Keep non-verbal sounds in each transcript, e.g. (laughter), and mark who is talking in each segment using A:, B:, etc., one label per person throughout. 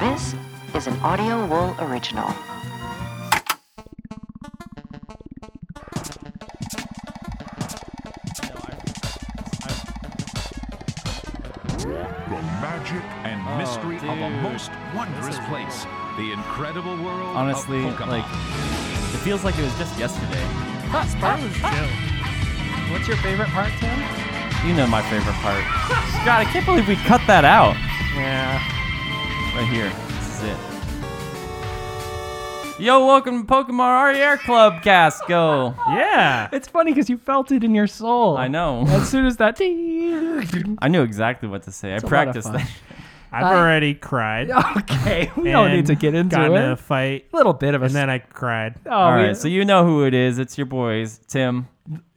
A: This is an Audio Wool original.
B: The magic and
C: Oh,
B: mystery of a
C: dude.
B: most wondrous
C: This is
B: place. The incredible world
C: Honestly,
D: Oh,
B: of Pokemon.
C: like it feels like it was just yesterday.
D: What's your favorite part, Tim?
C: You know my favorite part.
D: (laughs)
C: Scott, I can't believe we cut that out
D: Yeah.
C: right here. This is it. Yo, welcome to Pokemon RER Club Cast. Go.
D: Yeah. It's funny because you felt it in your soul.
C: I know.
D: As soon as that.
C: I knew exactly what to say. I
D: a lot of
C: practiced
D: fun.
C: that.
E: I've
D: (laughs) I-
E: already cried.
D: okay, we don't need
E: and
D: to get into
E: got
D: it.
E: in a fight,
D: little bit of a.
E: and then I cried.
D: oh,
C: All
D: we-
C: right, so you know who it is. It's your boys, Tim.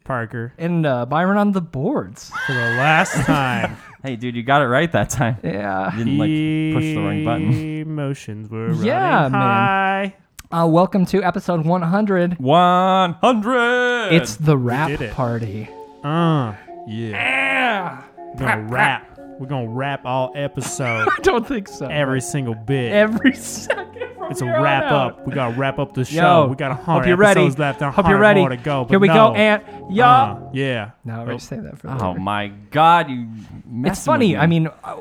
E: Parker
D: and uh, Byron on the boards.
E: for the
D: (laughs)
E: last time.
C: Hey, dude, you got it right that time.
D: Yeah.
C: Didn't (laughs) like push the wrong button.
E: Emotions were
D: Yeah,
E: running
D: man.
E: high.
D: Uh, welcome to episode 100.
C: One hundred.
D: It's the rap
E: did it.
D: party. (laughs)
E: Uh,
C: yeah.
E: we're gonna rap. We're gonna rap all
D: (laughs)
E: episode,
D: I don't think so.
E: every single bit.
D: Every second. From
E: it's a
D: here on
E: wrap
D: out.
E: up. We gotta wrap up the show.
D: Yo,
E: we got a
D: hope
E: hundred
D: you're ready.
E: episodes left. and a
D: Hope you're
E: hundred
D: ready.
E: more to go.
D: Here
E: but
D: we go,
E: no.
D: Ant. Yo.
E: Uh, yeah.
D: no, we're just saying that for
C: Oh
D: later.
C: my God, you.
D: It's
C: messing with
D: funny.
C: me.
D: I mean, uh,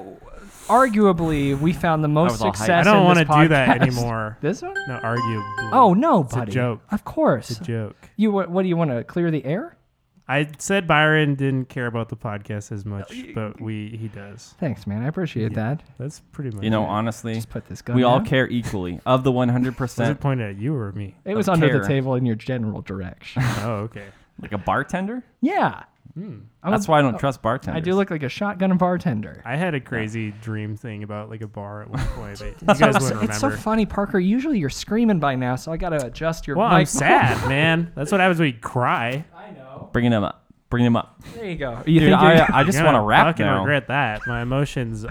D: arguably, we found the most
C: was all hyped.
D: success.
E: I don't
D: want
E: wanna
D: to
E: do that anymore.
D: This one?
E: No, arguably.
D: Oh no,
E: It's a
D: buddy.
E: joke.
D: Of course.
E: Joke.
D: You what, what do you want to clear the air?
E: I said Byron didn't care about the podcast as much, but we he does.
D: Thanks, man. I appreciate that.
E: That's pretty much.
C: you know,
E: it.
C: honestly,
D: Just put this gun.
C: we all
D: down.
C: care equally. Of the one
D: (laughs)
C: hundred
E: was it
C: percent,
E: pointed at you or me?
D: It was
C: of
D: under
C: care.
D: the table in your general
C: (laughs)
D: direction.
E: Oh, okay.
C: like a bartender.
D: yeah.
E: Hmm.
D: I'm a-
C: That's why I don't trust bartenders.
D: uh, I do look like a shotgun bartender.
E: I had a crazy dream thing about like a bar at one
D: (laughs)
E: point, but you guys
D: it's,
E: wouldn't
D: it's so
E: remember.
D: funny, Parker. Usually you're screaming by now, so I gotta adjust your
E: well,
D: mic.
E: I'm sad, man. That's what happens when you cry.
D: I know.
C: Bringing him up. Bringing him
D: (laughs)
C: up.
D: There you go. You
C: Dude,
D: think (laughs) you're-
C: I, I just
E: You're
C: want to
E: gonna
C: rap
E: fucking
C: now.
E: regret that. My emotions.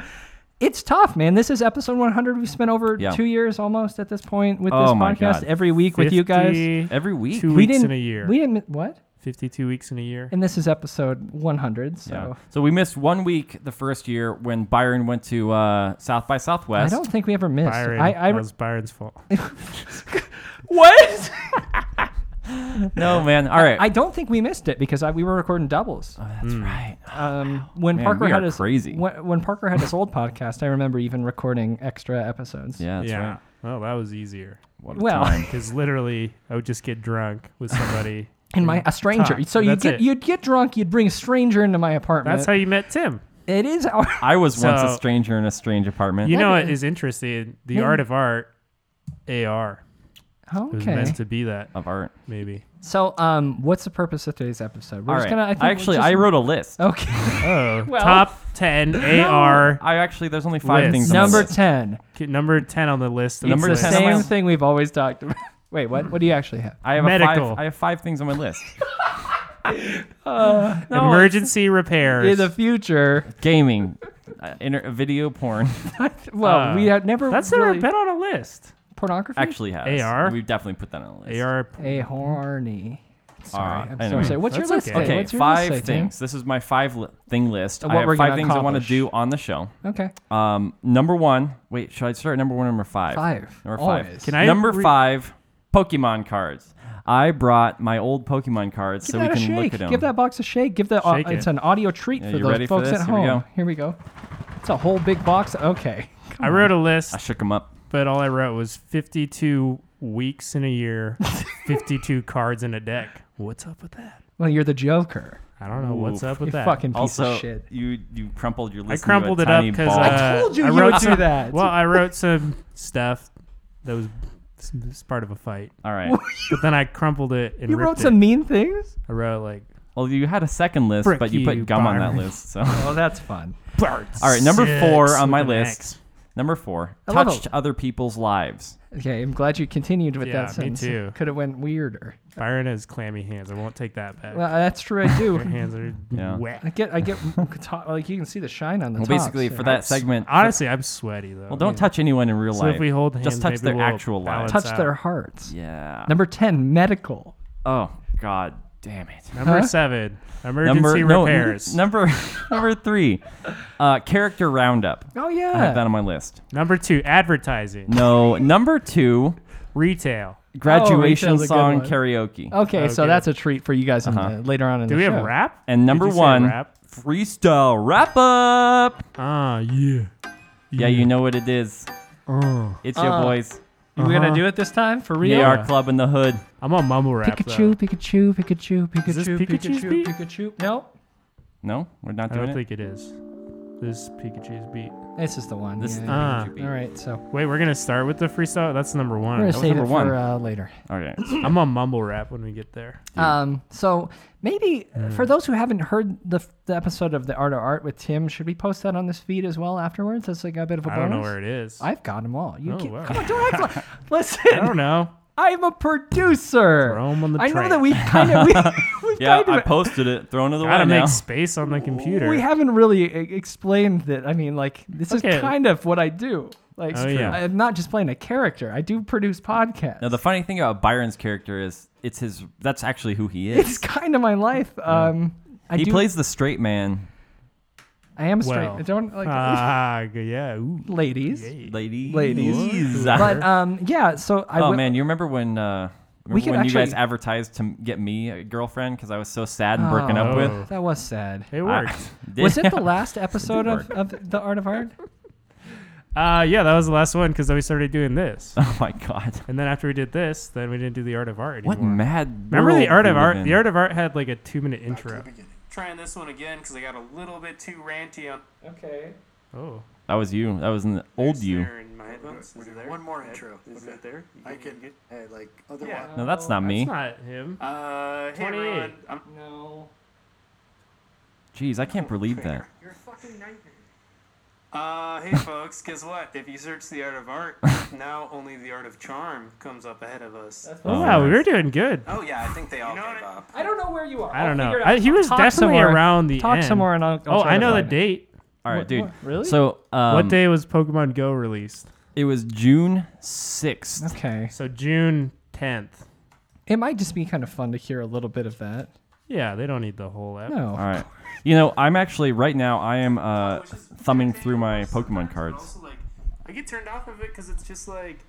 D: it's tough, man. This is episode 100. We've spent over
C: Yeah.
D: two years almost at this point with
C: Oh
D: this
C: my
D: podcast
C: God.
D: every week (laughs) with you guys.
E: 52
C: Every week.
E: Two
D: We
E: weeks in
D: didn't.
E: a year.
D: We didn't. What?
E: Fifty-two weeks in a year.
D: And this is episode 100. So.
C: Yeah. So we missed one week the first year when Byron went to uh, South by
D: I
C: Southwest.
D: don't think we ever missed.
E: Byron.
D: I, I
E: that was Byron's fault.
C: (laughs)
D: what?
C: No, man. All right.
D: I don't think we missed it because I, we were recording doubles.
C: That's
E: Hmm.
C: right.
D: Um, when
C: Uh, Man,
D: Parker
C: we
D: had
C: are
D: his
C: crazy.
D: When, when Parker had his old podcast, I remember even recording extra episodes.
C: Yeah, that's
E: yeah.
C: right.
E: Well, that was easier.
C: What a
D: Well-
C: time.
E: Because literally, I would just get drunk with
D: (laughs)
E: somebody.
D: And my a stranger.
E: Talk.
D: So you
E: That's
D: get
E: it.
D: you'd get drunk, you'd bring a stranger into my apartment.
E: That's how you met Tim.
D: it is. Our,
C: I was once a
E: So-
C: stranger in a strange apartment.
E: You know what is interesting? The art of art, AR, was
D: okay.
E: meant to be that
C: of art.
E: maybe.
D: So um, what's the purpose of today's episode? We're
C: All
D: just
C: right.
D: gonna. I think we're
C: actually,
D: just-
C: I wrote a list. (laughs)
D: Okay. (laughs)
E: Oh,
D: Well-
E: top ten AR
C: I actually there's only five
E: List.
C: things. on my
D: Number
C: list.
D: ten.
E: ki- number ten on the list. of
C: Number
D: It's
E: this
D: the
C: 10 on
E: list.
C: my
D: same
C: list.
D: thing we've always talked about. (laughs) Wait, what? What do you actually have?
C: I have A
E: Medical.
C: five, I have five things on my list. (laughs)
E: Emergency repairs.
D: In the future,
C: Gaming, uh, inter- video
D: (laughs)
C: porn.
D: well,
E: Uh,
D: we had never.
E: That's
D: really
E: never been on a list.
D: pornography.
C: Actually has.
E: AR?
C: We've definitely put that on the list.
E: AR.
D: a horny. Sorry,
C: Uh,
D: I'm
C: anyway.
D: sorry. What's your
E: That's okay.
D: list? say?
C: Okay,
D: What's your
C: five
D: list say, Tim?
C: things. This is my five li- thing list.
D: Of
C: I
D: what
C: have
D: we're
C: five
D: gonna
C: things I want to
D: accomplish.
C: do on the show.
D: Okay,
C: Um, number one. Wait, should I start at number one or number five?
D: five.
C: Number
D: Always.
C: five.
E: Can I
C: number
E: re-
C: five, Pokemon cards. I brought my old Pokemon cards
D: Give
C: so we
D: that
C: can
D: a shake.
C: look at them.
D: Give that box a shake. Give the. Uh,
E: Shake it.
D: it's an audio treat
C: Yeah,
D: for
C: you
D: those
C: ready for
D: folks
C: this?
D: at
C: Here we
D: home.
C: go.
D: Here we go. It's a whole big box. Okay.
E: I wrote a list,
C: I shook them up.
E: but all I wrote was 52 weeks in a
D: (laughs)
E: year, 52 cards in a deck. What's up with that?
D: Well, you're the Joker.
E: I don't know what's
C: Oof.
E: up with
D: You
E: that.
D: fucking piece
C: Also,
D: of shit.
C: you you crumpled your
E: I
C: list.
E: crumpled it
C: into a
E: up
C: tiny
E: because
C: ball.
D: I told you you
E: wrote
D: would do
E: some-
D: that.
E: Well, I wrote some stuff that was s- s- part of a fight,
C: All right.
E: but then I crumpled it and
D: You
E: ripped
D: wrote
E: it.
D: some mean things.
E: I wrote like
C: Well, you had a second list,
E: Frick
C: but you put
E: you,
C: gum on that
E: Byron.
C: list.
E: (laughs)
C: So, (laughs)
D: Oh, that's fun.
C: all right, number
E: six
C: four on my
E: with an
C: list.
E: X.
C: Number four,
D: I love
C: touched other people's lives.
D: Okay, I'm glad you continued with
E: Yeah,
D: that
E: me
D: sentence.
E: too.
D: Could have went weirder.
E: Byron has clammy hands. I won't take that back.
D: Well, that's true. I
E: Your (laughs)
D: do.
E: hands are
C: Yeah.
D: I
E: wet.
D: get. I get. Like you can see the shine on the.
C: Well,
D: top,
C: basically,
D: so-
C: for that segment,
E: Honestly, I'm sweaty though.
C: well, don't touch anyone in real
E: So
C: life.
E: if we hold hands,
C: just touch
E: maybe
C: their
E: we'll
C: actual lives.
E: balance
D: touch
E: out.
D: their hearts.
C: yeah.
D: Number ten, medical.
C: oh God, Damn it.
E: Number seven, emergency
C: no,
E: repairs.
C: n- number (laughs) number three, uh, character roundup.
D: Oh
C: I have that
D: yeah.
C: on my list.
E: number two, advertising.
C: No, number
E: (laughs) Oh,
C: two,
E: Retail.
C: graduation
D: sounds a good
C: song
D: one.
C: karaoke.
E: Oh.
D: Okay, so
E: Okay.
D: that's a treat for you guys in
C: Uh-huh.
D: the, later on in
E: Do
D: the
E: we
D: show.
E: have rap?
C: And number
E: Did you say
C: one,
E: Rap?
C: freestyle wrap up.
E: Ah, yeah.
C: Yeah, you know what it is.
E: Oh.
C: It's your
D: Uh,
C: boys.
D: We're
C: Uh-huh.
D: gonna do it this time for real.
C: They are club in the hood.
E: I'm on mumble rap.
D: Pikachu,
E: Though.
D: Pikachu, Pikachu, Pikachu,
E: Is this Pikachu's
D: Pikachu,
E: beat?
D: Pikachu. No,
C: No, we're not
E: I
C: doing
E: don't
C: it.
E: think it is. This Pikachu's beat.
D: this is the one.
C: this is the
D: yeah.
E: Ah.
C: Pikachu beat.
D: All right, so
E: Wait, we're gonna start with the freestyle. That's number
D: we're gonna
E: one.
C: was
D: save it
C: number one.
D: for uh, later.
C: All
E: (laughs)
C: right.
E: I'm on mumble rap when we get there.
D: Um, so maybe uh,
E: Mm.
D: for those who haven't heard the, the episode of the Art of Art with Tim, should we post that on this feed as well afterwards? That's like a bit of a
E: I
D: bonus.
E: don't know where it is.
D: I've got them all. You
E: Oh,
D: can't,
E: wow.
D: come on,
E: (laughs)
D: don't act like.
E: I
D: Listen,
E: don't know.
D: I'm a producer.
E: Throw 'em on the
D: I know
E: train.
D: that we kind of we
E: (laughs)
D: we
C: Yeah, I
D: kind of
C: posted it. Throwing it away
E: Gotta
C: now.
E: make space on the computer.
D: we haven't really e- explained that. I mean, like this
E: Okay.
D: is kind of what I do. Like
E: Oh, yeah.
D: I'm not just playing a character. I do produce podcasts.
C: Now the funny thing about Byron's character is it's his. That's actually who
E: (laughs)
C: he
D: (laughs) it's
C: is.
D: kind of my life. Um, I
C: he
D: do,
C: plays the straight man,
D: I am straight.
E: Well,
D: I don't like
E: Ah,
C: (laughs)
E: g- yeah. Ooh.
D: (laughs) ladies.
E: yay.
C: lady.
D: Ladies.
C: But
D: But um, yeah. So
C: (laughs)
D: I
C: oh
D: will-
C: man, you remember when uh, remember
D: We could
C: when you guys
D: actually-
C: advertised to m- get me a girlfriend because I was so sad and broken up with.
E: Oh.
D: that was sad.
E: (laughs) It
C: I-
E: worked.
C: (laughs) did-
D: Was it the last episode
E: (laughs)
D: of, of the Art of Art?
E: Uh, yeah, that was the last one because then we started
C: (laughs)
E: doing this,
C: Oh my god!
E: and then after we did this, then we didn't do the art of art anymore.
C: What mad?
E: Remember the
C: world
E: art of
C: we live
E: art?
C: in.
E: The art of art had like a two-minute intro.
F: Trying this one again because I got a little bit too ranty on.
D: Okay.
E: Oh,
C: That was you. That was an old you.
F: There in my headphones. Is it there?
G: One more intro.
F: Is
G: okay.
F: it there? You
G: I
F: can
G: can
F: get-
G: get hey, like other
F: Yeah.
G: one.
C: No, that's not me.
E: it's not him.
F: Uh, hey
E: 28.
F: everyone. I'm
D: No.
C: Jeez, I can't believe that.
G: You're a fucking nightmare.
F: Uh, hey folks, guess what? If you search the art of (laughs) art, now only the art of charm comes up ahead of us.
E: Oh, wow, we were doing good.
F: Oh yeah, I think they all
G: know
F: gave
G: what I-
F: up.
D: I don't know where you are.
E: I don't know. I, he was
D: Talk some
E: definitely
D: more.
E: around the
D: Talk
E: end.
D: some more, and I'll. I'll
E: oh,
D: try
E: I
D: to
E: know the
D: find it.
E: date.
C: All right, dude.
D: Really?
C: So um,
E: what day was Pokemon Go released?
C: It was June sixth.
D: Okay.
E: So June 10th.
D: It might just be kind of fun to hear a little bit of that.
E: Yeah, they don't need the whole app.
D: No.
C: All right. You know, I'm actually right now. I am uh, thumbing through my Pokemon cards. (laughs)
F: Also, like, I get turned off of it because it's just like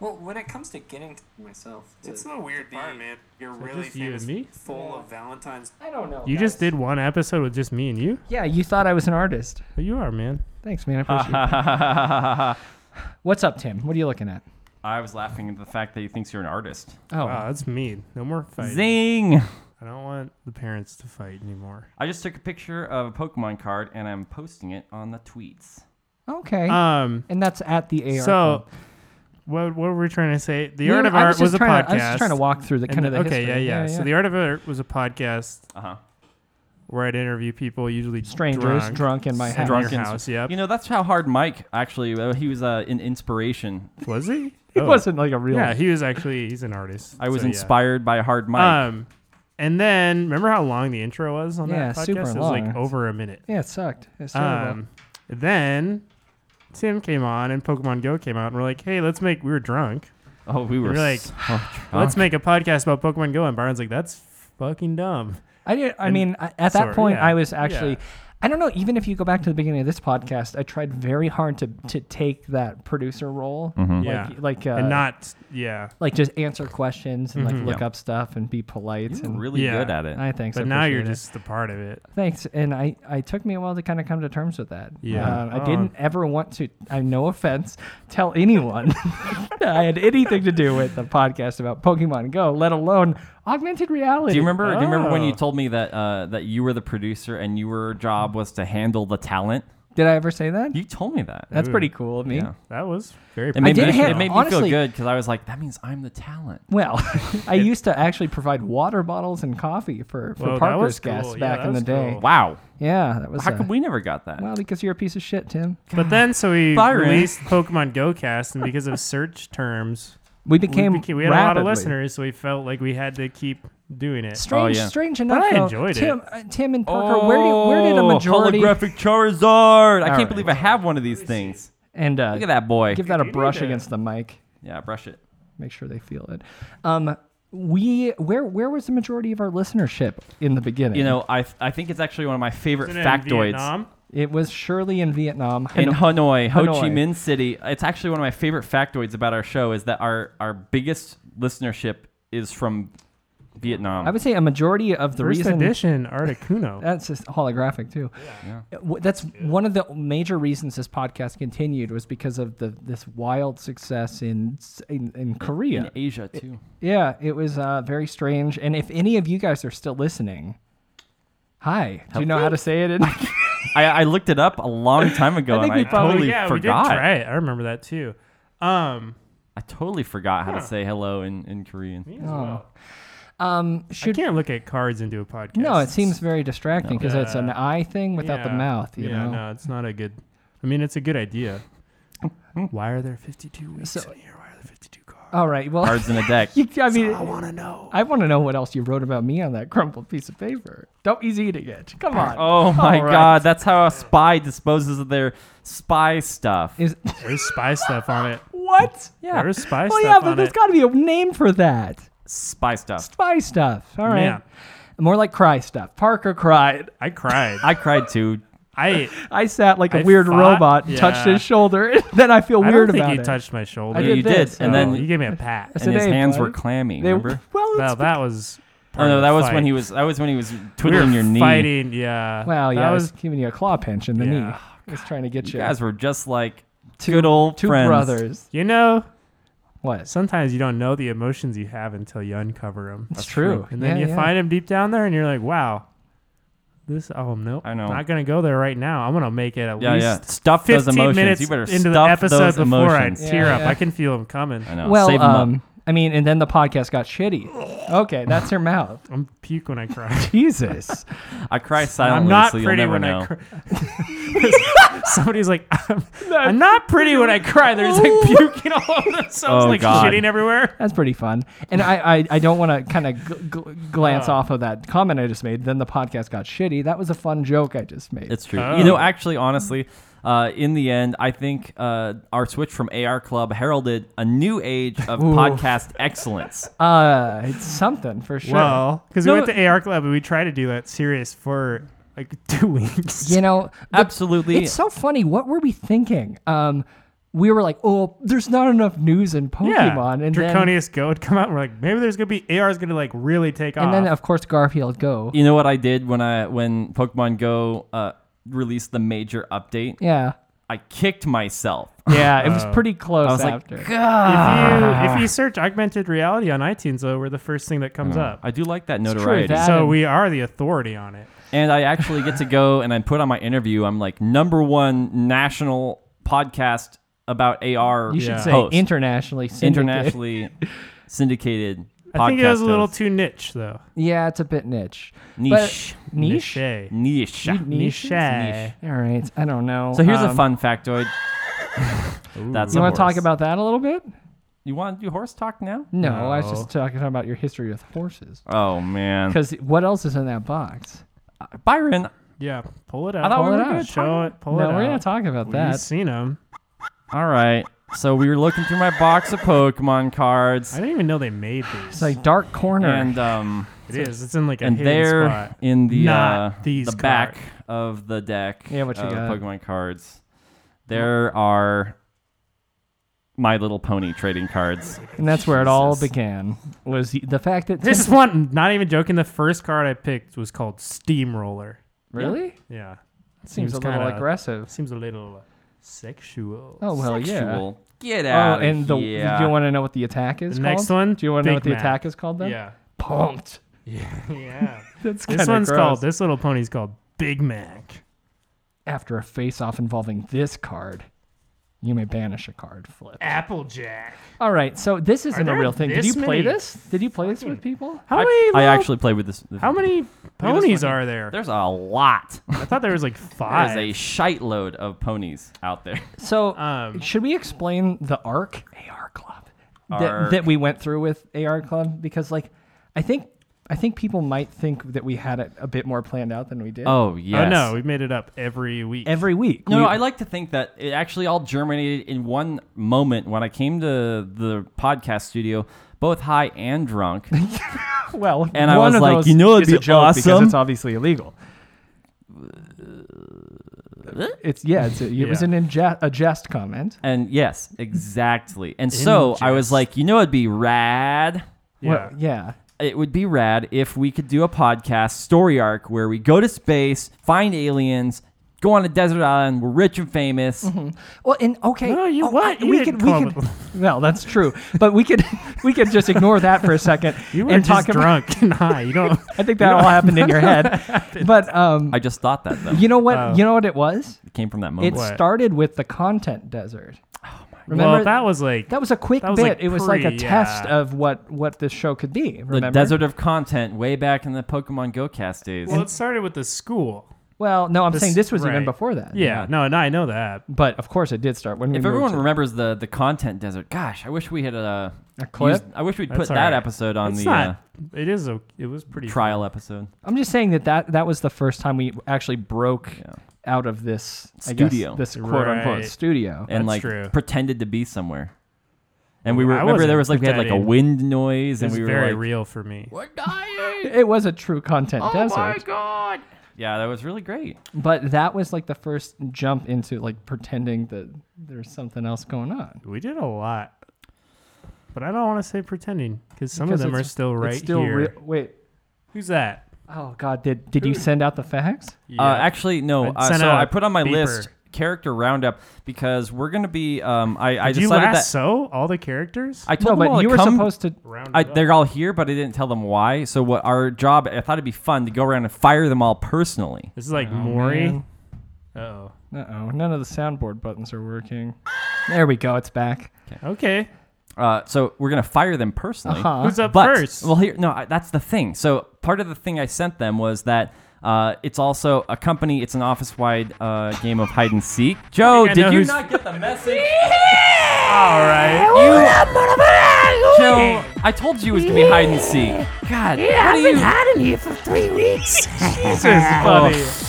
G: Well, when it comes to getting to myself, to,
F: it's the weird part, man. You're really
E: just you and
F: famous,
E: me?
F: full of Valentine's.
D: I don't know.
E: You just did one episode with just me and you?
D: Yeah, you thought I was an artist.
E: But you are, man.
D: Thanks, man. I
E: (laughs)
D: appreciate it.
C: I
D: What's up, Tim? What are you looking at?
C: was laughing at the fact that he thinks you're an artist.
D: Oh,
E: Wow, that's mean. No more fighting.
C: Zing!
E: I don't want the parents to fight anymore.
C: I just took a picture of a Pokemon card and I'm posting it on the tweets.
D: okay.
E: Um,
D: and that's at the
E: so
D: AR. Club.
E: what, what were we trying to say? The
D: We
E: Art
D: were-
E: of
D: I
E: Art
D: just
E: was a
D: trying
E: podcast.
D: to- I was just trying to walk through the
E: and
D: kind of the
E: the- okay,
D: history.
E: yeah, yeah, So the Art of Art was a podcast
C: Uh huh.
E: where I'd interview people, usually
D: strangers drunk,
E: drunk,
D: in my house.
E: drunk
C: Drunk and-
E: house. Yep.
C: You know, that's how hard Mike actually. Uh, he was uh, an inspiration.
E: was
D: (laughs)
E: he?
D: It
E: Oh.
D: wasn't like a real.
E: Yeah, he was actually. He's an artist.
C: I was
E: so, yeah.
C: inspired by Hard Mike.
E: Um, and then remember how long the intro was on
D: Yeah,
E: that podcast?
D: super
E: it was
D: long.
E: like over a minute.
D: yeah, it sucked. It's terrible.
E: Um, then Tim came on and Pokemon Go came out, and we're like, hey, let's make. We were drunk.
C: oh, we were
E: you're like,
C: so drunk.
E: Let's make a podcast about Pokemon Go, and Byron's like, that's fucking dumb.
D: I did. I
E: And-
D: mean, I- at that
E: sorry,
D: point,
E: yeah,
D: I was actually.
E: yeah.
D: I don't know. Even if you go back to the beginning of this podcast, I tried very hard to to take that producer role,
C: Hmm.
D: like
E: Yeah.
D: like uh,
E: and not, yeah.
D: like just answer questions and like
E: Mhm.
D: look
C: Yeah.
D: up stuff and be polite.
C: You're
D: and
C: really
E: Yeah.
C: good at it.
D: I thanks.
E: But
D: I
E: now you're
D: appreciate it.
E: just a part of it.
D: thanks. And I I took me a while to kind of come to terms with that.
E: Yeah.
D: Uh, I
E: Oh.
D: didn't ever want to. I no offense, tell anyone (laughs) that I had anything to do with the podcast about Pokemon Go, let alone augmented reality.
C: Do you remember? Do you remember when you
E: Oh.
C: told me that uh, that you were the producer and your job was to handle the talent?
D: Did I ever say that?
C: You told me that.
D: That's
E: Ooh.
D: pretty cool of me.
C: Yeah.
E: That was very.
C: It made,
D: did
C: me,
D: have-
C: it made me
D: honestly-
C: feel good because I was like, that means I'm the talent.
D: Well, (laughs) I used to actually provide water bottles and coffee for, for
E: Whoa, that
D: Parker's
E: was
D: guests
E: cool. Yeah,
D: back
E: that
D: in the
E: was
D: day.
E: cool.
C: Wow.
D: Yeah, that was.
C: How
D: uh,
C: come we never got that?
D: Well, because you're a piece of shit, Tim.
E: But then, so we
C: Byron.
E: released Pokemon Go Cast, and because of search terms,
D: We
E: we
D: became.
E: beca- we had a lot of
D: rapidly-
E: listeners, so we felt like we had to keep doing it.
D: Strange,
C: Oh, yeah.
D: strange enough.
E: I
D: though,
E: enjoyed it.
D: Tim, uh, Tim and Parker, where, do, where did a
C: Oh,
D: majority
C: holographic Charizard? I
D: All
C: can't
D: right.
C: believe I have one of these things.
D: and uh,
C: Look at that boy.
D: give that a
E: you need
D: brush
E: to-
D: against the mic?
C: yeah, brush it.
D: Make sure they feel it. Um, we where where was the majority of our listenership in the beginning?
C: You know, I I think it's actually one of my favorite
E: Isn't it in
C: factoids.
E: Vietnam?
D: it was surely in Vietnam.
C: In Hanoi, Ho Chi
D: Hanoi.
C: Minh City, it's actually one of my favorite factoids about our show is that our our biggest listenership is from Vietnam.
D: I would say a majority of the
E: First
D: reason
E: edition Articuno.
D: (laughs) that's just holographic too. Uh, w- That's one of the major reasons this podcast continued was because of the this wild success in s- in, in Korea.
C: in Asia too.
D: Yeah, it was uh, very strange. And if any of you guys are still listening, hi. Do you know how to
C: (laughs)
D: say it? In-
C: I, I looked it up a long time ago
D: I think
C: and I
D: we probably-
C: totally
E: Oh, yeah,
C: forgot.
E: we did try it. I remember that too. Um,
C: I totally forgot how to say hello in, in Korean.
D: um,
E: you
D: should
E: can't look at cards and do a podcast.
D: no, it seems very distracting because it's an
E: Yeah.
D: eye thing without the
E: Yeah.
D: mouth. You
E: yeah,
D: know.
E: no, it's not a good. I mean, it's a good
D: (laughs)
E: idea. Why are there 52 weeks in a year? Why are there 52 cards?
D: All right. Well,
C: Cards in a deck.
D: (laughs) you, I mean,
E: I want to know.
D: I want to know what else you wrote about me on that crumpled piece of paper. Don't he's eating it. Come
E: (laughs)
D: on.
C: Oh my
D: All right.
C: god, that's how a spy disposes of their spy stuff.
E: (laughs)
D: Is
E: There's spy stuff on it.
D: what? (laughs) Yeah.
E: There's spy
D: well, yeah,
E: stuff
D: but
E: on
D: there's
E: it.
D: got to be a name for that.
C: spy stuff.
D: Spy stuff. All right.
E: Yeah.
D: More like cry stuff. Parker cried.
E: I cried.
D: (laughs)
E: I
C: I cried too.
E: I,
D: I sat like a
E: I
D: weird
E: thought-
D: robot and touched
E: yeah.
D: his shoulder, (laughs) and then I feel
E: I
D: weird
E: don't think
D: about
E: you
D: it.
E: touched my shoulder.
D: I
C: Yeah,
D: did
C: you did,
D: this,
C: and
D: so-
C: then
E: you gave me a pat.
D: It's
C: and his
D: today,
C: hands
D: bud.
C: were clammy.
D: They-
C: remember?
D: Well,
E: Well,
D: it's,
E: that was.
C: Oh
E: part
C: no,
E: of
C: that
E: the
C: was
E: fight.
C: when he was. That was when he was
E: we were
C: twiddling your knee.
E: fighting. Yeah.
D: well, yeah,
E: That
D: I
E: was
D: was giving you a claw pinch in the
E: Yeah.
D: knee. I was trying to get you.
C: You guys were just like two, good old
D: Two
C: friends.
D: brothers.
E: You know,
D: What?
E: sometimes you don't know the emotions you have until you uncover them.
D: That's true.
E: And then
D: Yeah,
E: you
D: yeah.
E: find them deep down there and you're like, wow, this, oh, no.
C: I know.
E: Not going to go there right now. I'm going to make it at
C: Yeah,
E: least
C: yeah. Stuff those
E: 15
C: emotions.
E: minutes
C: you better
E: into the
C: stuff
E: episode
C: those
E: before
C: emotions.
E: I tear
D: Yeah,
E: up.
D: yeah.
E: I can feel them coming.
C: I know.
D: well,
C: Save 'em
D: um,
C: up.
D: I mean, and then the podcast got shitty. Okay, that's her mouth.
E: I'm puke when I cry.
D: (laughs) Jesus.
C: (laughs) I cry silently,
E: I'm not
C: so you'll
E: pretty
C: never
E: when
C: know.
E: I cry.
C: (laughs)
E: (laughs) Somebody's like, (laughs) I'm, I'm not pretty when I cry.
C: (laughs)
E: There's like puking all over themselves,
C: Oh,
E: like
C: God.
E: shitting everywhere.
D: That's pretty fun. And I, I, I don't want to kind of gl- gl- glance off of that comment I just made. Then the podcast got shitty. That was a fun joke I just made.
C: It's true.
E: Oh.
C: You know, actually, honestly, uh, in the end, I think uh, our switch from AR Club heralded a new age of podcast excellence.
D: uh, it's something for sure.
E: Well, because
C: No,
E: we went
C: but-
E: to AR Club and we tried to do that serious for like (laughs) two weeks.
D: You know, the-
C: Absolutely.
D: It's so funny. What were we thinking? Um, we were like, oh, there's not enough news in Pokemon, and then
E: Draconius Go would come out and we're like, maybe there's gonna be AR's gonna like really take
D: and
E: off.
D: then of course Garfield Go.
C: You know what I did when I when Pokemon Go uh, released the major update?
D: Yeah,
C: I kicked myself.
D: yeah. It was pretty close
C: I was like,
D: after.
E: if
D: Ah.
E: you if you search augmented reality on iTunes though, we're the first thing that comes up.
C: Oh. I do like that
D: true,
C: notoriety.
D: that-
E: so
D: Adam.
E: we are the authority on it.
C: and I actually get to go and I put on my interview. I'm like number one national podcast about AR.
D: you should say
C: host.
D: internationally, syndicated.
C: internationally syndicated. Podcast
E: I think it was a little
C: host.
E: too niche though.
D: (laughs) Yeah, it's a bit niche.
C: niche.
D: But- niche.
E: Niche.
C: Niche.
E: Niche.
C: Niche.
D: All right, I don't know.
C: So here's a
D: Um,
C: fun factoid. That's
D: You
C: want
D: want to talk about that a little bit?
C: You want to do horse talk now?
D: No, I was just talking about your history with horses.
C: Oh man,
D: Because what else is in that box?
C: Byron,
E: Yeah, pull it out.
C: thought we
E: pull
C: were
E: it
C: gonna
E: out. Show it. Pull
D: no,
E: it out.
D: we're gonna talk about
E: We've
D: that.
E: seen them.
C: All right. So we were looking through my box of Pokemon cards,
E: I didn't even know they
D: (sighs)
E: made these.
D: It's like dark corner.
C: and um,
E: it is. It's in like a
C: and
E: hidden
C: there
E: spot.
C: in the uh,
E: Not these
C: the back
E: cards.
C: of the deck,
D: Yeah, what you
C: of
D: got?
C: Pokemon cards, there are My Little Pony trading cards.
D: (laughs) And that's where it all began. Was the fact that
E: This one, not even joking, the first card I picked was called Steamroller.
D: really
E: Yeah.
D: seems, a little
E: kinda-
D: aggressive.
E: Seems a little uh, sexual.
D: Oh well, yeah.
C: Sexual. Get
D: Oh,
C: out of
D: and the,
C: here.
D: do you want to know what the attack is?
E: The
D: called?
E: next one,
D: Do you want to know
E: Big
D: what the
E: Mac.
D: attack is called then? (laughs)
E: Yeah.
D: Pumped.
E: Yeah.
D: That's
E: this
D: kinda
E: one's
D: gross.
E: called, this little pony's called Big Mac.
D: After a face-off involving this card, you may banish a card. Flip.
E: Applejack.
D: All right. So this isn't a
E: there
D: real thing. Did you
E: this
D: play
E: many
D: this? Did you play this with people?
E: How
C: I,
E: many?
C: I
E: little-
C: actually played with this.
E: How many ponies are there?
C: There's a lot.
E: I thought there was like
C: There's
E: five.
C: a shite load of ponies out
E: (laughs)
C: there.
D: So
E: Um,
D: should we explain the arc AR Club that,
C: Arc.
D: that we went through with AR Club? Because like I think I think people might think that we had it a bit more planned out than we did.
C: Oh yes.
E: Oh no, we made it up every week.
D: Every week.
C: No,
D: we-
C: no, I like to think that it actually all germinated in one moment when I came to the podcast studio, both high and drunk.
D: well,
C: and I
D: one
C: was
D: of
C: like,
D: those
C: you know it'd
D: is a
C: be
D: joke because
C: awesome?
D: it's obviously illegal. It's yeah, it's a, it was
E: Yeah.
D: an ingest, a jest comment.
C: and yes, exactly. And so I was
E: jest.
C: like, you know, it'd be rad.
E: yeah.
D: Well, yeah.
C: It would be rad if we could do a podcast story arc where we go to space, find aliens, go on a desert island, we're rich and famous.
E: Mm-hmm.
D: Well, and okay,
E: No, you
D: oh,
E: what?
D: I-
E: You
D: we
E: didn't
D: could, we
E: call
D: could, (laughs) no, that's true. But we could, (laughs) we could just ignore that for a second
E: (laughs) You were
D: and
E: just
D: talk about.
E: drunk and high. You don't.
D: (laughs) I think that all happened in
E: (laughs)
D: your head. But um,
C: I just thought that though.
D: you know what? you know what it was?
C: It came from that
D: It
C: moment.
E: Oh, What? Oh,
D: started with the content desert. Remember
E: well, that was like
D: that was a quick
E: that was,
D: bit.
E: like,
D: it was like a
E: pre-
D: test
E: yeah.
D: of what what this show could be. Remember?
C: the desert of content way back in the Pokemon Go cast days.
E: Well, it started with the school.
D: Well, no, I'm
E: This-
D: saying this was even
E: right.
D: before that.
E: Yeah, no, no, I know that.
D: But of course, it did start when we
C: If
D: moved
C: everyone
D: to-
C: remembers the the content desert, gosh, I wish we had uh,
D: A clip?
C: used- I wish we'd put
E: That's all
C: that
E: right.
C: episode on
E: it's
C: the
E: not. it is. A, it was pretty.
C: uh, trial episode.
D: I'm just saying that, that that was the first time we actually broke out of this I guess,
C: Studio.
D: this quote unquote
E: Right.
D: studio.
C: and
E: That's
C: like
E: true.
C: pretended to be somewhere. And we were
E: I
C: remember there was like
E: wasn't
C: we had like a
E: pretending.
C: wind noise
E: It
C: and
E: was
C: we were
E: very
C: like
E: real for me.
D: It was a true
E: Oh,
D: content desert,
C: yeah that was really great.
D: but that was like the first jump into like pretending that there's something else going on.
E: We did a lot, but I don't want to say pretending because some
D: Because
E: of them are
D: it's-
E: still
D: it's
E: right
D: still
E: here.
D: real- wait,
E: Who's that?
D: oh god, did did you send out the fax?
C: Uh, actually no,
E: I'd
C: uh,
E: sent
C: so
E: out a
C: I put on my
E: beeper.
C: list character roundup because we're gonna be um I I
E: Did you
C: decided
E: last
C: that
E: so all the characters?
C: I told
D: No,
C: them all
D: but
C: to
D: you were
C: come-
D: supposed to.
E: Round
C: I, they're all here, but I didn't tell them why. So what our job? I thought it'd be fun to go around and fire them all personally.
E: This is like Maury. Oh,
D: Uh oh, none of the soundboard buttons are working. There we go, it's back.
E: okay.
C: Uh, so we're gonna fire them personally.
D: Uh-huh.
E: Who's up
C: But
E: first?
C: well, here no, I, that's the thing. So part of the thing I sent them was that uh, it's also a company. It's an office-wide uh, game of hide and seek. Joe,
E: I
C: did
E: know
C: you
E: who's-
C: not get the
E: (laughs)
C: message? (laughs)
E: all right.
C: Joe, I told you it was gonna be hide and seek. God, what are you?
E: Funny.
D: (sighs)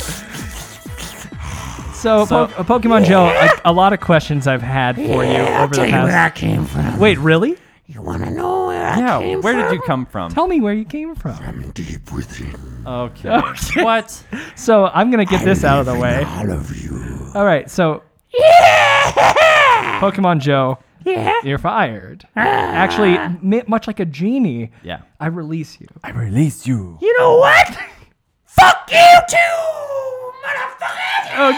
D: So,
C: So-
D: po- uh, Pokemon Joe, a, a lot of questions I've had for you over the past. where I came from. Wait, really?
C: yeah, where did you come from?
D: Tell me where you came from.
C: Okay, what?
D: So I'm gonna get this out of the way. All right, so. Pokemon Joe, you're fired. Actually, mi- much like a genie,
C: Yeah,
D: I release you.
C: I released you.
D: Oh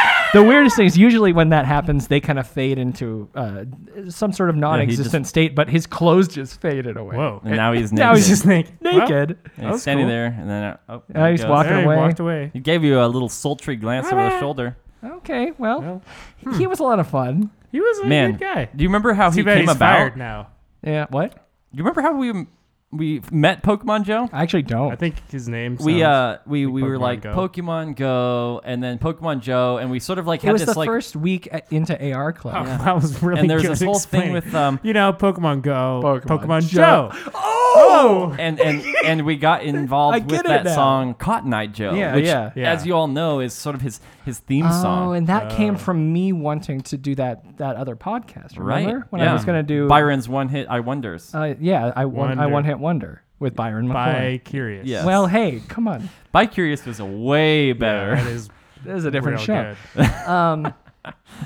D: God! The weirdest thing is usually when that happens, they kind of fade into uh, some sort of non-existent
C: just-
D: state, but his clothes just faded away.
E: Whoa. (laughs)
C: And now he's naked.
D: Now he's just
E: naked.
D: naked.
C: And
E: That
C: he's
E: was
C: standing
E: cool.
C: there, and then uh, oh,
D: Now
C: he
D: he's
C: goes.
D: walking
E: Hey,
D: away.
E: walked away.
C: He gave you a little sultry glance over his shoulder.
D: Okay, well,
C: hmm.
D: he was a lot of fun.
E: He was a
C: Man,
E: good guy.
C: do you remember how he
E: Too bad
C: came
E: he's
C: about?
E: fired now.
D: Yeah. What?
C: Do you remember how we we met Pokemon Joe?
D: I actually don't.
E: I think his name.
C: We
E: sounds-
C: uh we, we were
E: Pokemon
C: like
E: Go.
C: Pokemon Go and then Pokemon Joe and we sort of like
D: it
C: had
D: was
C: this
D: the
C: like
D: first week a- into AR Club.
E: Oh, (laughs) that was really.
C: and there's
E: good
C: this whole thing
E: explaining.
C: with um
E: you know Pokemon Go,
D: Pokemon
E: Pokemon,
D: Joe.
E: Joe. Oh!
C: and
D: (laughs)
C: and and we got
D: I
C: involved
D: get
C: with
D: it
C: that
D: now.
C: song Cotton Eye Joe,
D: Yeah,
C: which
D: yeah.
E: Yeah.
C: as you all know is sort of his his theme
D: Oh,
C: song. Uh.
D: and that came from me wanting to do that that other podcast.
C: right?
D: Remember when I
C: Yeah.
D: was going to do
C: Byron's one hit I wonders.
D: Uh, yeah, I one I
E: Wonder.
D: one hit wonder with Byron McCoy.
E: By Curious.
C: Yeah.
D: Well, hey, come on.
C: By Curious was a way better.
E: that is
D: This is a different
E: real
D: show. Um,
E: good.
D: (laughs)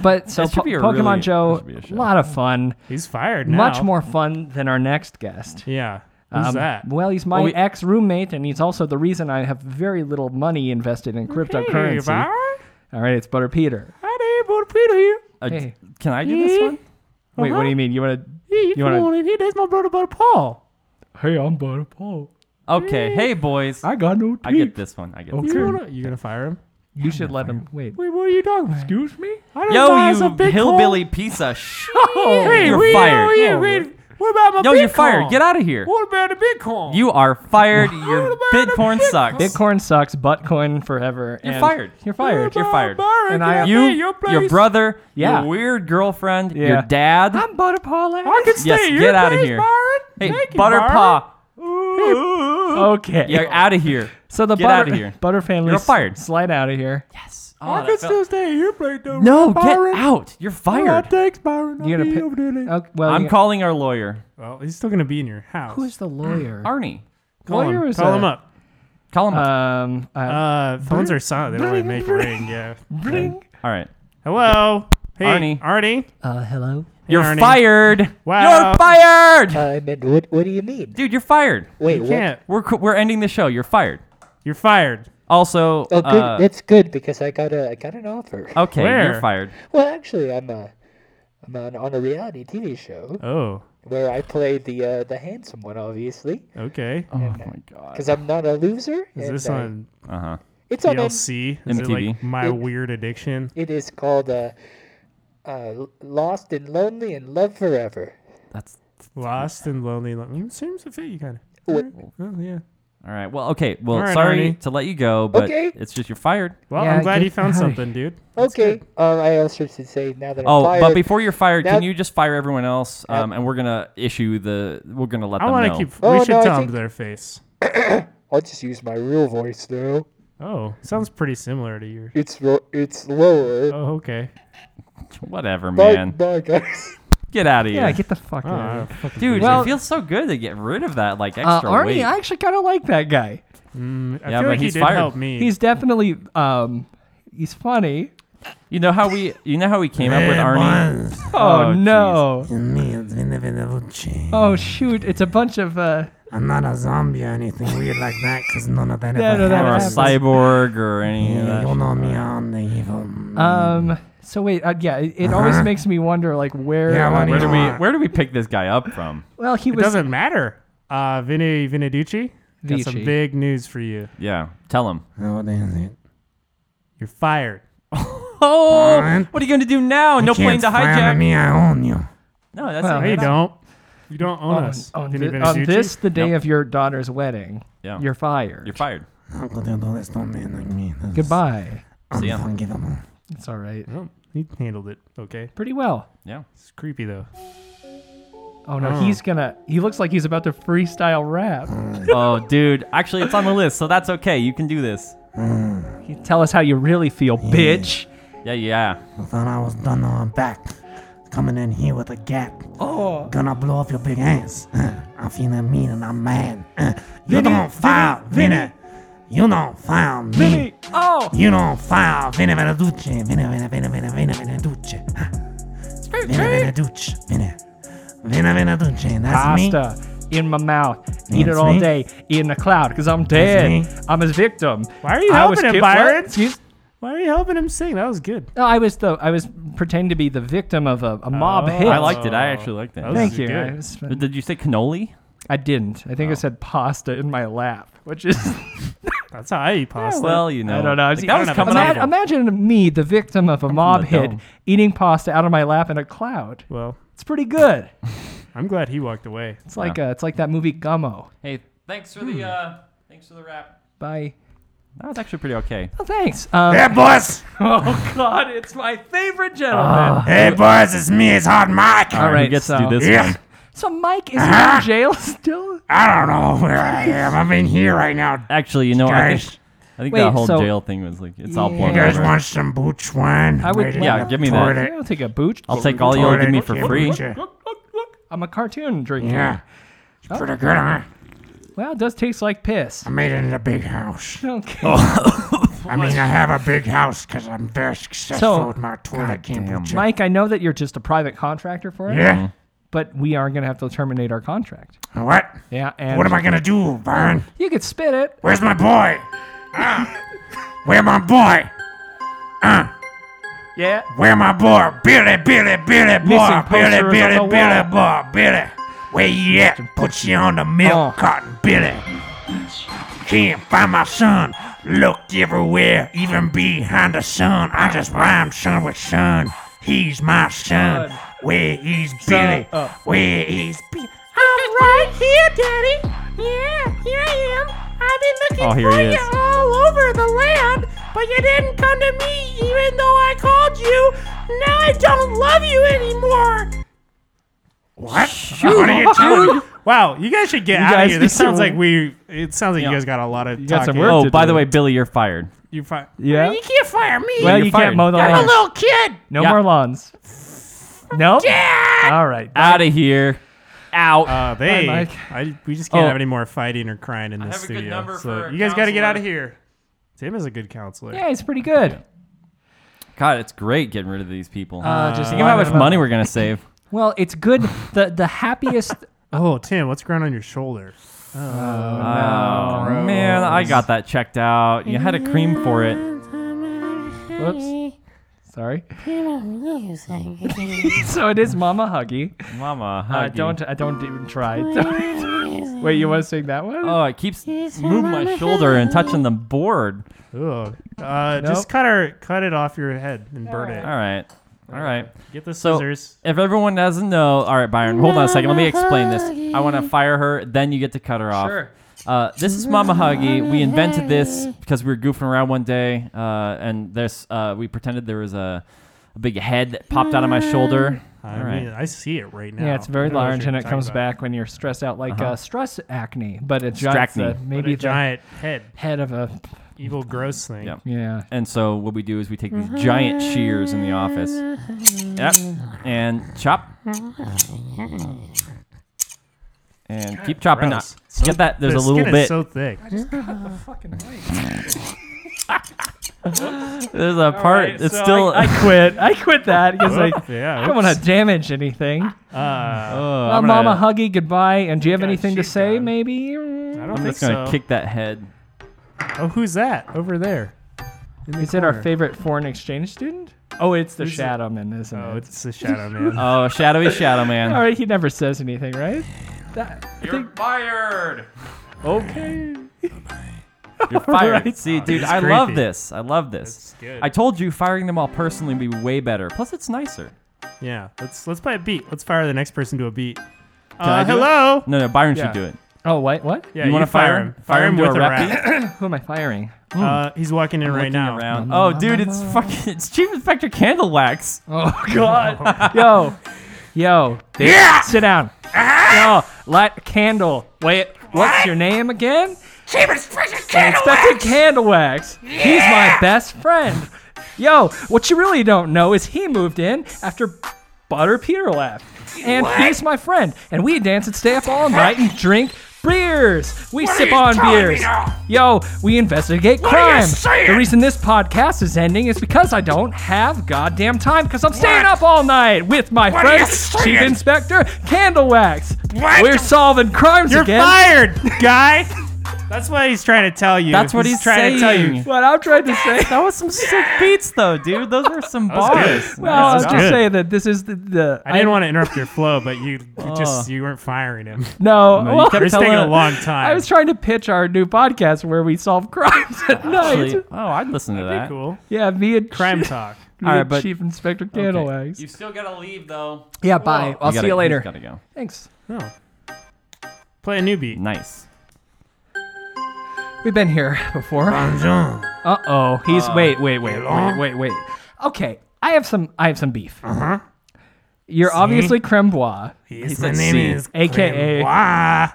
D: But so
C: This should
D: Po-
C: be a
D: Pokemon
C: really- this
D: Joe,
C: should be a
D: a
C: show.
D: lot of fun.
E: He's fired now.
D: Much more fun than our next guest.
E: Yeah. Who's
D: Um,
E: that?
D: Well, he's my
C: Well, we-
D: ex roommate, and he's also the reason I have very little money invested in
E: Hey,
D: cryptocurrency.
E: Byron.
D: All right, it's Butter Peter.
E: Howdy, boy, Peter here.
C: Uh,
D: Hey.
C: Can I do this one?
D: (laughs) Wait, what do you mean? You want to?
E: Hey, you,
D: You wanna-
E: come on in here. That's my brother, brother Paul.
D: Hey, I'm Butter Paul.
C: Okay, hey boys. I,
D: got no teeth.
C: get this one. I get this.
E: You wanna, you gonna fire him?
D: You should let him wait.
E: Wait, what are you talking about?
D: Excuse me.
E: I don't
C: Yo,
E: buy us a
C: you
E: Bitcoin.
C: hillbilly piece of
D: (laughs)
C: sh.
E: Hey,
C: you're
E: we-
C: fired.
E: oh, yeah, wait, what about my
C: No,
E: Bitcoin?
C: you're fired. Get out of here.
E: What about the Bitcoin?
C: You are fired. Your
E: What about the
C: Bitcoin
E: Bitcoin?
C: sucks.
D: Bitcoin sucks. Buttcoin forever.
C: You're
D: and
C: fired.
D: You're fired.
C: You're fired.
E: Byron,
D: And I-
E: get
C: You,
E: out of your, place.
C: your brother,
D: Yeah.
C: your weird girlfriend,
D: Yeah.
C: your dad.
D: I'm Butter Paul.
E: I can stay
C: yes,
E: at your
C: get out of
E: place,
C: here.
E: Byron.
C: hey,
E: Thank you, Byron.
C: Butterpaw.
E: Ooh,
D: (laughs) Okay.
C: You're out of here.
D: So the
C: Get
D: butter,
C: outta here.
D: (laughs) butter family
C: You're
D: s-
C: fired.
D: Slide out of here.
C: Yes.
E: Oh, stay here, play the Oh,
C: no, Oh, get out. You're fired.
E: thanks, Byron.
D: You're gonna pick. Okay, well,
C: I'm
D: you-
C: calling our lawyer,
E: Well, he's still gonna be in your house.
D: Who is the lawyer?
C: Arnie.
E: call
D: lawyer
E: him?
D: is
E: Call
D: a-
E: him up.
C: Call him. up.
D: Um. Uh,
E: Uh, phones are silent. They don't really make ring. Yeah.
D: bring.
C: All right.
E: Hello. Hey,
C: Arnie.
E: Arnie.
D: Uh, hello.
C: You're
E: Arnie.
C: fired.
E: Wow.
C: You're fired.
H: I mean, what, what do you mean?
C: Dude, you're fired.
H: Wait,
E: You
H: what?
E: can't.
C: We're co- we're ending the show. You're fired.
E: You're fired.
C: Also,
H: Oh, good.
C: uh,
H: That's good because I got a I got an
C: (laughs)
H: offer.
C: okay,
E: Where?
C: you're fired.
H: Well, actually, I'm uh, I'm on, on a reality TV show
E: Oh.
H: where I play the uh, the handsome one, obviously,
E: Okay.
C: Oh my god.
H: because I'm not a loser.
E: Is
H: and
E: this
H: I-
E: on
C: Uh huh.
H: It's on. N-
E: DLC? Is it like
C: MTV?
E: My
H: It-
E: Weird Addiction?
H: it is called uh, uh, Lost and Lonely and Love Forever.
C: That's
E: Lost and Lonely. Lo- Mm, Seems to fit you kind of.
H: What-
E: Oh, yeah.
C: all right. Well, okay. Well,
E: All right,
C: sorry
E: Arnie.
C: to let you go, but
H: Okay.
C: it's just you're fired.
E: Well,
D: Yeah,
E: I'm glad
D: get
E: you found
D: outta
E: something, dude.
H: okay. Um, I also should say now that I'm
C: Oh,
H: fired.
C: but before you're fired, can
H: That-
C: you just fire everyone else? Um, and we're gonna issue the. We're gonna let
E: I
C: them
E: want
C: know.
E: to keep.
H: Oh,
E: we should
H: no, I
E: tell them
H: think-
E: to their face.
H: (coughs) I'll just use my real voice though.
E: Oh, sounds pretty similar to yours.
H: It's ro- it's lower.
E: Oh, okay.
C: Whatever,
H: Bye-
C: man.
H: bye, guys.
C: Get out of here.
D: (laughs) Yeah, get the fuck
E: Oh,
D: out
E: I
D: of
E: don't
D: here.
E: fucking
C: Dude,
E: believe
D: Well-
C: it feels so good to get rid of that like
D: Uh,
C: extra
D: Arnie,
C: weight.
D: I actually kind of like that guy.
E: it.
C: Yeah,
E: I feel
C: but
E: like he
C: he's
E: did
C: fired.
E: help me.
D: He's definitely um, he's funny.
C: You know how we you know how we came up with Arnie?
D: Oh,
C: Oh,
D: no! Oh shoot! It's a bunch of uh,
I: I'm not a zombie or anything weird like that, because none of that
D: no,
I: ever
D: no, that
C: Or a
D: happens.
C: cyborg or any of
I: happened.
C: that.
I: You know me, I'm the evil.
D: um. So wait, uh, yeah, it, it always makes me wonder, like where?
I: Uh-huh. Yeah, what do
C: Where
I: you
C: do we
I: want?
C: where do we pick this guy up from?
D: well, he
E: it
D: was
E: doesn't matter. Uh, Vinny Vinaducci, got some
D: Vici.
E: big news for you.
C: Yeah. Tell him.
I: Oh, what is it?
E: You're fired.
C: (laughs) Oh
I: Alright.
C: what are you gonna do now? No plane
I: Can't
C: to
I: fire
C: hijack.
I: me, I own you.
C: No, that's
D: Well,
C: not
E: No, you
C: good.
E: don't. You don't own
D: on,
E: us.
D: on,
E: Vinny
D: thi- on
E: Vinaducci.
D: this the day
C: Nope.
D: of your daughter's wedding.
C: Yeah.
D: You're fired.
C: You're (laughs) fired.
I: How could you do this to a man like me? This is
D: Goodbye.
C: See ya.
I: Unforgivable.
D: It's all right.
E: Oh, he handled it. Okay.
D: Pretty well.
C: Yeah.
E: It's creepy though.
D: Oh no, he's gonna. He looks like he's about to freestyle rap.
C: Oh dude. Actually it's on the list, so that's okay. You can do this.
D: You Tell us how you really feel, bitch.
C: Yeah, yeah.
I: I thought I was done on back. Coming in here with a gap.
D: Oh,
I: Gonna blow up your big ass. (laughs) Uh, I'm feeling mean and I'm mad. (laughs) Uh, you don't file, Vinny. You don't file me.
D: Oh,
I: You don't file, Vinny Veneducci. Vinny, Vinny, Vinny, Vinny, Vinny Veneducci. Huh. Vinny Veneducci. Vinny. Vinny Veneducci. That's me.
D: pasta in my mouth. Eat it
I: That's
D: all
I: me.
D: day in the cloud because I'm dead.
I: me.
D: I'm his victim.
E: Why are you
D: I
E: helping
D: was
E: him,
D: ki- what?
E: Byron?
D: Excuse-
E: Why are you helping him sing? That was good.
D: No, I was the I was pretending to be the victim of a, a mob
E: Oh.
D: hit.
C: I liked it. I actually liked
E: That
C: it.
E: was
D: Thank you.
E: good. Oh.
D: I, was-
C: Did you say cannoli?
D: I didn't. I think I said pasta in my lap,
E: (laughs)
D: which is
E: That's how I eat pasta.
C: Well, you know.
D: I don't know.
C: Like, that was
E: don't have
C: coming
E: a
C: out.
D: Ima- imagine me, the victim of a mob
C: the
D: hit,
C: dome.
D: eating pasta out of my lap in a cloud.
E: Well,
D: It's pretty good.
E: I'm glad he walked away.
D: It's like uh, it's like that movie Gummo.
C: Hey, thanks for the uh thanks for the wrap.
D: Bye.
C: That was actually pretty (laughs) okay.
D: Oh, thanks. Um,
I: Hey, boys.
D: Oh God, it's my favorite gentleman.
I: Hey, boys. It's me. It's Hard Mike.
D: All right,
C: Who Ah, gets
D: so,
C: to do this
I: Yeah.
D: so Mike is he in jail still.
I: I don't know (laughs) where I am. I'm in here right now.
C: Actually, you know, I
I: Guys,
C: think, I think
D: Wait,
C: that whole
D: so-
C: jail thing was like, it's all
I: you
C: blown
I: guys
C: over.
I: want some booch wine?
D: I would-
I: Right in
D: yeah,
I: the
C: give me that.
I: toilet.
D: I'll take a boot.
C: I'll take all you'll
I: Toilet.
C: give me for
I: Yeah,
C: free.
I: booch.
D: I'm a cartoon drinker.
I: Yeah. It's
C: Oh.
I: pretty good, huh?
D: Well, it does taste like piss. (laughs)
I: I made it in a big house.
D: Okay.
I: I mean, I have a big house because I'm very successful
D: So-
I: with my toilet
D: (laughs)
I: kombucha.
D: Mike, I know that you're just a private contractor for it,
I: Yeah.
D: but we are going to have to terminate our contract.
I: What?
D: Yeah, and
I: What am I gonna do, Byron?
D: you could spit it.
I: Where's my boy?
C: (laughs)
I: Ah. Where my boy? Ah.
D: Yeah.
I: Where my boy? Billy, Billy, Billy, boy,
D: Missing
I: Billy,
D: posters
I: Billy,
D: on the
I: Billy,
D: wall.
I: boy, Billy. Where you at? Put you on the milk
D: Oh.
I: carton, Billy. Can't find my son. Looked everywhere, even behind the sun. I just rhymed son with son. He's my son. Where is Billy?
D: up.
I: Where is Billy?
J: I'm right here, Daddy. Yeah, here I am. I've been looking
C: Oh, here
J: for
C: he
J: you
C: is.
J: all over the land, but you didn't come to me even though I called
E: Oh,
J: you. Now I don't love you anymore.
E: (laughs)
I: What? What are you doing?
E: Wow, you guys should get
C: You
E: out
C: guys
E: of here. This
C: need
E: sounds
C: to-
E: like we. It sounds like
C: Yeah.
E: you guys got a lot of.
D: got some
E: talking.
D: work
C: Oh,
D: to
C: by
D: do.
C: the way, Billy, you're fired.
E: You fi-
D: Yeah.
K: You can't fire me.
D: Well,
C: you're
D: you
C: fired.
D: can't mow the
K: I'm a
D: lawn.
K: little kid.
D: No
C: Yeah.
D: more lawns. No.
K: Dad!
D: All right.
C: Out of here. Out.
E: Uh, they.
D: Mike.
E: I, we just can't
C: Oh.
E: have any more fighting or crying in this
C: have a good
E: studio.
C: number
E: so
C: for a
E: you guys got to get
C: counselor.
E: out of here. Tim is a good counselor.
D: Yeah, it's pretty good.
C: God, it's great getting rid of these people.
D: Uh, just
C: Think of how
D: line
C: much
D: them up.
C: money we're gonna save.
D: Well, it's good. The the happiest.
J: (laughs)
E: Oh, Tim, what's growing on your shoulder?
C: Oh man, I got that checked out. You had a cream for it.
D: Whoops. Sorry. (laughs) so it is Mama Huggy.
C: Mama,
D: I
C: hug you.
D: don't. I don't even try. (laughs) Wait, you want to sing that one?
C: Oh, it keeps moving my shoulder and touching the board.
E: Ugh. Uh, Just
D: Nope.
E: cut her, cut it off your head and burn it.
C: All right, all right.
E: Get the
C: So-
E: scissors.
C: If everyone doesn't know, all right, Byron, hold on a second. Let me explain this. I want to fire her, then you get to cut her off.
D: Sure.
C: Uh, this is Mama Huggy. We invented this because we were goofing around one day, uh, and this uh, we pretended there was a, a big head that popped out of my shoulder.
E: I
C: All right.
E: mean, I see it right now.
D: Yeah, it's
E: I
D: very
E: don't know what
D: large
E: you're
D: and it
E: talking
D: comes
E: about. Uh-huh.
D: back when you're stressed out, like uh, stress acne, but it's
C: Stracne.
D: just the-
C: But
D: maybe
E: But a
D: the
E: giant head,
D: head of a
E: evil, gross thing.
C: Yeah.
D: yeah.
C: And so what we do is we take these giant shears in the office. Yep. And chop. And keep chopping up.
E: gross.
C: Get that there's
E: the
C: a little
E: skin
C: bit
E: Is so thick.
C: there's a part
D: Alright,
C: it's
D: so
C: still
D: I, I quit. I quit that because like
E: Whoop, yeah,
D: I don't want to damage anything.
E: Uh,
C: Oh,
D: Well,
C: I'm, gonna,
D: Mama Huggy, goodbye. And do you have anything to
E: she's
D: say?
E: gone.
D: Maybe.
E: I don't
C: (laughs) I'm
E: think
C: just gonna
E: so.
C: kick that head.
E: Oh, who's that over there? In the
D: Is it our
E: corner.
D: favorite foreign exchange student? Oh, it's the
E: Who's it?
D: shadow man, isn't
E: Oh,
D: it?
E: it's the shadow
C: (laughs)
E: man.
C: Oh, shadowy shadow man.
D: All right, he never says anything, right? That, I think
C: fired.
D: okay.
C: You're fired.
D: Alright.
C: See, dude,
E: It's
C: I love
E: creepy.
C: this. I love this.
E: That's good.
C: I told you firing them all personally would be way better. Plus it's nicer.
E: yeah, let's let's play a beat. Let's fire the next person to a beat.
C: I
E: Uh,
C: do it?
E: hello.
C: No, no, Byron
E: Yeah.
C: should do it.
D: Oh, wait, what?
E: Yeah,
C: you want to fire him?
E: Fire him
C: to
E: with a
C: rap beat?
E: rap.
D: Who am I firing?
E: Uh, he's walking in right
C: looking
E: now.
C: around.
E: Mm-hmm.
C: Oh, dude, it's fucking it's Chief Inspector Candlewax.
D: Oh God, yo, yo, yeah! sit down.
K: Uh-huh.
D: Yo, light candle. Wait, what's your name again?
K: Cheap expression candle.
D: Inspector Candlewax. He's my best friend. Yo, what you really don't know is he moved in after Butter Peter left. And he's my friend. And we dance and stay up all night and drink beers. We
K: What are
D: sip
K: you
D: on
K: telling me
D: beers.
K: now?
D: Yo, we investigate
K: are you
D: crime.
K: saying?
D: The reason this podcast is ending is because I don't have goddamn time because I'm staying
K: What?
D: up all night with my
K: What are
D: friend,
K: you
D: Chief
K: saying?
D: Inspector Candlewax.
K: What?
D: We're solving crimes
E: You're
D: again.
E: fired,
C: (laughs)
E: guy. That's what he's trying to tell you.
C: That's what he's
E: trying to tell you.
C: saying.
D: What I'm trying to say.
C: That was some sick beats, though, dude. Those were some bars.
D: Well, I was
E: That's
D: just
E: good.
D: saying that this is the. the
E: I didn't want to interrupt your flow, but you,
C: (laughs)
E: you just you weren't firing him.
D: No,
C: you
D: well,
C: Oh. (laughs) kept
E: It's taking
C: (laughs)
E: a long time.
D: I was trying to pitch our new podcast where we solve crimes at night.
C: Actually, oh, I'd listen to that. (laughs)
E: cool.
D: Yeah, me and
E: Crime
D: Chief,
E: talk.
D: me
C: All right,
D: and
C: but-
D: Chief Inspector Candlewags.
C: still gotta leave, though.
D: Yeah, bye. I'll see you later.
C: Gotta go.
D: Thanks.
E: Oh. Play a new beat.
C: Nice.
D: We've been here before. Uh oh, he's wait, wait, wait, wait, wait, wait. Okay, I have some, I have some beef. Uh huh. You're obviously creme bois,
L: Yes,
C: my name is
D: aka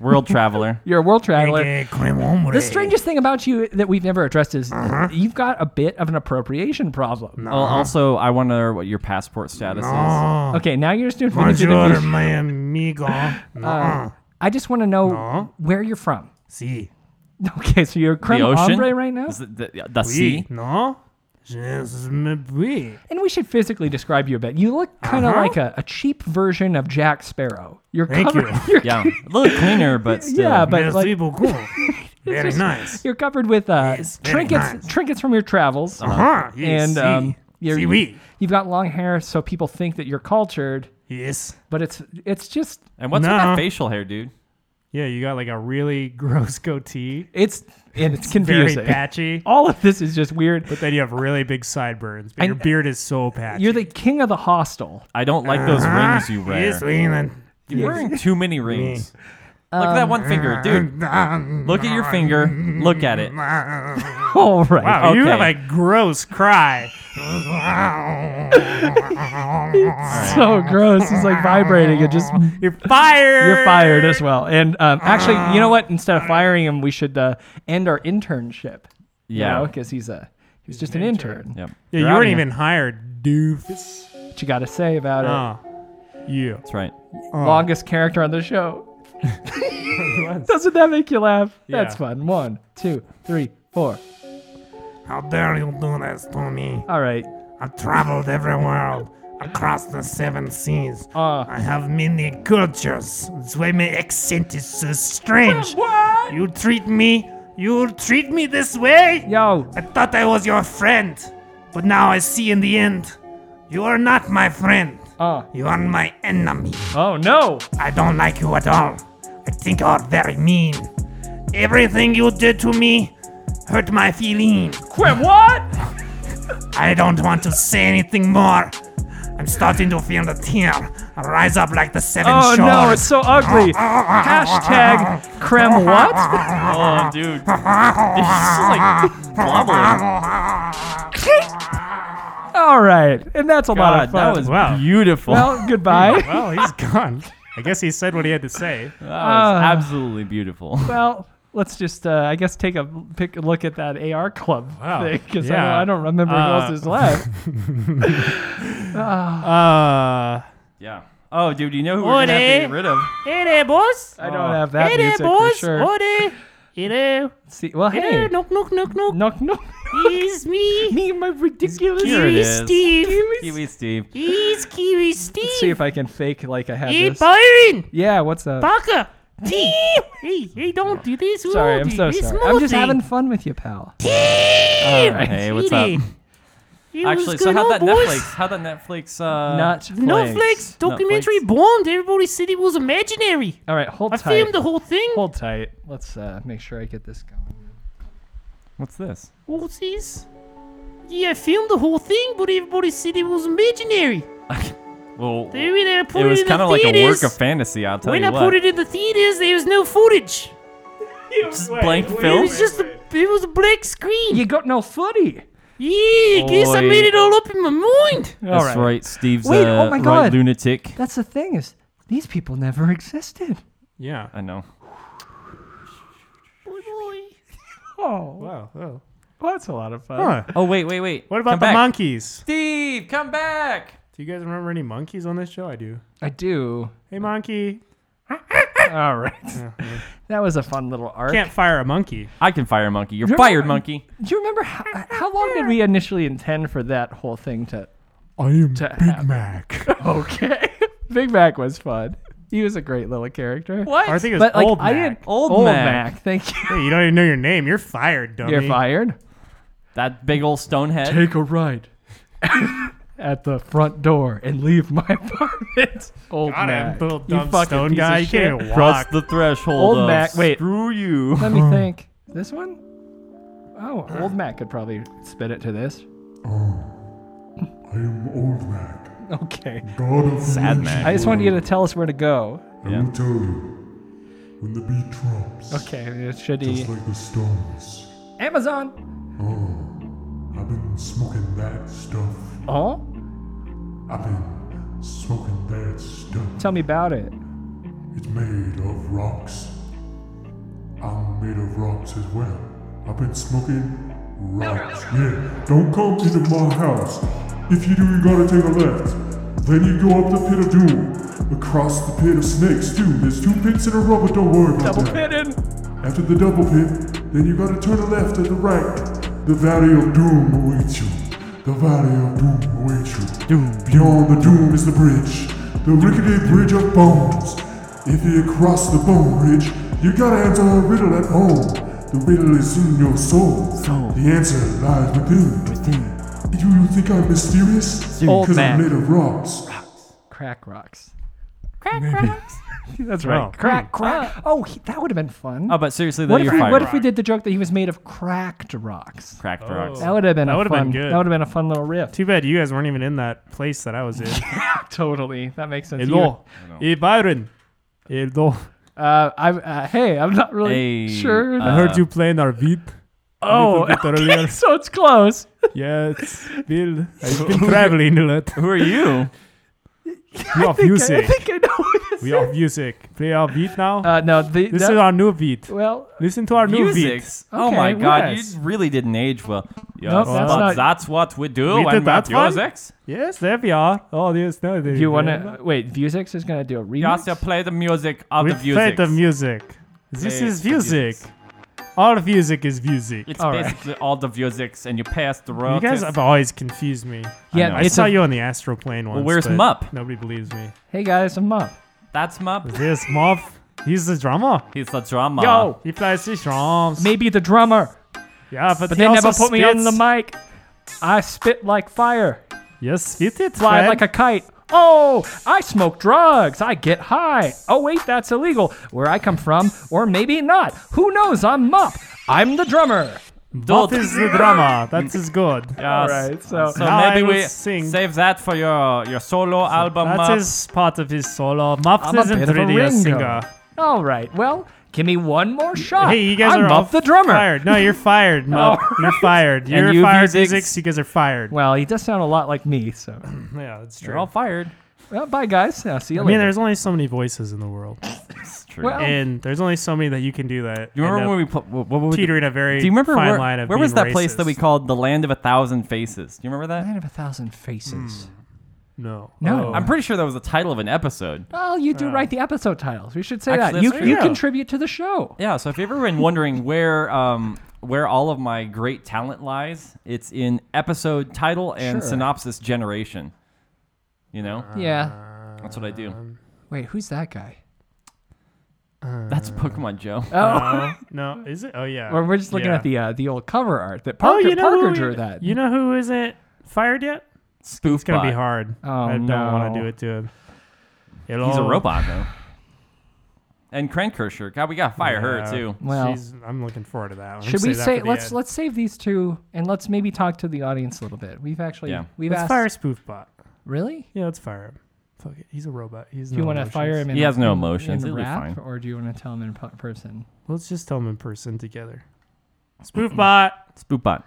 C: World (laughs) traveler.
D: you're a world traveler.
L: Cremombre.
D: The strangest thing about you that we've never addressed is you've got a bit of an appropriation problem.
C: Oh, also, I wonder what your passport status is.
D: Okay, now you're just doing things you
L: Bonjour,
D: didn't do.
L: my amigo.
C: Uh.
L: No,
D: I just want to know where you're from. (laughs)
L: si.
D: Okay, so you're a creme
C: The ocean?
D: ombre right now,
C: Is it the, the sea?
L: Si. No? Je me puis.
D: and we should physically describe you a bit. You look kind of like a, a cheap version of Jack Sparrow. You're
L: Thank
D: covered,
L: you.
D: (laughs) You're,
C: Yeah, a little cleaner, (laughs) but still.
D: yeah, but
L: Merci
D: like
L: beaucoup.
D: (laughs)
L: Very nice.
D: you're covered with uh,
L: Yes, very
D: trinkets,
L: nice.
D: trinkets from your travels,
E: Oh, Uh-huh.
L: Huh, yes,
D: and
L: si.
D: um, you're,
L: Si, oui.
D: you've got long hair, so people think that you're cultured,
L: Yes.
D: but it's it's just
C: and what's with
L: No.
C: that facial hair, dude?
E: Yeah, you got like a really (laughs) gross goatee.
D: it's and it's
E: Very
D: confusing.
E: patchy.
D: All of this is just weird.
E: But then you have really big sideburns. But
D: I-
E: your beard is so patchy.
D: You're the king of the hostel.
C: (laughs) I don't like those rings you wear.
L: Yes, Leland.
C: You're wearing too many rings. Look at that one finger, dude. Look at your finger. Look at it.
D: All right.
E: Wow, Oh, you have
C: Okay.
E: a gross cry.
D: so gross. He's like vibrating. It just
E: You're fired.
D: you're fired as well. And um, actually, you know what? Instead of firing him, we should uh, end our internship.
C: Yeah.
D: because he's a he was just an intern.
C: Yep.
E: Yeah, you weren't even hired, doofus.
D: What you got to say about it?
E: Oh, you.
C: That's right.
D: Longest character on
E: (laughs)
D: the show. Doesn't that make you laugh? That's
E: Yeah.
D: fun. One, two, three, four.
L: How dare you do this to me?
D: All right.
L: I've traveled every world across the seven seas.
D: Uh,
L: I have many cultures. That's why my accent is so strange. You treat me, you treat me this way?
D: yo,
L: I thought I was your friend, but now I see in the end, you are not my friend.
D: Uh.
L: You are my enemy.
D: oh no!
L: I don't like you at all. I think you are very mean. Everything you did to me hurt my feeling.
D: Quit what?
L: I don't want to say anything more. I'm starting to feel the tear rise up like the seven
D: Oh
L: shores.
D: no, it's so ugly. Hashtag creme what?
C: Oh, dude. (laughs) This is like blubbering.
D: All right, and that's a lot
C: God,
D: of fun.
C: that was
E: Wow.
C: (laughs) beautiful.
D: well, goodbye.
E: (laughs) Well, he's gone. I guess he said what he had to say.
C: that
K: uh,
C: was Uh, absolutely beautiful.
D: Well, let's just, uh, I guess, take a pick a look at that AR club
E: Wow.
D: thing because
E: Yeah.
D: I, don't remember
E: Uh,
D: who else is left.
E: Uh,
C: (laughs) Yeah. Oh, dude, you know who we're gonna have to
K: Woody.
C: get rid of?
K: Hey there, boss.
D: I don't have that
K: hey there,
D: music
K: boss.
D: for sure.
K: Oh, there. Hey there.
D: See, well,
K: Hey
D: hey,
K: there. Knock, knock, knock, knock.
D: knock, knock,
K: It's me.
D: (laughs) me, my ridiculous.
C: Here it
K: Kiwi
C: is.
K: Steve.
C: Kiwi Steve.
K: It's Kiwi
D: Let's see
K: Steve.
D: if I can fake like I had
K: Hey,
D: this.
K: Byron.
D: Yeah, what's up?
K: Parker. Team. Hey, hey, don't do this. We
D: Sorry,
K: all
D: I'm
K: do
D: so
K: this
D: sorry.
K: small
D: I'm just
K: thing.
D: having fun with you, pal.
K: Team.
C: Hey, what's up?
K: Hey, what's
C: Actually, so
K: going
C: how
K: on,
C: that
K: boys?
C: Netflix? How that Netflix? Uh,
D: Not
K: Netflix documentary
C: Netflix.
K: bombed. Everybody said it was imaginary.
D: All right, hold
K: I
D: tight.
K: filmed the whole thing.
D: Hold tight. Let's uh, make sure I get this going.
C: What's this?
K: What's this? Yeah, I filmed the whole thing, but everybody said it was imaginary.
C: Well,
K: They were there
C: it
K: put it,
C: was
K: in the
C: kind of like a
K: theaters.
C: work of fantasy. I'll tell
K: when
C: you
K: I
C: what.
K: put it in the theaters, there was no footage.
C: just blank
K: it
C: film.
K: was just a it was a black screen.
D: You got no footy.
K: Yeah, I guess I
C: Oi.
K: made it all up in my mind.
D: All
C: That's
D: right.
C: right. Steve's
D: Wait,
C: uh,
D: oh my
C: right
D: God.
C: lunatic.
D: That's the thing is, these people never existed.
E: yeah.
C: I know.
K: Boy, boy.
D: Oh,
E: Wow. wow.
D: well, that's a lot of fun.
E: Huh.
C: Oh wait, wait, wait.
E: What about
C: Come
E: the
C: back.
E: monkeys?
C: Steve, come back.
E: Do you guys remember any monkeys on this show? I do.
D: I do.
E: Hey, monkey.
D: All right. (laughs) that was a fun little arc.
E: Can't fire a monkey.
C: I can fire a monkey. You're
D: You're-
C: fired, monkey.
D: Do you remember how, how long did we initially intend for that whole thing to?
E: I am
D: To happen.
E: Mac.
D: Okay. (laughs) Big Mac was fun. He was a great little character.
C: What?
E: I think it was
D: But like
E: old
D: I
E: Mac.
D: didn't
C: Old Mac.
D: Thank you.
E: (laughs) Hey, you don't even know your name. You're fired, dummy.
D: You're fired.
C: that big old stone head.
D: Take a right at the front door and leave my (laughs) apartment. Old
E: Got him,
D: Mac.
E: little
D: you
E: dumb
D: fucking
E: stone
D: piece
E: guy.
D: of
E: You
D: shit.
E: can't even
C: Cross
E: walk.
C: the threshold.
D: Old
C: of
D: Mac- wait.
C: Screw you.
D: Let me think. This one? Oh, old Mac could probably spit it to this. I am old Mac. Okay.
C: Sad Mac.
D: I just want you to tell us where to go.
C: Yeah.
I: will tell you when the beat drops,
D: Okay, it should be
I: just like the stones. Oh,
D: Amazon.
I: I've been smoking that stuff.
D: Oh,
I: I've been smoking that stuff.
D: tell me about it.
I: It's made of rocks. I'm made of rocks as well. I've been smoking rocks. Yeah, don't come into my house. If you do, you gotta take a left. Then you go up the pit of doom. Across the pit of snakes, too. There's two pits in a row, but don't worry about that. After the double pit, then you gotta turn left at the right. The valley of doom awaits you. The valley of doom awaits you. Beyond the doom is the bridge, the rickety bridge of bones. If you cross the bone bridge, you gotta answer a riddle at home. The riddle is in your soul. The answer lies within. Do you think I'm mysterious?
D: Old
I: Because I'm
D: man.
I: made of rocks.
D: Crack rocks.
K: Crack, crack.
D: That's
E: right.
D: Crack, crack. Oh, he, that would have been
C: (laughs)
D: fun.
C: Oh, but seriously, though,
D: Uh, what if,
C: you're
D: we,
C: fired.
D: what if we Oh. did the joke that he was made of cracked rocks?
C: Cracked rocks.
D: That would have been
E: That
D: a
E: would have been
D: fun.
E: good.
D: That would have been a fun little riff.
E: Too bad you guys weren't even in that place
D: (laughs)
E: that I was in.
D: totally. That makes sense. You-
E: Hello. Hey, Byron. Hello.
D: Uh, I, uh, hey, I'm not really sure.
E: (laughs) I heard you playing Arvid.
D: Oh, (laughs) okay, so it's close.
E: Yeah, it's
D: (laughs)
E: Bill. I've been traveling a lot.
C: Who are (laughs) you?
E: (laughs) We
D: (laughs) I
E: are
D: think I, I
E: music.
D: think I know what it is.
E: We
D: (laughs)
E: are music. Play our beat now.
D: Uh, no, the,
E: This
D: that-
E: is our new beat.
D: well,
E: Listen to our new
C: Music.
E: beat.
C: oh my
D: Okay,
C: God,
D: yes.
C: you really didn't age well. Yes,
D: Nope, that's
C: but
D: not-
C: that's what we do.
E: We did
C: and
E: that
C: that's yours,
E: one?
C: ex.
E: Yes, there we are. Oh, yes, no, there
D: do you want to wait? Vuzix is gonna do a remix.
C: Just play the music of
E: We
C: the music.
E: play the music. This
C: Play
E: is
C: the
E: music. Our music is music.
C: It's
D: All right.
C: basically all the musics, and you pass the
E: You
C: royalties.
E: guys have always confused me.
D: Yeah,
C: know.
E: I
D: it's
E: saw
D: a-
E: you on the astral plane once.
C: where's
E: but
C: Mupp?
E: Nobody believes me.
D: Hey guys, I'm up.
C: That's my.
E: Is this Mupp? He's the drummer.
C: He's the drama.
D: Yo.
E: He plays the drums.
D: Maybe the drummer,
E: Yeah, but,
D: but
E: he
D: they never
E: also
D: put me on the
E: spits.
D: mic. I spit like fire,
E: Yes, fit it.
D: fly
E: man.
D: like a kite. Oh, I smoke drugs. I get high. Oh wait, that's illegal where I come from, or maybe not. Who knows? I'm up. I'm the drummer.
E: Mupp is the drummer. That is
D: (laughs)
E: good.
C: Yes.
D: Alright, so-
C: so
E: Now I
C: maybe
E: will
C: we
E: sing.
C: save that for your your solo album.
E: That
C: Mark.
E: is part of his solo. Mupp
D: I'm a bit
E: isn't
D: of a
E: really a
D: Ringo.
E: singer.
D: All right. Well, give me one more shot.
E: Hey, you guys
D: Ah, I'm
E: are all
D: Muff the drummer.
E: Fired. No, you're fired,
D: (laughs)
E: Mupp. You're fired. You're
C: you,
E: fired,
C: Vuzix.
E: Vuzix. You guys are fired.
D: Well, he does sound a lot like me, so.
E: yeah, that's true.
C: You're all fired.
D: Well, bye, guys. I'll see you
E: I mean,
D: later.
E: there's only so many voices in
C: (laughs)
E: the world,
C: It's true.
D: Well-
E: and there's only so many that you can do that.
C: you remember
E: end
C: when
E: up
C: we pl- what, what were we
E: teetering a very
C: Do you remember
E: fine
C: where,
E: line of
C: where
E: being
C: was that place that
E: racist.
C: we called the Land of a Thousand Faces? Do you remember that?
D: Land of a thousand faces.
E: No, Oh,
D: No.
C: I'm pretty sure that was the title of an episode.
D: Well, you do write the episode titles. We should say
C: Actually,
D: that. You,
C: that's
D: you
C: true.
D: contribute to the show.
C: Yeah. So if you've ever been wondering (laughs) where um where all of my great talent lies, it's in episode title and
D: Sure.
C: synopsis generation. You know,
D: Yeah.
C: that's what I do.
D: Wait, who's that guy?
C: That's Pokemon Joe. (laughs)
D: Oh,
E: no, is it? Oh yeah.
D: or we're just looking
E: Yeah.
D: at the uh, the old cover art that
E: Oh,
D: Parker,
E: you know
D: Parker
E: who,
D: drew that.
E: You know who isn't fired yet?
C: Spoof.
E: It's gonna be hard.
D: Oh,
E: I don't want
D: no.
E: to do it to him.
C: He's a
E: It'll-
C: robot though. And Krankersher. God, we gotta fire
E: Yeah.
C: her too.
D: Well-
E: She's- I'm looking forward to that.
D: should we say let's
E: let's
D: let's save these two and let's maybe talk to the audience a little bit. We've actually
C: Yeah.
D: we've
E: let's
D: asked
E: fire Spoofbot.
D: really.
E: Yeah, let's fire him. Fuck it. He's a robot. He's
D: Do you want to fire him? In
C: He has no
D: in-
C: emotions.
D: In
C: He'll be
D: rap,
C: fine.
D: or do you want to tell him in pu- person?
E: Let's just tell him in person together. Spoofbot.
C: Spoofbot.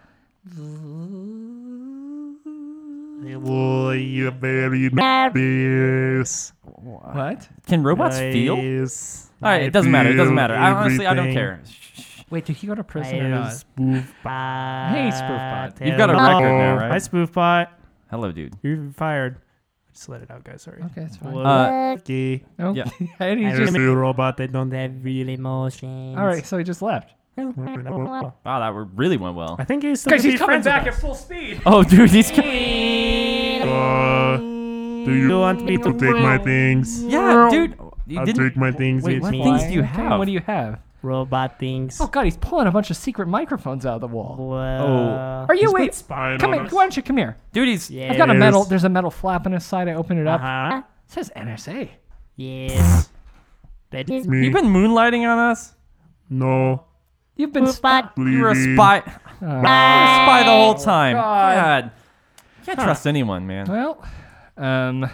E: Well, you very nice.
D: What?
C: Can robots feel?
E: Nice.
C: All right, it doesn't matter. It doesn't matter. I honestly, I don't care.
D: Wait, did he go to prison or
E: Hey,
D: not?
E: Spoofbot.
D: Hey, Spoofbot.
C: You've got a record now,
E: Hi,
C: right?
E: Spoofbot.
C: Hello, dude.
E: You're fired. Just let it out, guys. Sorry.
D: Okay, it's fine.
C: Uh,
E: Okay.
D: Oh,
C: yeah.
D: (laughs) and he
E: I
D: just,
E: just a robot. They don't have real emotions.
D: all right, so he just left.
C: Wow, that were- really went well.
E: I think he's still. Guys, he's coming back. If
D: full speed.
C: Oh, dude, he's coming.
E: do you want me to take my things?
C: Yeah, dude. You didn't.
E: my things
C: Wait, what things do you have?
D: What do you have?
K: Robot things.
D: Oh God, he's pulling a bunch of secret microphones out of the wall.
K: Well,
D: Are you wait?
E: spying
D: Come
E: on
D: in.
E: us.
D: Why don't you come here?
C: Uh, Dude, he's.
K: Yeah.
D: I've got a
E: Yes.
D: metal. There's a metal flap on his side. I open it up.
E: Uh-huh.
D: It says NSA.
K: Yes. That is
C: You've been moonlighting on us.
E: No.
D: You've been
K: robot.
C: You were a spy. You were a spy the whole time.
D: God.
C: God. You can't trust anyone, man.
D: Well, um,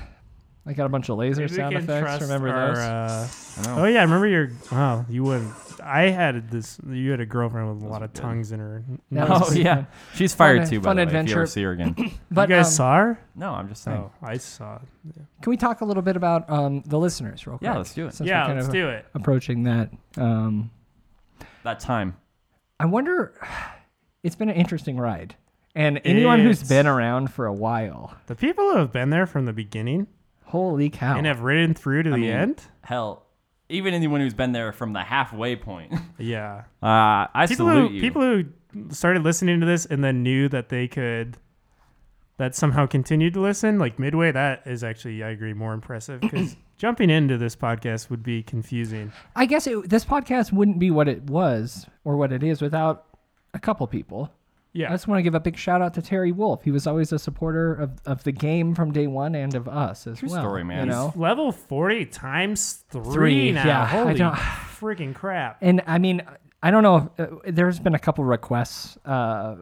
D: I got a bunch of laser
E: Maybe we
D: sound
E: can
D: effects.
E: trust
D: Remember
E: our,
D: those?
E: uh,
C: know.
E: oh yeah, I remember your. Wow, you wouldn't. I had this. You had a girlfriend with a lot of tongues in her.
D: No.
E: nose. (laughs)
C: Oh yeah, she's fired
D: Fun-
C: too. By
D: fun
C: the way, if you
D: adventure.
C: ever see her
E: (clears throat)
C: again.
D: but
E: you guys
D: um,
E: saw her?
C: No, I'm just saying.
E: Oh, I saw. it.
D: can we talk a little bit about um, the listeners, real quick?
C: Yeah, let's do it.
D: Since we're
E: Yeah,
D: kind
E: let's
D: of
E: do it.
D: Approaching that. Um,
C: That time.
D: I wonder. (sighs) It's been an interesting ride, and anyone who's
E: It's-
D: been around for a while,
E: The people who have been there from the beginning
D: holy cow!
E: and have ridden through to the
C: mean-
E: end.
C: Hell, even anyone who's been there from the halfway
E: (laughs)
C: point. Uh,
E: Yeah.
C: I
E: People
C: salute
E: who
C: you.
E: people who started listening to this and then knew that they could that somehow continued to listen like midway that is actually I agree more impressive
D: (clears throat)
E: cuz jumping into this podcast would be confusing.
D: I guess it, this podcast wouldn't be what it was or what it is without a couple people.
E: Yeah.
D: I just want to give a big shout out to Terry Wolf. He was always a supporter of, of the game from day one and of us as
C: True
D: well.
C: story, man.
D: You know,
E: Level 40 times 3,
D: Three,
E: now.
D: yeah, I
E: Holy
D: don't-
E: freaking
D: (laughs)
E: crap.
D: and I mean, I don't know. If, uh, there's been a couple requests. Uh,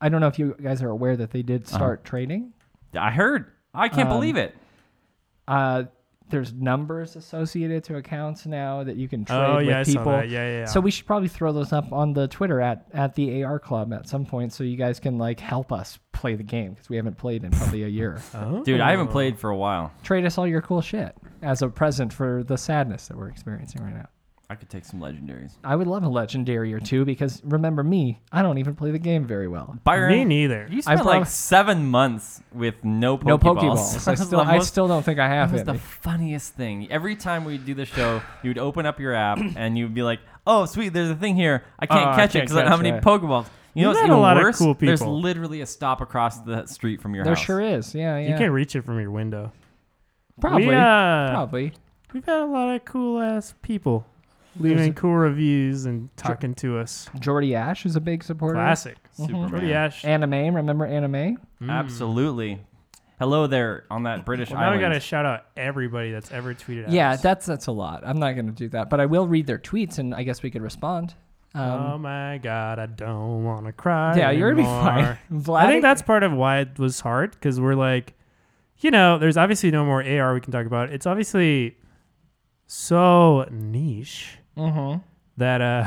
D: I don't know if you guys are aware
E: Uh-huh.
D: that they did start trading.
E: Um,
C: I heard. I can't believe it.
D: Uh, there's numbers associated to accounts now that you can trade
E: Oh,
D: with
E: yeah, I saw
D: people.
E: that. Yeah, yeah, yeah.
D: So we should probably throw those up on the Twitter at at the AR Club at some point, so you guys can like help us play the game because we haven't played in probably
E: (laughs)
D: a year.
E: Uh-huh.
C: Dude, I haven't played for a while.
D: Trade us all your cool shit as a present for the sadness that we're experiencing right now.
C: I could take some legendaries.
D: I would love a legendary or two because remember me, I don't even play the game very well.
C: Byron,
D: I
C: You spent like
D: prob-
C: seven months with no Pokeballs.
E: (laughs)
D: No Pokeballs.
C: That
D: I
C: was (laughs) the
D: still- I still don't think I have
C: That was the
D: any.
C: funniest thing. Every time we'd do the show, you'd open up your app (coughs) and you'd be like, "Oh, sweet, there's a thing here. I can't
E: Oh, I
C: catch it
E: can't
C: because I don't have
E: catch
C: any
E: it."
C: Pokeballs." You know
E: You
C: what's
E: met a
C: even
E: lot of
C: worse?
E: cool
C: There's
E: people.
C: literally a stop across the street from your
D: There
C: house.
D: sure is. Yeah, yeah.
E: You can't reach it from your window.
D: Probably.
E: We, uh,
D: Probably.
E: We've had a lot of cool ass people
D: There's
E: leaving
D: a-
E: cool reviews and talking to us.
D: Jordy Ash is a big supporter.
E: Classic.
D: Mhm.
C: Superman. Jordy
E: Ash.
D: Anime. Remember anime?
C: Absolutely. Hello there on that British
E: Well, now
C: island.
E: we gotta shout out everybody that's ever tweeted. At
D: Yeah,
E: us.
D: that's that's a lot. I'm not going to do that, but I will read their tweets, and I guess we could respond.
E: oh
D: Um,
E: my god, I don't want to cry.
D: Yeah, you're gonna be
E: anymore. (laughs)
D: fine.
E: I
D: Vlad-
E: think that's part of why it was hard because we're like, you know, there's obviously no more AR we can talk about. It's obviously so niche
D: Mhm.
E: that uh,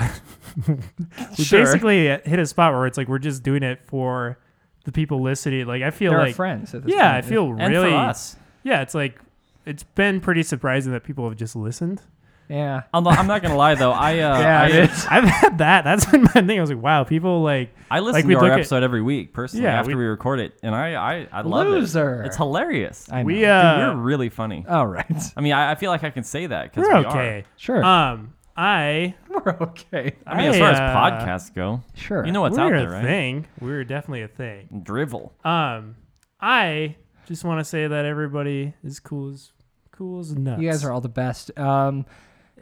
E: (laughs) we
D: Sure.
E: basically hit a spot where it's like we're just doing it for the people listening. Like I feel
D: They're our
E: like
D: friends at this
E: yeah,
D: point.
E: I feel
D: And for
E: really
D: us.
E: Yeah, it's like it's been pretty surprising that people have just listened.
D: Yeah.
C: I'm not, I'm not gonna lie though. I uh,
E: (laughs) yeah,
C: I,
E: it is. I've had that. That's been my thing. I was like, wow, people like.
C: I listen
E: like we
C: to our
E: look at-
C: episode every week personally
E: Yeah,
C: after we, record it, and I I, I love
D: Loser.
C: it. It's hilarious.
D: I
E: We,
C: Dude,
E: uh,
C: we're really funny.
D: All right. (laughs)
C: I mean, I, I feel like I can say that because
E: We're
C: we
E: okay.
C: Are.
D: Sure.
E: Um, I
D: (laughs) we're okay.
E: uh,
C: I mean, as far
D: uh,
C: as podcasts go, you know what's
E: we're
C: out
E: a
C: there, right?
E: Thing. We're definitely a thing.
C: Drivel.
E: Um, I just want to say that everybody is cool as cool as nuts.
D: You guys are all the best. Um,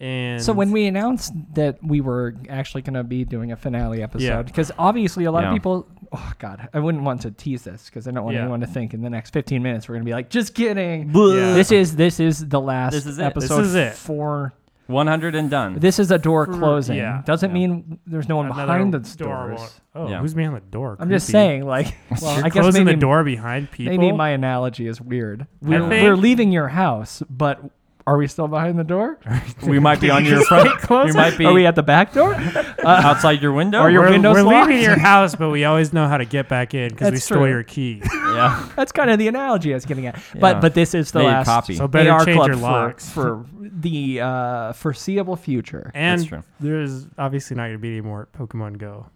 E: and
D: so when we announced that we were actually going to be doing a finale
E: Yeah.
D: episode, because obviously a lot of
C: Yeah.
D: people, oh god, I wouldn't want to tease this because I don't want
E: Yeah.
D: anyone to think in the next 15 minutes we're going to be like, just kidding.
E: Yeah.
D: This is this is the last
C: This is it.
D: episode.
E: This is it.
D: for.
C: 100 and done.
D: This is a door
E: For-
D: closing.
E: yeah.
D: Doesn't mean there's no one
E: Another
D: behind the
E: door
D: doors.
E: won't- Oh,
C: Yeah.
E: who's behind the door?
D: I'm just
E: Creepy.
D: saying, like,
E: (laughs)
D: well,
E: You're
D: I guess
E: closing
D: maybe
E: the door behind people.
D: Maybe my analogy is weird. We're,
E: think-
D: we're leaving your house, but are we still behind
E: (laughs)
D: the door?
C: we might be on your
D: (laughs)
C: front.
E: close
C: we
E: it?
C: might be
D: Are we at the back door?
E: (laughs)
D: Uh,
C: outside your window.
D: Are your
E: we're,
D: windows
E: we're
D: locked?
E: leaving your house, but we always know how to get back in because we
D: That's
E: stole
D: true.
E: your key.
C: yeah.
D: That's kind of the analogy I was getting at. But
C: Yeah.
D: but this is the
C: Made a
D: last
C: copy.
E: So better
D: AR
E: change
D: club
E: your
D: for-
E: locks.
D: for, the uh, foreseeable future.
C: That's
E: And
C: true.
E: there's obviously not going to be any more Pokemon Go.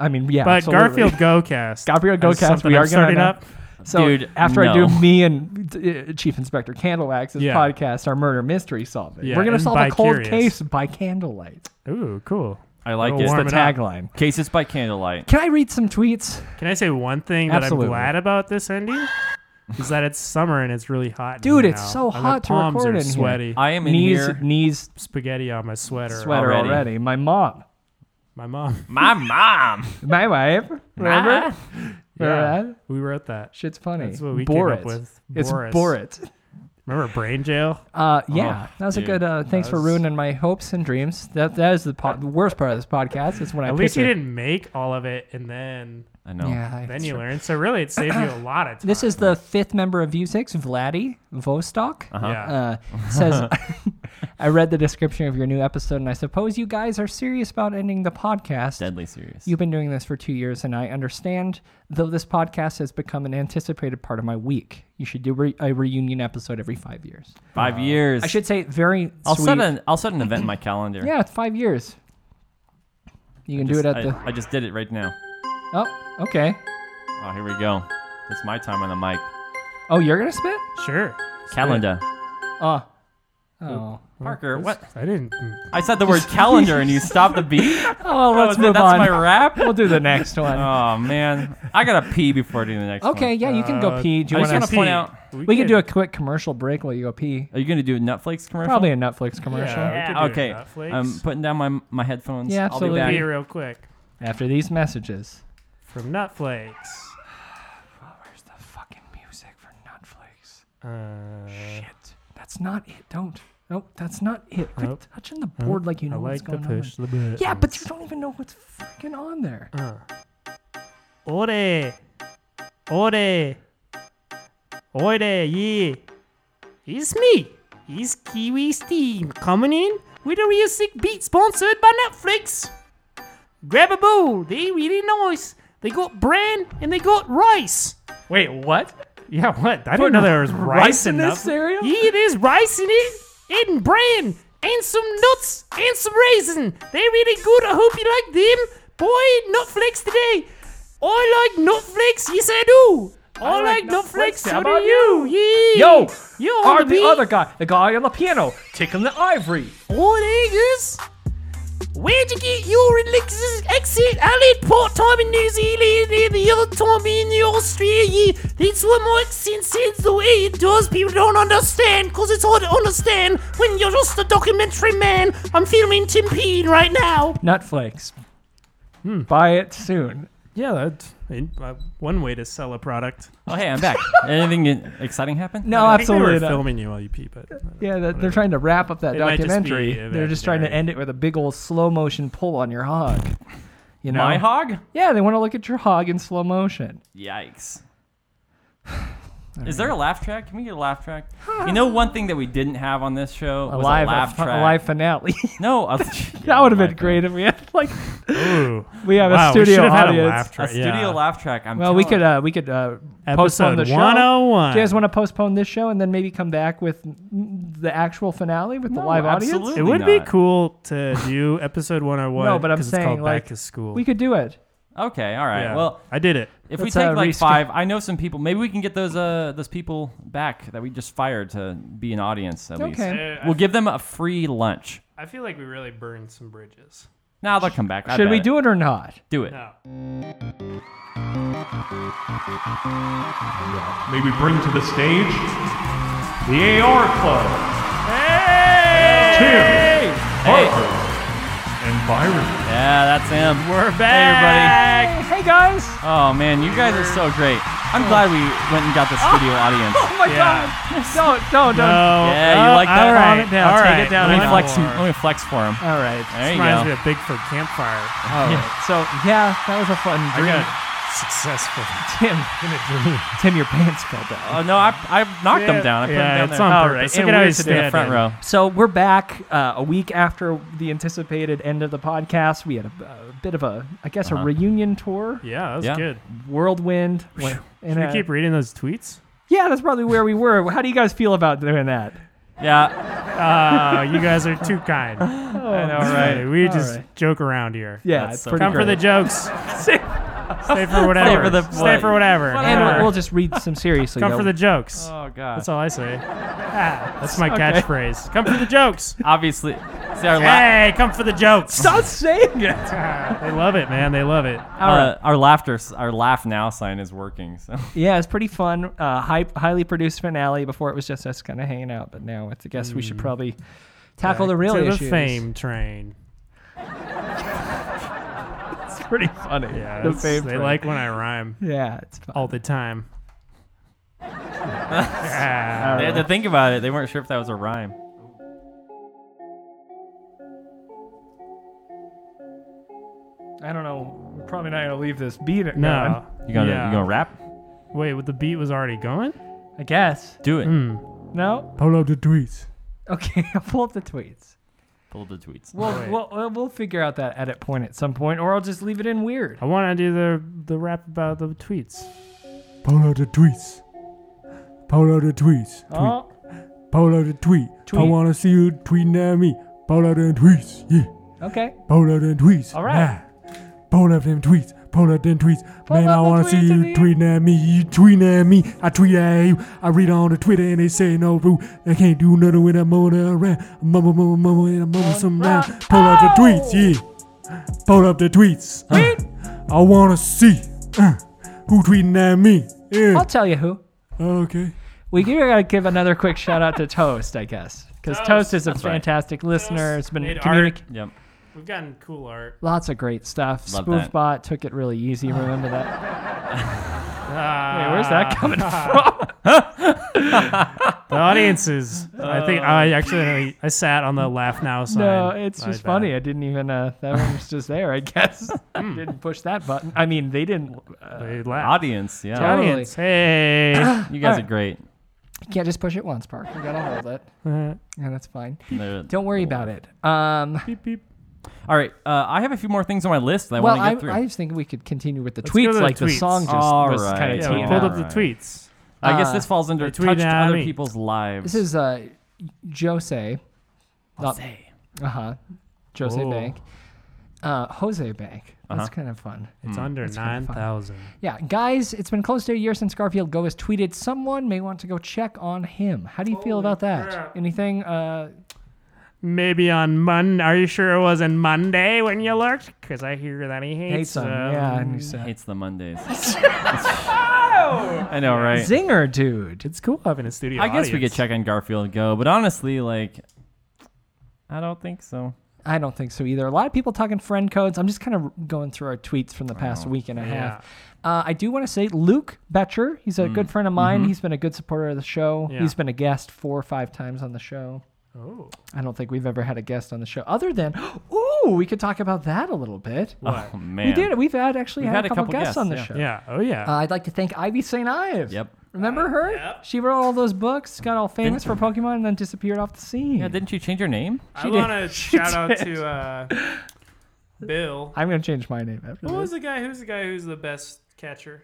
D: I mean, yeah,
E: but
D: absolutely.
E: Garfield Go cast.
D: Garfield
E: That's
D: GoCast,
E: something
D: we
E: I'm
D: are gonna
E: starting
D: announce-
E: up.
D: (laughs) So
C: Dude,
D: after I
C: no.
D: do me and uh, Chief Inspector Candlewax'
E: Yeah.
D: podcast, our murder mystery solving,
E: Yeah,
D: we're gonna
E: and
D: solve
E: by
D: a cold
E: curious.
D: case by candlelight.
E: Ooh, cool.
C: I like
E: We'll
C: it.
E: warm it
D: The
E: up.
D: tagline.
C: Cases by candlelight.
D: Can I read some tweets?
E: Can I say one thing
D: Absolutely.
E: that I'm glad about this ending? Is that it's summer and it's really hot. in
D: Dude,
E: here
D: it's
E: now.
D: so
E: And
D: hot
E: the
D: to
E: palms
D: record
E: are
D: in here.
E: sweaty.
C: I am in
D: knees
C: here.
D: knees
E: Spaghetti on my sweater.
D: sweater
C: Already.
D: already. My mom,
E: My mom.
D: (laughs)
C: My mom.
D: my wife. Remember? Remember
E: Ah. Yeah,
D: that?
E: we wrote that.
D: Shit's funny.
E: That's what we came
D: Borat.
E: up with.
D: It's
E: Boris.
D: Borat.
E: Remember Brain Jail?
D: Uh, yeah,
C: Oh,
D: that was
C: dude.
D: a good. Uh, thanks for
E: That was-
D: ruining my hopes and dreams. That that is the, po- the worst part of this podcast. Is when I
E: At least
D: picture-
E: you didn't make all of it, and then
C: I know.
D: Yeah, I-
E: then you learned. So really, it saved
D: (coughs)
E: you a lot of time.
D: (laughs) This is the fifth member of U6, Vladdy Vostok.
E: Uh-huh. Yeah.
D: Uh, says, (laughs) I read the description of your new episode, and I suppose you guys are serious about ending the podcast.
C: Deadly serious.
D: You've been doing this for two years, and I understand, though this podcast has become an anticipated part of my week. You should do re- a reunion episode every five years.
C: Five years.
D: Oh. I should say, very
C: I'll
D: sweet.
C: set an. I'll set an event in my calendar.
D: yeah, it's five years. You can do it at
C: I,
D: the.
C: I just did it right now.
D: Oh, okay.
C: Oh, here we go. It's my time on the mic.
D: Oh, you're going to spit?
E: sure.
C: Calendar.
D: Oh. Oh.
C: Parker, what?
E: I didn't.
C: I said the word calendar and you stopped the beat?
D: Oh,
C: Oh,
D: let's
C: is that-
D: move
C: that's
D: on.
C: my wrap?
D: We'll do the next one.
C: Oh, man. I got to pee before I do the next one.
D: Okay, yeah, you can go
E: Uh,
D: pee. Do
C: I
D: you
C: just want
D: want
C: to
D: to?
E: see-
C: point out
D: We could do a quick commercial break while you go pee.
C: Are you going to do a Netflix commercial?
D: Probably a Netflix commercial.
E: Yeah, we could do
C: okay.
E: it, Netflix.
C: I'm putting down my my headphones.
D: Yeah, absolutely.
C: I'll be
E: Here
C: back.
E: real quick
D: After these messages.
E: from Netflix.
D: Where's the fucking music for Netflix?
E: Uh,
D: Shit. That's not it. Don't. Nope, that's not it. Quit
E: Nope.
D: touching the board like you know
E: I
D: what's
E: like to
D: going
E: push
D: on.
E: the button.
D: Yeah, but you don't even know what's fucking on there.
E: Ore, ore, ore, yeah. It's me,
K: Is Kiwi Steam coming in with a real sick beat sponsored by Netflix? Grab a bowl, they really nice. They got bran and they got rice.
D: Wait, what?
E: Yeah, what? I didn't know there was rice,
D: in
E: enough.
D: this cereal?
K: Yeah, there's rice in it, and bran, and some nuts, and some raisin. They're really good. I hope you like them. Boy, Netflix today. I like Netflix. Yes, I do. I, like, Netflix. So
D: How
K: do
D: about
K: you? Yeah.
D: Yo,
K: you
D: are
K: on
D: the
K: the
D: other guy, the guy on the piano, tickling the ivory.
K: Oh, niggas. Where'd you get your Alexis accent? I lived part time in New Zealand and the other time in Australia. That's why my accent sounds the way it does. People don't understand because it's hard to understand when you're just a documentary man. I'm filming Tim Peen right now.
D: Nutflakes. Buy it soon.
E: Hmm. Yeah, that's uh, one way to sell a product.
C: Oh, hey, I'm back. Anything exciting happened?
D: No,
E: I think they
D: absolutely
E: were
D: not.
E: filming you while you pee, but
D: Yeah, that, they're trying to wrap up that
E: It might just be
D: documentary.
E: a
D: they're just trying to
E: documentary.
D: end it with a big old slow motion pull on your hog. You know?
C: My hog?
D: Yeah, they want to look at your hog in slow motion.
C: Yikes. Is there a laugh track? Can we get a laugh
D: (sighs)
C: track? You know, one thing that we didn't have on this show
D: A
C: was
D: live,
C: a
D: a
C: laugh
D: fi- a
C: track.
D: live finale. (laughs)
C: No, a, (laughs)
D: that would have been great if we had like
E: Ooh.
D: we have
E: Wow,
D: a
E: we
D: studio
E: should've had a
D: audience.
E: laugh
C: a
E: track,
C: studio
E: yeah.
C: laugh track. I'm
D: Well, we
C: telling
D: could uh, we could uh, postpone
E: Episode
D: the show.
E: 101.
D: Do you guys want to postpone this show and then maybe come back with mm, the actual finale with the
C: No,
D: live audience?
C: absolutely
E: It would be
C: not.
E: cool to do episode 101.
D: No, but I'm
E: 'cause it's
D: saying
E: called
D: like
E: back to school.
D: we could do it.
C: Okay, all right.
E: Yeah.
C: Well,
E: I did it.
C: if we
D: Let's,
C: take
D: uh,
C: like
D: reschedule-
C: five, I know some people. Maybe we can get those uh those people back that we just fired to be an audience at least.
D: Okay.
E: Uh,
C: We'll give them a free lunch.
E: I feel like we really burned some bridges.
C: Now they'll come back. I
D: Should we
C: bet.
D: do it or not?
C: Do it.
E: No.
M: May we bring to the stage the AR Club. Hey! Tim, Harper, and Byron.
C: Yeah, that's him. We're Hey, everybody.
D: Hey guys!
C: Oh man, you guys are so great. I'm glad we went and got the
E: (laughs)
C: studio audience.
D: Oh my God! No, no, no!
C: Yeah, you
E: Oh,
C: like that?
E: all
C: Calm
E: right,
C: it down.
E: all
C: Take
E: right,
C: it down.
E: one
C: Let me flex.
E: more.
C: Let me flex for him.
D: All right.
C: There you
E: Reminds
C: go.
E: me of Bigfoot Campfire.
D: All right. So yeah, that was a fun
E: I
D: dream.
E: got successful.
D: Tim,
E: in a dream.
D: Tim, your pants fell down.
C: Oh no, I I knocked them down. I put them
E: yeah,
C: down
E: it's
C: there.
E: on
D: All
E: purpose. Look
D: right, and
E: at how
D: we're
E: he's
D: sitting in
E: standing.
D: the
C: Front row.
D: So we're back uh, a week after the anticipated end of the podcast. We had a, a bit of a, I guess,
E: Uh-huh.
D: a reunion tour,
E: Yeah, that was
C: Yeah.
E: good.
D: whirlwind. went- and,
E: Should we
D: uh,
E: keep reading those tweets?
D: yeah, that's probably where we were. How do you guys feel about doing that?
C: Yeah.
E: Uh, you guys are too
D: (laughs)
E: kind.
D: I know,
E: All right, we
D: Oh, All
E: just
D: right.
E: joke around here.
D: Yeah,
C: That's
D: it's
C: so
D: pretty
E: Come for the
D: great.
E: jokes. Stay for whatever.
C: for the-
E: Stay for whatever.
D: (laughs) and
E: Whatever.
D: we'll, we'll just read some seriously.
E: Come
D: though.
E: for the jokes.
C: Oh god.
E: That's all I say. Ah, that's my
D: Okay.
E: catchphrase. Come for the jokes.
C: Obviously, see our la-
E: hey, come for the jokes.
D: Stop saying it.
E: Ah, they love it, man. They love it.
C: uh, our laughter our laugh now sign is working.
D: (laughs)
C: So
D: Yeah, it's pretty fun. Uh, high, highly produced finale. Before it was just us kind of hanging out, but now it's, I guess we should probably tackle the real
E: Mm. to the
D: issues.
E: fame train.
D: It's pretty funny.
E: Yeah,
D: the
E: that's-
D: fame.
E: they
D: train.
E: like when I rhyme
D: Yeah, it's fun.
E: all the time. Ah,
C: they had to think about it. They weren't sure if that was a rhyme.
D: I don't know. We're probably not gonna leave this beat. It
E: no.
C: You gonna
E: Yeah.
C: you gonna rap?
E: Wait, well, the beat was already going?
D: I guess.
C: Do it.
D: No.
E: Pull out the tweets.
D: Okay. (laughs) I'll pull up the tweets.
C: Pull up the tweets.
D: We'll,
E: Wait.
D: we'll we'll we'll figure out that edit point at some point, or I'll just leave it in weird.
E: I want to do the the rap about the tweets.
I: Polo the tweets. Polo the tweets. Tweet.
D: Oh.
I: Polo the tweet. I
D: Tweet.
I: wanna see you tweeting at me. Polo the tweets. Yeah.
D: Okay.
I: Polo them tweets.
D: All right.
I: Nah. Pull up them tweets. Pull up them tweets. Man,
D: up the
I: I wanna see
D: tweets
I: you
D: of you.
I: tweeting at me. You tweeting at me. I tweet at you. I read on the Twitter and they say no rule. They can't do nothing when I'm on the around. Mumble, mumble, mumble, and I mumble some round. Pull up the tweets. Yeah. Pull up the tweets. I wanna see uh, who tweeting at me. Yeah.
D: I'll tell you who.
I: Okay.
D: We do gotta give another quick shout out to Toast, I guess, because Toast, is a fantastic listener. It's been
E: Made
D: communic-
C: Yep.
E: We've gotten cool
D: (laughs)
E: art.
D: lots of great stuff.
C: Love that.
D: Spoofbot took it
C: (laughs)
D: really easy. Remember that?
E: Ah,
D: Wait, where's
C: (laughs)
D: that coming from?
E: The audiences. I think I actually I sat on the laugh now sign.
D: Uh, No, it's
E: My
D: just
E: bad.
D: funny. I didn't even. Uh, that one was just there,
C: (laughs)
D: I guess.
C: Hmm.
D: didn't push that button. I mean, they didn't. Uh,
E: They laugh.
C: Audience. Yeah.
D: Totally. Ah!
E: Audience. Hey.
C: You guys are great.
D: You can't just push it once, Park. You gotta hold it.
C: (laughs)
E: and
D: that's fine.
C: No,
D: Don't worry about it. Um,
C: All right, uh, I have a few more things on my list that I
D: well,
C: want to
D: I,
C: get through.
D: I was thinking we could continue with the
C: Let's
D: tweets,
C: go to the
D: like the
C: tweets.
D: song just
C: All
D: was
C: right.
D: kind of
C: Yeah,
D: teeing
C: we pulled
D: up.
C: up the tweets. I guess this falls under
D: Tweet
C: touched
D: uh, at
C: other
D: me.
C: people's lives.
D: This is uh, Jose.
C: Jose.
D: Uh huh. Jose
E: Oh.
D: Bank. Uh, Jose Bank. That's
E: Uh-huh.
D: kind of fun.
F: Hmm.
E: It's under
D: That's kinda fun.
E: 9,000.
D: Yeah, guys, it's been close to a year since Garfield Go has tweeted. Someone may want to go check on him. How do you feel about that? Anything? Uh,
E: Maybe on Monday. Are you sure it wasn't Monday when you looked? Because I hear that he hates, um,
D: Hates 'em,
E: them.
D: yeah, I
C: (laughs)
D: knew
C: Hates the
D: (laughs)
C: Mondays. I know, right?
D: Zinger, dude.
E: It's cool having a studio.
C: I guess we could check on Garfield and go, but honestly, like, I don't think so.
D: I don't think so either. A lot of people talking friend codes. I'm just kind of going through our tweets from the past week and a half. Uh, I do want to say Luke Betcher. He's a
E: Mm.
D: good friend of mine.
E: Mhm.
D: He's been a good supporter of the show.
E: Yeah.
D: He's been a guest four or five times on the show.
E: Oh.
D: I don't think we've ever had a guest on the show other than. (gasps) Ooh, we could talk about that a little bit.
C: What? Oh,
D: We
C: man.
D: did it. We've had actually
C: We've
D: had, a couple, guests, on the
C: yeah.
D: show.
C: Yeah. Oh, yeah.
D: Uh, I'd like to thank Ivy St. Ives.
C: Yep.
D: Remember her? She wrote all those books, got all famous for Pokemon, and then disappeared off the scene. Yeah,
C: didn't you change your name?
D: She
F: I
D: did.
F: want
D: (laughs)
F: to
D: She
F: shout out
D: did.
F: to uh, Bill.
D: I'm gonna change my name after
F: What was
D: this.
F: the guy? Who's the guy who's the best catcher?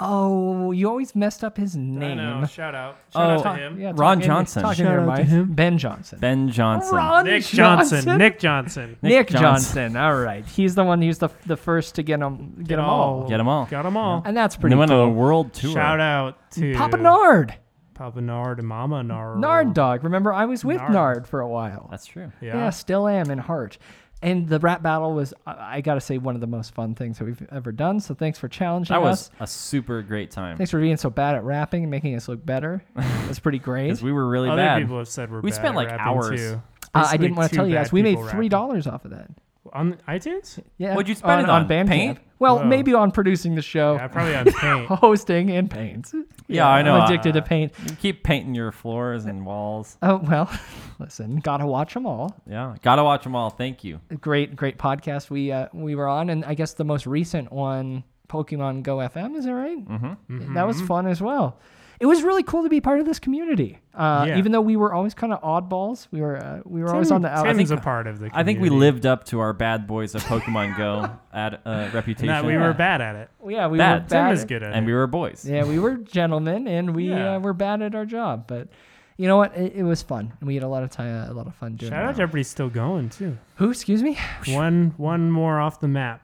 D: Oh, you always messed up his name. uh,
F: know. Shout out.
D: Oh,
F: Shout out to him.
D: yeah,
C: Ron
D: talk in-
C: Johnson.
D: talk in your mic. Ben Johnson.
C: Ben Johnson.
D: Ron
E: Nick Johnson. Nick Johnson.
D: Nick,
E: Nick
D: Johnson. All right, he's the one who's the the first to get them get, them all.
C: Get them all.
E: Got them all.
D: And that's
C: And
D: pretty
C: they went
D: cool.
C: on a world tour.
E: Shout out to
D: Papa Nard.
E: Papa Nard and Mama Nard.
D: Nard dog. Remember, I was with
E: Oh. Nard.
D: Nard, for a while.
C: That's true.
E: Yeah.
D: still am in heart. And the rap battle was, I, I got to say, one of the most fun things that we've ever done. So thanks for challenging
C: That
D: us.
C: was a super great time.
D: Thanks for being so bad at rapping and making us look
C: (laughs)
D: better. That's pretty great.
C: 'Cause we were really
E: Other
C: bad.
E: people have said we're
C: we
E: bad
C: spent
E: at
C: like
E: rapping,
C: hours.
E: too.
D: Uh, I
E: Basically
D: didn't want to
E: two
D: tell you
E: bad
D: guys. We made
E: people
D: three dollars off of that.
E: On iTunes?
D: Yeah.
C: What'd you spend it on?
D: Bandcamp.
C: Paint?
D: Well,
E: Whoa.
D: maybe on producing the show.
E: Yeah, probably on paint.
D: (laughs) hosting and paint. Yeah,
C: Yeah, I know.
D: I'm addicted
C: uh,
D: to paint.
C: You keep painting your floors and walls.
D: Oh well, (laughs) listen, gotta watch them all.
C: Yeah, gotta watch them all. Thank you.
D: Great, great podcast we uh, we were on, and I guess the most recent one, Pokemon Go FM, is that right?
E: Mm-hmm.
C: Mhm.
D: That was fun as well. It was really cool to be part of this community, uh,
E: Yeah.
D: even though we were always kind of oddballs. We were uh, we were always
E: Tim-
D: on the out.
E: Tim's I think- a part of the
C: I think we
E: community.
C: lived up to our bad boys of Pokemon Go (laughs) ad, uh, reputation.
E: that we were bad at it.
D: Yeah, we
C: bad.
D: were bad. at-
C: and we were boys.
D: Yeah, we were gentlemen, and we
E: Yeah.
D: uh, were bad at our job. But you know what? It, it was fun, and we had a lot of time, a lot of fun doing.
E: Shout
D: it.
E: out to everybody still going too.
D: Who? Excuse me.
E: One one more off the map.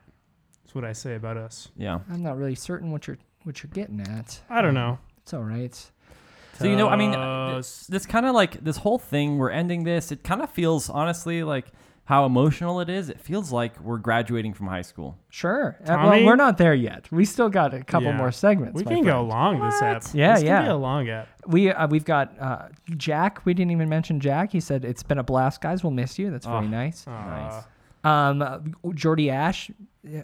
E: That's what I say about us.
C: Yeah.
D: I'm not really certain what you're what you're getting at.
E: I don't know. Uh,
D: It's all right.
C: So you know, I mean, th- this kind of like this whole thing. We're ending this. It kind of feels honestly like how emotional it is. It feels like we're graduating from high school.
D: Sure. Uh,
E: Tommy?
D: well, we're not there yet. We still got a couple
E: Yeah.
D: more segments.
E: We
D: my
E: can go
D: friend.
E: long this app.
D: Yeah,
E: This can
D: yeah.
E: be a long app.
D: We uh, we've got uh, Jack. We didn't even mention Jack. He said it's been a blast, guys. We'll miss you. That's
E: Ah.
D: very
C: Oh,
D: nice.
C: nice.
D: Um, uh, Jordy Ash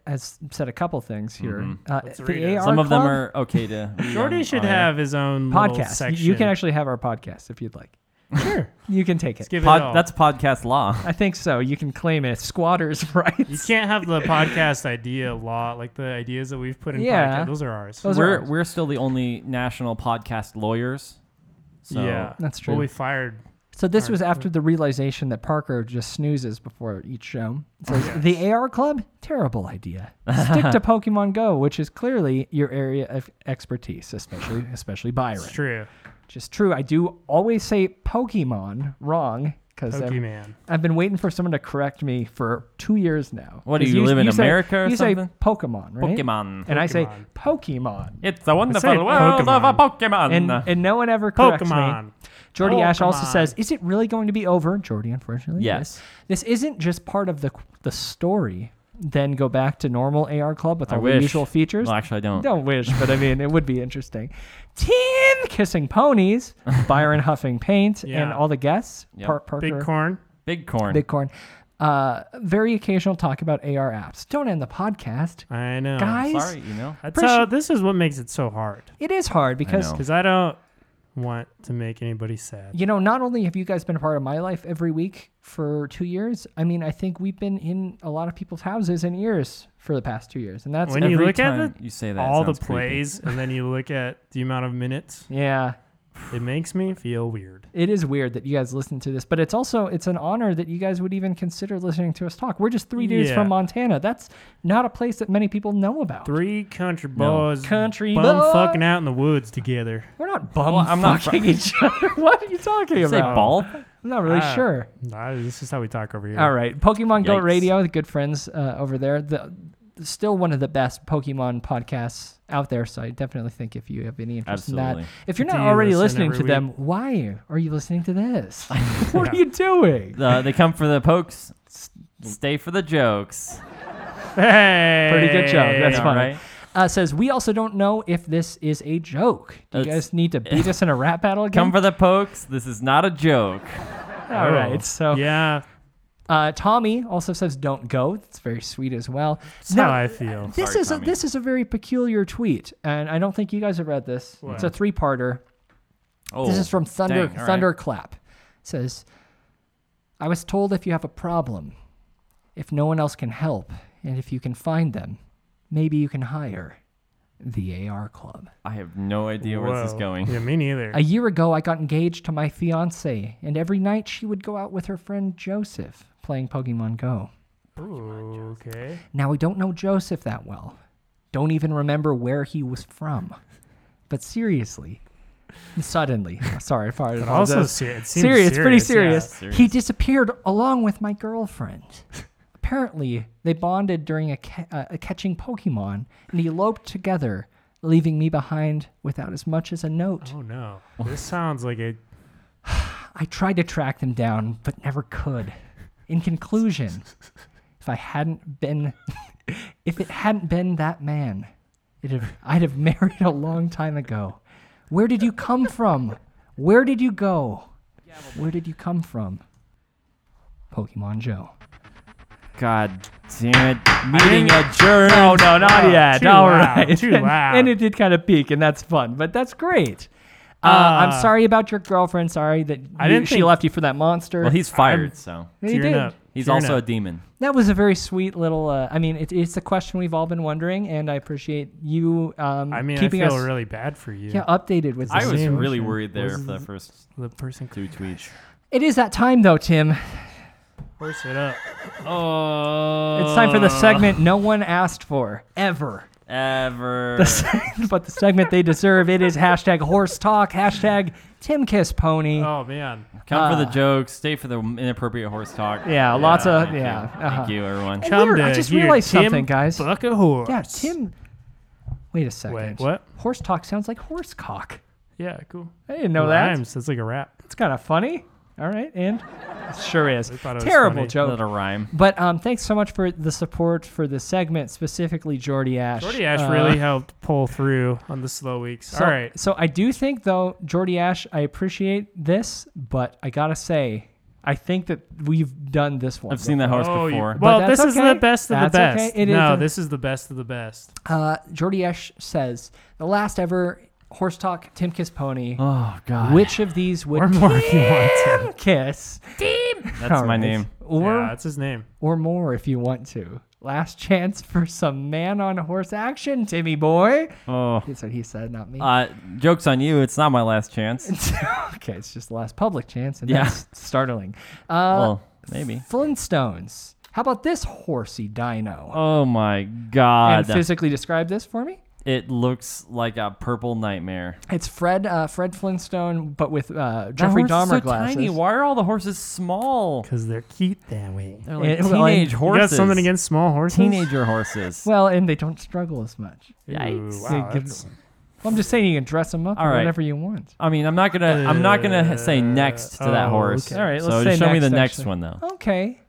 D: has said a couple things here.
C: Mhm.
D: Uh,
E: Let's
D: the
E: read
D: AR
C: Some of them
D: Club
C: are okay to. be
E: Jordy
C: on-
E: should
C: on air.
E: have his own little
D: podcast. Y- You
E: section.
D: can actually have our podcast if you'd like.
E: Sure.
D: You can take it.
E: give it
C: Pod-
E: all.
C: that's podcast law.
D: I think so. You can claim it. Squatters' (laughs) rights.
E: You can't have the (laughs) podcast idea a lot, like the ideas that we've put in
D: Yeah.
E: podcast. Those are ours.
C: we're we're still the only national podcast lawyers. So
E: yeah,
D: That's
E: Well,
D: true.
E: we fired.
D: So this
E: our-
D: was after the realization that Parker just snoozes before each show. It says,
E: Yes.
D: The AR Club,
C: (laughs)
D: terrible idea. Stick to Pokemon Go, which is clearly your area of expertise, especially especially Byron.
E: It's true.
D: Which is true. I do always say Pokemon wrong because I've,
E: Pokemon.
D: been waiting for someone to correct me for two years now.
C: What, do
D: 'Cause
C: you live in
D: say-
C: America or
D: you
C: something?
D: say Pokemon, right?
C: Pokemon.
D: And I say Pokemon.
C: It's a wonderful world of a Pokemon.
D: And, and no one ever corrects
E: Pokemon.
D: me. Jordy Ash also
E: Pokemon.
D: says, "Is it really going to be over?" Jordy, unfortunately,
C: Yes.
D: This isn't just part of the the story. Then go back to normal AR Club with
C: I
D: all the
C: wish.
D: usual features.
C: Well, actually, I don't.
D: Don't wish, but I mean, it would be interesting. Teen
C: (laughs)
D: kissing ponies, Byron huffing paint, and
E: Yeah.
D: all the guests.
C: Yep.
D: Par- Parker,
E: Big corn.
C: Big corn.
D: Big corn. Uh, very occasional talk about AR apps. Don't end the podcast,
E: I know.
D: guys.
C: Sorry, you know.
E: That's
D: Appreciate-
E: how, this is what makes it so hard.
D: It is hard because
C: know.
E: Because I don't want to make anybody sad.
D: you know, not only have you guys been a part of my life every week for two years, I mean, I think we've been in a lot of people's houses and ears for the past two years, and that's
E: when you
C: every
E: look
C: time
E: at the,
C: you say that, it
E: all the
C: sounds creepy.
E: plays, and then you look at the amount of minutes,
D: yeah.
E: It makes me feel weird.
D: It is weird that you guys listen to this, but it's also it's an honor that you guys would even consider listening to us talk. We're just three dudes
E: Yeah.
D: from Montana. That's not a place that many people know about.
E: Three country boys,
D: Country
E: bum
D: boy.
E: fucking out in the woods together.
D: We're not bum
C: Well, I'm not
D: fucking
C: fu-
D: each other. (laughs) What are you talking
C: Did you say
D: about?
C: ball?
D: I'm not really
E: Ah,
D: sure.
E: nah, this is how we talk over here.
D: All right, Pokemon Go
E: Yikes.
D: Radio, the good friends uh, over there. The still one of the best Pokemon podcasts out there. So I definitely think if you have any interest in
C: Absolutely.
D: that, if you're not
E: Do you
D: already
E: listen
D: listening
E: every
D: to them,
E: week?
D: why are you listening to
E: (laughs)
D: this? what are you doing?
C: Uh, they come for the pokes, s- stay for the jokes.
D: Pretty good joke. That's
C: All
D: fine.
C: right.
D: Uh, says we also don't know if this is a joke. Do you
C: It's-
D: guys need
E: (laughs)
D: to beat us in a rap battle again?
C: Come for the pokes. This is not a joke.
D: All right, So
E: oh. yeah.
D: Uh, Tommy also says don't go. That's very sweet as well.
E: That's how I feel.
D: This
E: Sorry,
D: is a,
E: Tommy.
D: this is a very peculiar tweet, and I don't think you guys have read this. It's
E: What?
D: a three parter. this
C: Oh,
D: is from Thunder
C: dang, all right.
D: Thunderclap. It says, I was told if you have a problem, if no one else can help, and if you can find them, maybe you can hire the AR Club.
C: I have no idea where this is
E: Whoa.
C: going.
E: Yeah, me neither.
D: A year ago, I got engaged to my fiance, and every night she would go out with her friend Joseph playing Pokemon Go.
E: Ooh, okay.
D: Now, we don't know Joseph that well. Don't even remember where he was from. But seriously, suddenly, (laughs) sorry, sorry. I
E: But also
D: apologize.
E: se- it seems
D: serious, pretty
E: serious, yeah.
D: serious. He disappeared along with my girlfriend. Apparently, they bonded during a, ca- uh, a catching Pokemon, and eloped together, leaving me behind without as much as a note.
E: Oh no, this sounds like a
D: I tried to track them down, but never could. In conclusion, if I hadn't been, (laughs) if it hadn't been that man, it have, I'd have (laughs) married a long time ago. Where did you come from? Where did you go? Where did you come from? Pokemon Joe.
C: God damn it. Meeting adjourned.
D: No, no, not
C: Wow,
D: yet.
C: Oh, too
D: Oh, All
C: loud,
D: right.
C: too loud.
D: (laughs) And it did kind of peak, and that's fun, but that's great. Uh,
C: Uh,
D: I'm sorry about your girlfriend. Sorry that
C: I
D: you-
C: didn't
D: she
C: think-
D: left you for that monster.
C: Well, he's fired, so.
D: He did.
C: He's also a demon.
D: That was a very sweet little. Uh, I mean, it, it's a question we've all been wondering, and I appreciate you. Um,
E: I mean, I
D: keeping
E: feel
D: us
E: really bad for you.
D: Yeah, updated with.
C: I
D: this
C: was
D: news.
C: really worried there
E: Was
C: for the
E: the-
C: first
E: the person
C: two tweets.
D: It is that time though, Tim.
E: Horse it up.
C: Oh.
D: It's time for the segment no one asked for
C: (laughs)
D: ever.
C: Ever.
D: The se- (laughs) but the segment they deserve. It is hashtag horse talk. Hashtag Tim Kiss Pony.
E: Oh man.
C: Come for
D: Uh, (laughs)
C: the jokes. Stay for the inappropriate horse talk.
D: Yeah, lots of-
C: thank you.
D: yeah, uh-huh.
C: Thank you, everyone.
D: And weird, I just realized something, guys.
E: Fuck a whore.
D: Yeah, Tim. Wait a second.
E: Wait, what?
D: Horse talk sounds like horse cock.
E: Yeah, cool.
D: I didn't know Oh, that.
E: Rhymes. It's like a rap.
D: It's kind of funny. All right,
E: (laughs)
D: and It sure is.
E: I thought it was
D: Terrible
E: funny.
D: joke.
C: Little rhyme.
D: But um, thanks so much for the support for this segment, specifically Jordy Ash.
E: Jordy Ash
D: Uh,
E: really helped pull through on the slow weeks.
D: So,
E: All right.
D: So I do think though, Jordy Ash, I appreciate this, but I gotta say, I think that we've done this one.
C: I've seen that horse
E: Oh, you-
C: before.
E: well,
D: But
E: this
D: that's
E: is
D: okay.
E: the best of
D: That's
E: the best.
D: okay. It is
E: no,
D: a-
E: this is the best of the best.
D: Uh, Jordy Ash says the last ever horse talk Tim Kiss Pony.
E: Uh-huh.
C: Oh, God.
D: Which of these would
E: Or more if you want
D: Tim Kiss? Tim.
C: That's my name.
D: Or
E: yeah, that's his name.
D: or more if you want to. Last chance for some man on horse action, Timmy boy.
C: Oh.
D: That's what he said, not me.
C: Uh, joke's on you. It's not my last chance.
D: (laughs) okay, it's just the last public chance, and
C: Yeah.
D: that's startling. Uh,
C: Well, maybe.
D: Flintstones. How about this horsey dino?
C: Oh, uh, my
D: and
C: God.
D: physically describe this for me.
C: It looks like a purple nightmare.
D: It's Fred, uh, Fred Flintstone, but with uh, Jeffrey
C: horse is
D: Dahmer
C: so
D: glasses.
C: tiny. Why are all the horses small?
E: Because they're cute that way.
C: They're like
D: Eh, (laughs) well, I-
C: teenage
E: You
C: horses.
E: got something against small horses?
C: teenager horses.
D: Well, and they don't struggle as much.
E: Ooh,
D: They
E: wow,
D: give-
E: that's-
D: Well, I'm just saying you can dress them up
C: All right.
D: whenever you want.
C: I mean, I'm not gonna. I'm not gonna say next to that
E: oh,
C: horse.
E: okay.
D: All right,
C: so
D: let's
C: just
D: say
C: show me the
D: next,
C: next
D: actually.
C: one though.
D: Okay.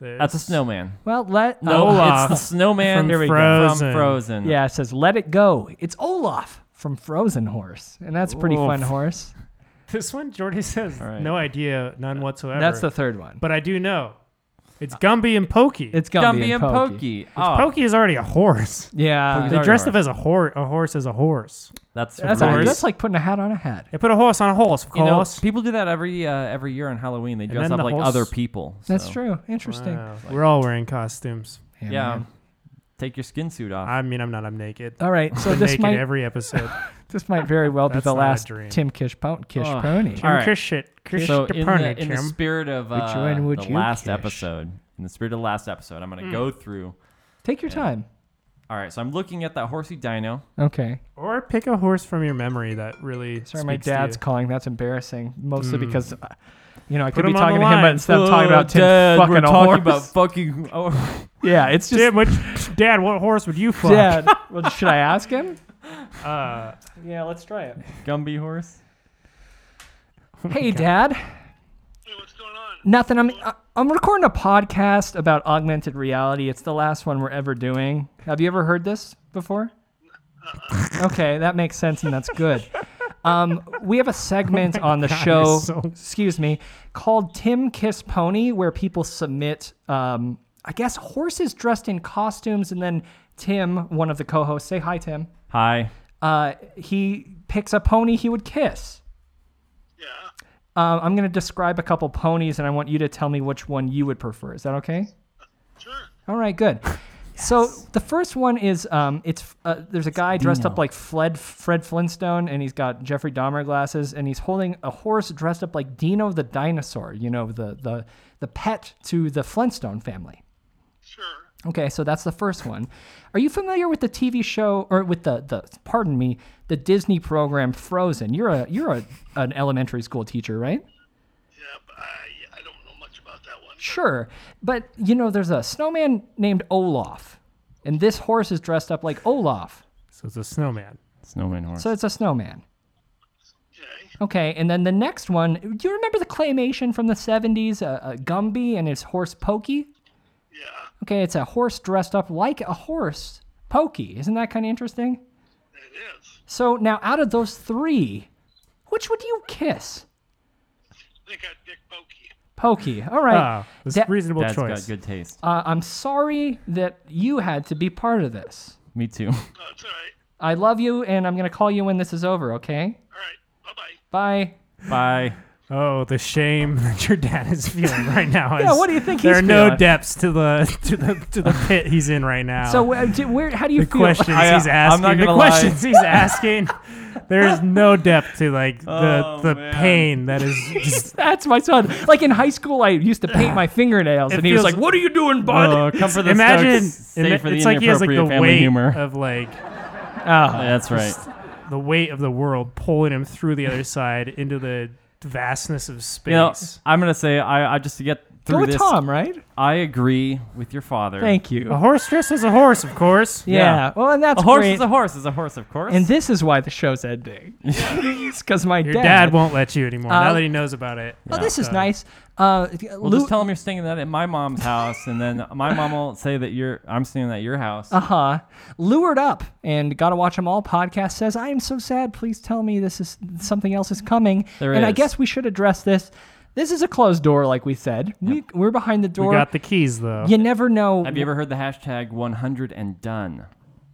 C: That's a snowman.
D: Well, let oh,
C: No, (laughs)
E: Olaf
C: it's the snowman
E: from
C: Here we go.
E: Frozen.
C: from Frozen.
D: Yeah, it says "Let It Go." It's Olaf from Frozen Horse, and that's a pretty fun
C: Oof.
D: horse.
E: This one, Jordy says,
C: right. Uh,
E: no idea, none whatsoever.
D: That's the third one.
E: But I do know. It's Gumby and Pokey.
D: It's Gumby,
C: Gumby and Pokey. Oh,
E: Pokey is already a horse.
D: Yeah,
C: He's
E: They
C: already
E: dressed
C: a
E: up as a horse. A horse as a horse.
C: that's
D: that's,
C: right.
D: like, that's like putting a hat on a hat.
E: They put a horse on a horse, of
C: You know,
E: course.
C: people do that every uh, every year on Halloween. They dress
E: then
C: up
E: the
C: like
E: horse-
C: other people.
D: That's
C: so.
E: Uh,
D: true. Interesting.
E: Wow. We're all wearing costumes.
C: Yeah. Ah,
D: man.
C: Take your skin suit off.
E: I mean, I'm not. I'm naked.
D: All right, so
E: I'm
D: this
E: naked
D: might
C: (laughs)
E: every episode.
D: this might very well be
E: That's
D: the
E: not a
D: last
E: dream.
D: Tim Kish po- Kish
C: Oh.
D: Pony.
C: All right.
E: Kish
C: so
E: the
C: in
E: pony,
C: the, in the
E: Tim.
C: spirit of
D: Would you
C: uh,
D: and would
C: the
D: you
C: last
D: kish?
C: episode, in the spirit of the last episode, I'm going to
D: Mm.
C: go through.
D: Take your
C: Yeah.
D: time.
C: All right, so I'm looking at that horsey dino.
D: Okay.
E: Or pick a horse from your memory that really.
D: Sorry, my
E: speaks to
D: dad's
E: you.
D: calling. That's embarrassing. Mostly
E: Mm.
D: because, uh, you know, I
E: Put
D: could be
E: him on
D: talking
E: the
D: to him, but
E: line.
D: instead of talking about Tim fucking
C: Oh, we're
D: a
C: talking
D: horse.
C: about (laughs) fucking. Oh, (laughs)
D: yeah, it's just.
E: Dad, which, Dad, what horse would you fuck?
D: Dad, well, should I ask him?
E: (laughs) Uh,
D: Yeah, let's try it.
C: Gumby horse.
D: Hey, Dad. Hey, what's going on? Nothing. I'm I- I'm recording a podcast about augmented reality. It's the last one we're ever doing. Have you ever heard this before? okay, that makes sense and that's good. Um, we have a (laughs) segment on the
E: God,
D: show,
E: you're so-
D: excuse me, called Tim Kiss Pony, where people submit, um, I guess, horses dressed in costumes, and then Tim, one of the co-hosts, say hi, Tim.
C: Hi.
D: Uh, he picks a pony he would kiss. Yeah. Uh, I'm going to describe a couple ponies, and I want you to tell me which one you would prefer. Is that okay? Sure. All right, good. So the first one is um, it's uh, there's a guy dressed up
C: Dino.
D: like Fred Fred Flintstone, and he's got Jeffrey Dahmer glasses, and he's holding a horse dressed up like Dino the dinosaur. You know the the the pet to the Flintstone family. Okay, so that's the first one. Are you familiar with the TV show or with the the pardon me, the Disney program Frozen? You're a you're a, an elementary school teacher, right? Sure, but you know there's a snowman named Olaf, and this horse is dressed up like Olaf.
E: So it's a snowman.
C: Snowman horse.
D: So it's a snowman. Okay. and then the next one, do you remember the claymation from the 70s, uh, uh, Gumby and his horse Pokey? Yeah. Okay, it's a horse dressed up like a horse, Pokey. Isn't that kind of interesting? It is. So now, out of those three, which would you kiss? I think I'd pick Pokey. Pokey, all right.
E: Ah, it's
D: That-
E: reasonable
C: Dad's got
E: choice.
C: good taste.
D: uh, I'm sorry that you had to be part of this.
C: Me too. (laughs)
D: I love you, and I'm going to call you when this is over, okay? All right, bye-bye. Bye.
C: Bye.
E: Oh, the shame (laughs) that your dad is feeling right now.
D: Yeah,
E: is-
D: what do you think
E: There are
D: he's
E: no
D: feeling?
E: depths to the to the to the pit he's in right now.
D: So uh, d- where? How do you
E: the
D: feel?
E: questions
C: I, uh,
E: he's
C: I'm
E: asking,
C: not
E: the
C: gonna lie.
E: questions he's asking, there is no depth to like the
C: Oh,
E: the
C: man. (laughs)
E: pain that is. Just,
D: (laughs) That's my son. Like in high school, I used
C: (sighs)
D: to paint my fingernails,
E: It
D: and he was
E: feels-
D: like, "What are you doing,
C: Oh,
D: bud?"
C: come for the
E: imagine,
C: Stokes. Stay
E: ima-
C: for the
E: it's like he has like the
C: inappropriate family
E: weight
C: humor.
E: of like
C: Yeah, (laughs) that's right.
E: the weight of the world pulling him through the other side into the vastness of space.
C: You know, I'm gonna say I, I just to get through
D: Go with
C: this.
D: Tom, right?
C: I agree with your father.
D: Thank you.
E: a horse dressed as a horse, of course.
D: yeah.
C: yeah.
D: Well, and that's
C: A horse
D: great.
C: is a horse is a horse, of course.
D: And this is why the
C: (laughs)
D: show's ending. it's because my
E: Your dad won't let you anymore
D: Uh,
E: now that he knows about it.
D: Oh, this is
E: So-
D: nice. Uh,
C: Well, just tell them you're staying that at my mom's house, and then my mom will say that you're I'm staying at your house.
D: Uh huh. Lured up and gotta watch them all. Podcast says, "I am so sad. Please tell me this is something else is coming."
C: There
D: and I
C: is.
D: guess we should address this. This is a closed door, like we said. We we're behind the
E: We
D: door.
E: got the keys though.
D: you never know.
C: Have you ever heard the hashtag 100 and done?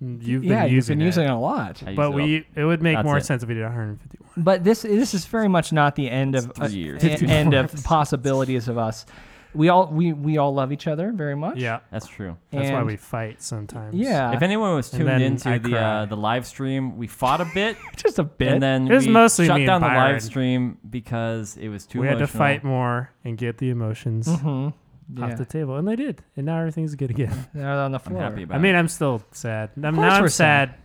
E: Mm, You've been
D: yeah, you've
E: using
D: been
E: it.
D: using it a lot.
C: I use it
E: But
C: all-
E: we it would make
C: That's
E: more
C: it.
E: sense if we did 151.
D: But this this is very much not the end of
C: three years.
D: e- end of
E: (laughs)
D: possibilities of us. We all we, we all love each other very much.
E: Yeah,
C: That's true.
E: that's why
D: And-
E: we fight sometimes.
D: Yeah.
C: (laughs) If anyone was
E: Uh, And
C: tuned
E: then
C: into
E: I
C: the
E: cry.
C: uh, the live stream, we fought a
E: (laughs)
C: bit,
D: just a bit.
C: and then
E: It was
C: we
E: mostly
C: shut
E: me and
C: down the
E: Byron.
C: live stream because it was too.
E: we had to
C: emotional.
E: fight more and get the emotions
D: Mhm. Yeah.
E: off the table, and they did. And now everything's good
C: (laughs)
E: again.
D: They're on the
C: I'm
D: floor.
C: happy about.
E: I mean,
C: it.
E: I'm still sad. I'm,
D: course
E: now I'm
D: we're sad.
E: sad.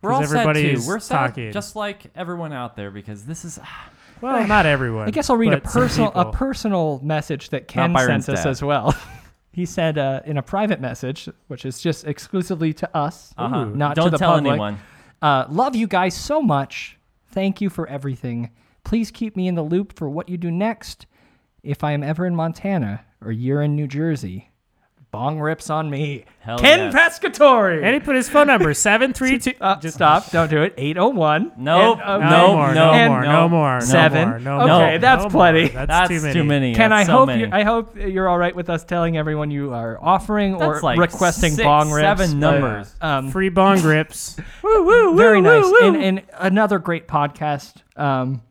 C: we're all
E: 'cause
C: sad too.
E: everybody's
C: We're sad,
E: talking.
C: just like everyone out there, because this is (sighs) uh-huh.
E: Well, not everyone.
D: I guess I'll read a
E: but some
D: personal a
E: people.
D: personal message that Ken
C: Byron's
D: sent us
C: dad.
D: as well. (laughs) he said uh, in a private message, which is just exclusively to us,
C: Uh-huh.
D: not to
C: Don't
D: the
C: tell
D: public.
C: anyone.
D: Uh, love you guys so much. Thank you for everything. Please keep me in the loop for what you do next. If I am ever in Montana or you're in New Jersey, bong rips on me.
C: Hell
D: Ken
C: yes.
D: Pescatori.
E: And he put his phone
D: (laughs)
E: number seven three two.
D: Uh,
C: (laughs)
D: stop! Don't do it. Eight oh one.
C: No,
E: No,
C: No, no,
E: more, no
D: and- uh,
E: more, no more, no
D: Seven.
E: more, no
D: Okay,
E: more,
D: that's
E: no more.
D: plenty.
E: That's,
C: that's
E: too many.
D: Ken,
C: That's
D: I
C: so
D: hope
C: many.
D: you, I hope you're all right with us telling everyone you are offering or
C: That's like
D: requesting
C: six,
D: bong rips.
C: seven numbers.
D: Um,
E: Free
D: (laughs)
E: bong rips.
D: woo, woo, very nice. And, and another great podcast. Um,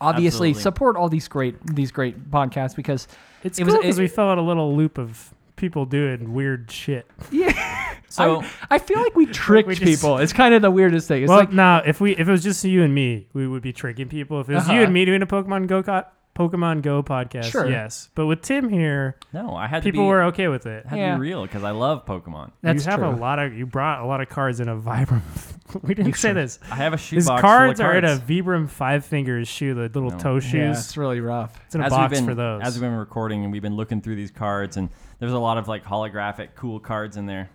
D: obviously,
C: Absolutely.
D: support all these great these great podcasts because
E: It's
D: it
E: cool
D: was
E: because
D: it-
E: we fell in a little loop of people doing weird shit.
D: yeah.
C: So
D: I, I feel
E: (laughs)
D: like we tricked people. It's kind of the weirdest thing. It's
E: well,
D: like
E: no, if we if it was just you and me, we would be tricking people. If it was you
D: Uh-huh.
E: and me doing a Pokemon Go co- Pokemon Go podcast,
D: Sure.
E: yes. But with Tim here,
C: no, I had to
E: people
C: be-
E: were okay with it.
C: had to be real because I love Pokemon.
E: you have a lot of you brought a lot of cards in a Vibram. (laughs) we didn't
C: You
E: say
C: sure-
E: this.
C: I have a shoebox
E: His
C: full of
E: cards, are in a
C: cards.
E: Vibram five fingers shoe, the little toe shoes.
D: Yeah, it's really rough.
E: It's in a
C: As we've
E: box
C: been-
E: for those.
C: As we've been recording and we've been looking through these cards, and there's a lot of like holographic cool cards in there.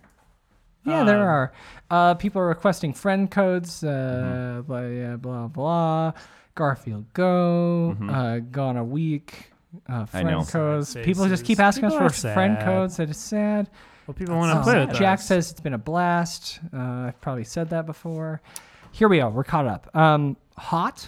D: Yeah, there
E: um,
D: are. Uh, people are requesting friend codes.
E: Mm-hmm.
D: Uh, blah, blah blah blah. Garfield Go. Uh, gone a week. Uh,
C: I
D: friend
C: know.
D: codes.
E: Mm-hmm. Sad
D: People just keep
E: faces.
D: asking
E: People are
D: us for friend
E: sad.
D: codes. That is sad.
E: Well, people wanna
D: Uh,
E: play with
D: Jack
E: us.
D: says it's been a blast. Uh, I've probably said that before. Here we are. We're caught up. Um, hot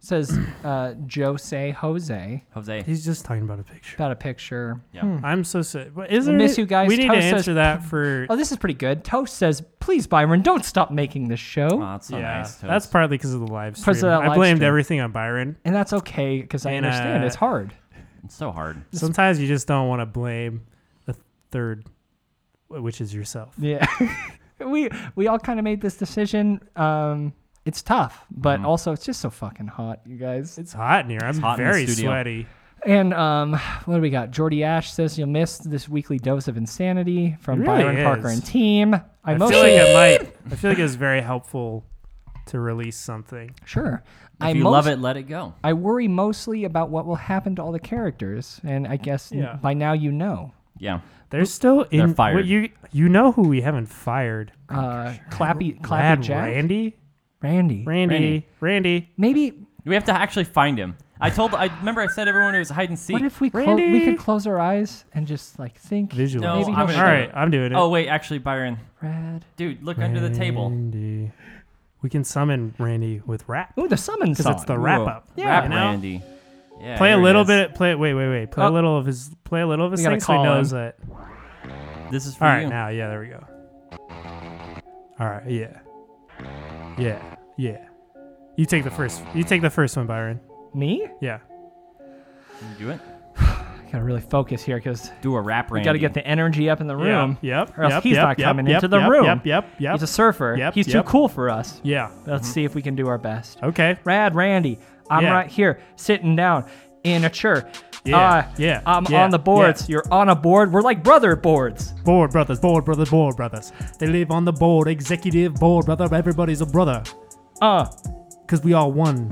D: says uh, Jose Jose
C: Jose.
E: He's just talking about a picture.
D: about a picture.
C: Yeah.
E: I'm so sad. But is
D: I
E: there?
D: miss you guys.
E: We need
D: Toast
E: to
D: says-
E: answer that for.
D: Oh, this is pretty good. Toast says, "Please, Byron, don't stop making this show."
E: Uh,
C: Oh, that's so
E: yeah,
C: nice. Toast.
E: that's partly because of the live
D: 'Cause of
E: stream.
D: that
E: I
D: live
E: blamed
D: stream.
E: everything on Byron.
D: And that's okay because I
E: And,
D: understand
E: uh,
D: it's hard.
C: It's so hard.
E: Sometimes you just don't want to blame the third, wh- which is yourself.
D: Yeah, (laughs) we we all kind of made this decision. Um, it's tough, but
E: Mm-hmm.
D: also it's just so fucking hot, you guys.
E: It's hot in here. I'm
C: hot in the
E: very
C: studio.
E: sweaty.
D: And um, what do we got? Jordy Ash says you'll miss this weekly dose of insanity from
E: It really
D: Byron Parker
E: is.
D: and team. I,
E: I feel
D: mostly
E: like it might. I feel like it's very helpful to release something.
D: sure.
C: If
D: I
C: you
D: most-
C: love it, let it go.
D: I worry mostly about what will happen to all the characters, and I guess n-
E: Yeah.
D: by now you know.
C: Yeah.
E: They're still in.
C: They're fired.
E: what you you know who we haven't fired?
D: Uh, clappy, clappy
E: Lad
D: Jack,
E: Randy.
D: Randy.
E: Randy. Randy.
D: Maybe
C: We have to actually find him. I told. I remember I said everyone it was hide and seek.
E: (laughs)
D: What if we clo- we
E: Randy.
D: could close our eyes and just like think
E: Visual.
C: No,
D: Maybe
C: I'm
D: he'll
C: gonna do
E: All right,
C: it.
E: I'm doing it.
C: Oh wait, actually, Byron,
D: red.
C: dude, look under the table.
E: Randy. We can summon Randy with rap.
D: Ooh, the summon
E: Because
D: song.
E: it's the wrap
C: Whoa.
E: up.
D: Yeah.
C: Rap
E: You know?
C: Randy. Yeah,
E: Play a
C: here it
E: little
C: is.
E: bit. Play wait, wait, wait. Play
D: Oh.
E: a little of his. Play a little of his
D: We gotta
E: thing so he
D: call
E: knows
D: him.
E: that.
C: This is for
E: All right,
C: you.
E: now yeah, there we go. All right, yeah, yeah, yeah. You take the first. You take the first one, Byron.
D: Me?
E: Yeah.
C: Can you do it.
D: I gotta really focus here because
C: Do a rap Randy.
D: you gotta get the energy up in the room.
E: Yep. yep
D: Or else
E: yep,
D: he's
E: yep,
D: not
E: yep,
D: coming
E: yep,
D: into the
E: yep,
D: room.
E: Yep. Yep. Yep.
D: He's a surfer.
E: Yep,
D: He's
E: yep.
D: too cool for us.
E: yeah.
D: Let's see if we can do our best.
E: Okay.
D: Rad Randy, I'm
E: Yeah.
D: right here sitting down in a chair.
E: Yeah,
D: Uh,
E: yeah,
D: I'm
E: yeah,
D: on the boards.
E: yeah.
D: You're on a board. We're like brother boards.
E: Board brothers. Board brothers. Board brothers. They live on the board. Executive board brother. Everybody's a brother.
D: Uh,
E: because we are one.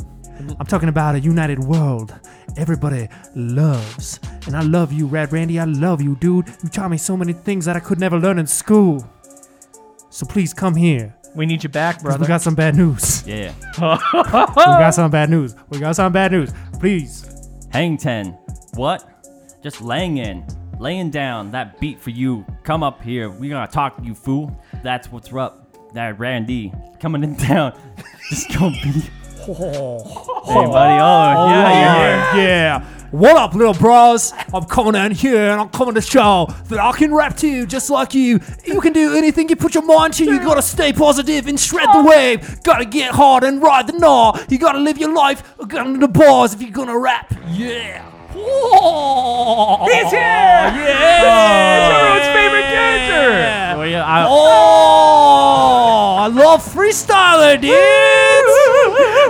E: I'm talking about a united world. Everybody loves. And I love you, Rad Randy. I love you, dude. You taught me so many things that I could never learn in school. So please come here. 'cause
D: we need
E: (laughs)
D: you back, brother.
E: We got some bad news.
C: Yeah.
E: We got some bad news. We got some bad news. Please.
C: Hang ten. What? Just laying in, laying down. That beat for you. Come up here. We gonna talk, you fool. That's what's up. That Randy coming in (laughs) town. Just gonna be.
E: (laughs)
C: hey, buddy. Oh,
D: Oh.
C: yeah,
E: yeah. What up, little bros? I'm coming in here and I'm coming to show that I can rap too, just like you. You can do anything you put your mind to. You gotta stay positive and shred the wave. Gotta get hard and ride the gnaw. You gotta live your life under the bars if you're gonna rap. Yeah. Oh, He's here!
D: Everyone's favorite character.
C: yeah. Well, yeah, I-
E: Oh, I love freestyler, dude.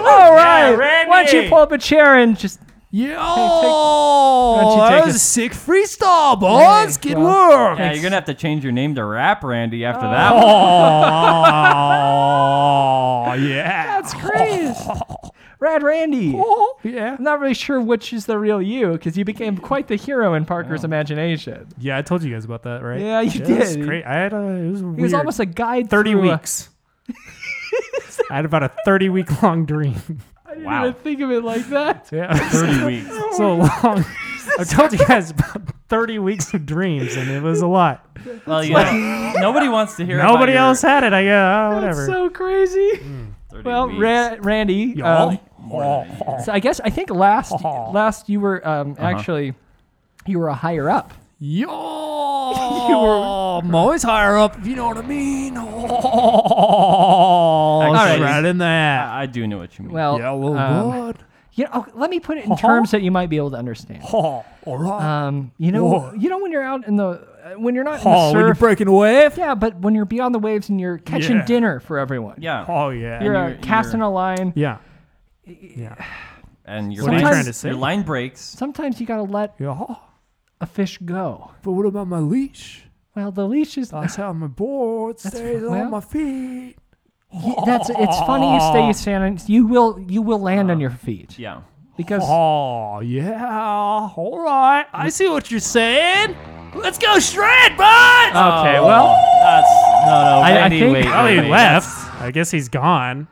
D: All right.
E: Randy.
D: Why don't you pull up a chair and just
E: Yeah.
D: don't you
E: Oh,
D: take
E: that
D: a-
E: was a sick freestyle, boys.
D: Hey,
E: Good
D: well,
E: work. (laughs)
C: Yeah, you're gonna have to change your name to Rap Randy after that. one.
E: Oh, yeah. (laughs)
D: That's crazy. Rad Randy.
E: Oh, yeah.
D: I'm not really sure which is the real you because you became quite the hero in Parker's imagination.
E: Yeah, I told you guys about that, right?
D: Yeah, you
E: It was
D: did.
E: great. I had a. It was weird.
D: He was almost a guide.
E: thirty
D: through, uh,
E: weeks. I had about a thirty week long
C: (laughs)
E: dream.
D: I didn't
C: Wow.
D: even think of it like that.
E: Yeah,
C: Thirty weeks.
E: (laughs) so
D: Oh. (laughs)
E: long. I told you guys about thirty weeks of dreams, and it was a lot.
C: Well, you
E: (laughs)
C: know, nobody wants to hear. about
E: Nobody
C: your
E: else had it. I guess. Oh,
D: That's
E: whatever.
D: so crazy.
E: Mm,
C: 30
D: Well,
C: weeks.
D: Ra- Randy, um,
C: More than-
D: so I guess I
E: (laughs)
D: think last last you were um,
E: Uh-huh.
D: actually you were a higher up. (laughs)
E: Yo, (laughs) I'm always higher up, if you know what I
D: (laughs)
E: mean. (laughs) Oh,
C: Actually,
E: it's right in there.
C: I, I do know what you mean.
D: Well,
E: Yeah, little
D: um,
E: bud.
D: you know, oh, let me put it in terms that you might be able to understand.
E: Oh, (laughs) all right.
D: Um, you know,
E: Whoa.
D: you know when you're out in the uh, when you're
E: Oh,
D: not in the
E: when
D: surf,
E: you're breaking a wave.
D: Yeah, but when you're beyond the waves and you're catching
E: Yeah.
D: dinner for everyone.
C: Yeah.
E: Oh yeah.
D: You're,
C: And
D: uh,
C: you're-
D: casting a line.
E: Yeah. Yeah.
C: And your
E: What are you
C: line-
E: trying to say?
C: Your line breaks.
D: Sometimes you gotta let a fish go.
E: "Oh, But what about my leash?
D: Well, the leash is.
E: That's how my board
D: That's-
E: stays
D: well-
E: on my feet.
D: Yeah, that's it's funny you stay standing. You will you will land
E: Uh-huh.
D: on your feet.
C: Yeah.
D: Because
E: Oh yeah. All right. I see what you're saying. Let's go shred, bud.
D: Okay, well-
C: that's no, no.
D: I- I
C: Randy,
D: think-
C: wait,
E: Well, he
C: wait,
E: left. I guess he's gone.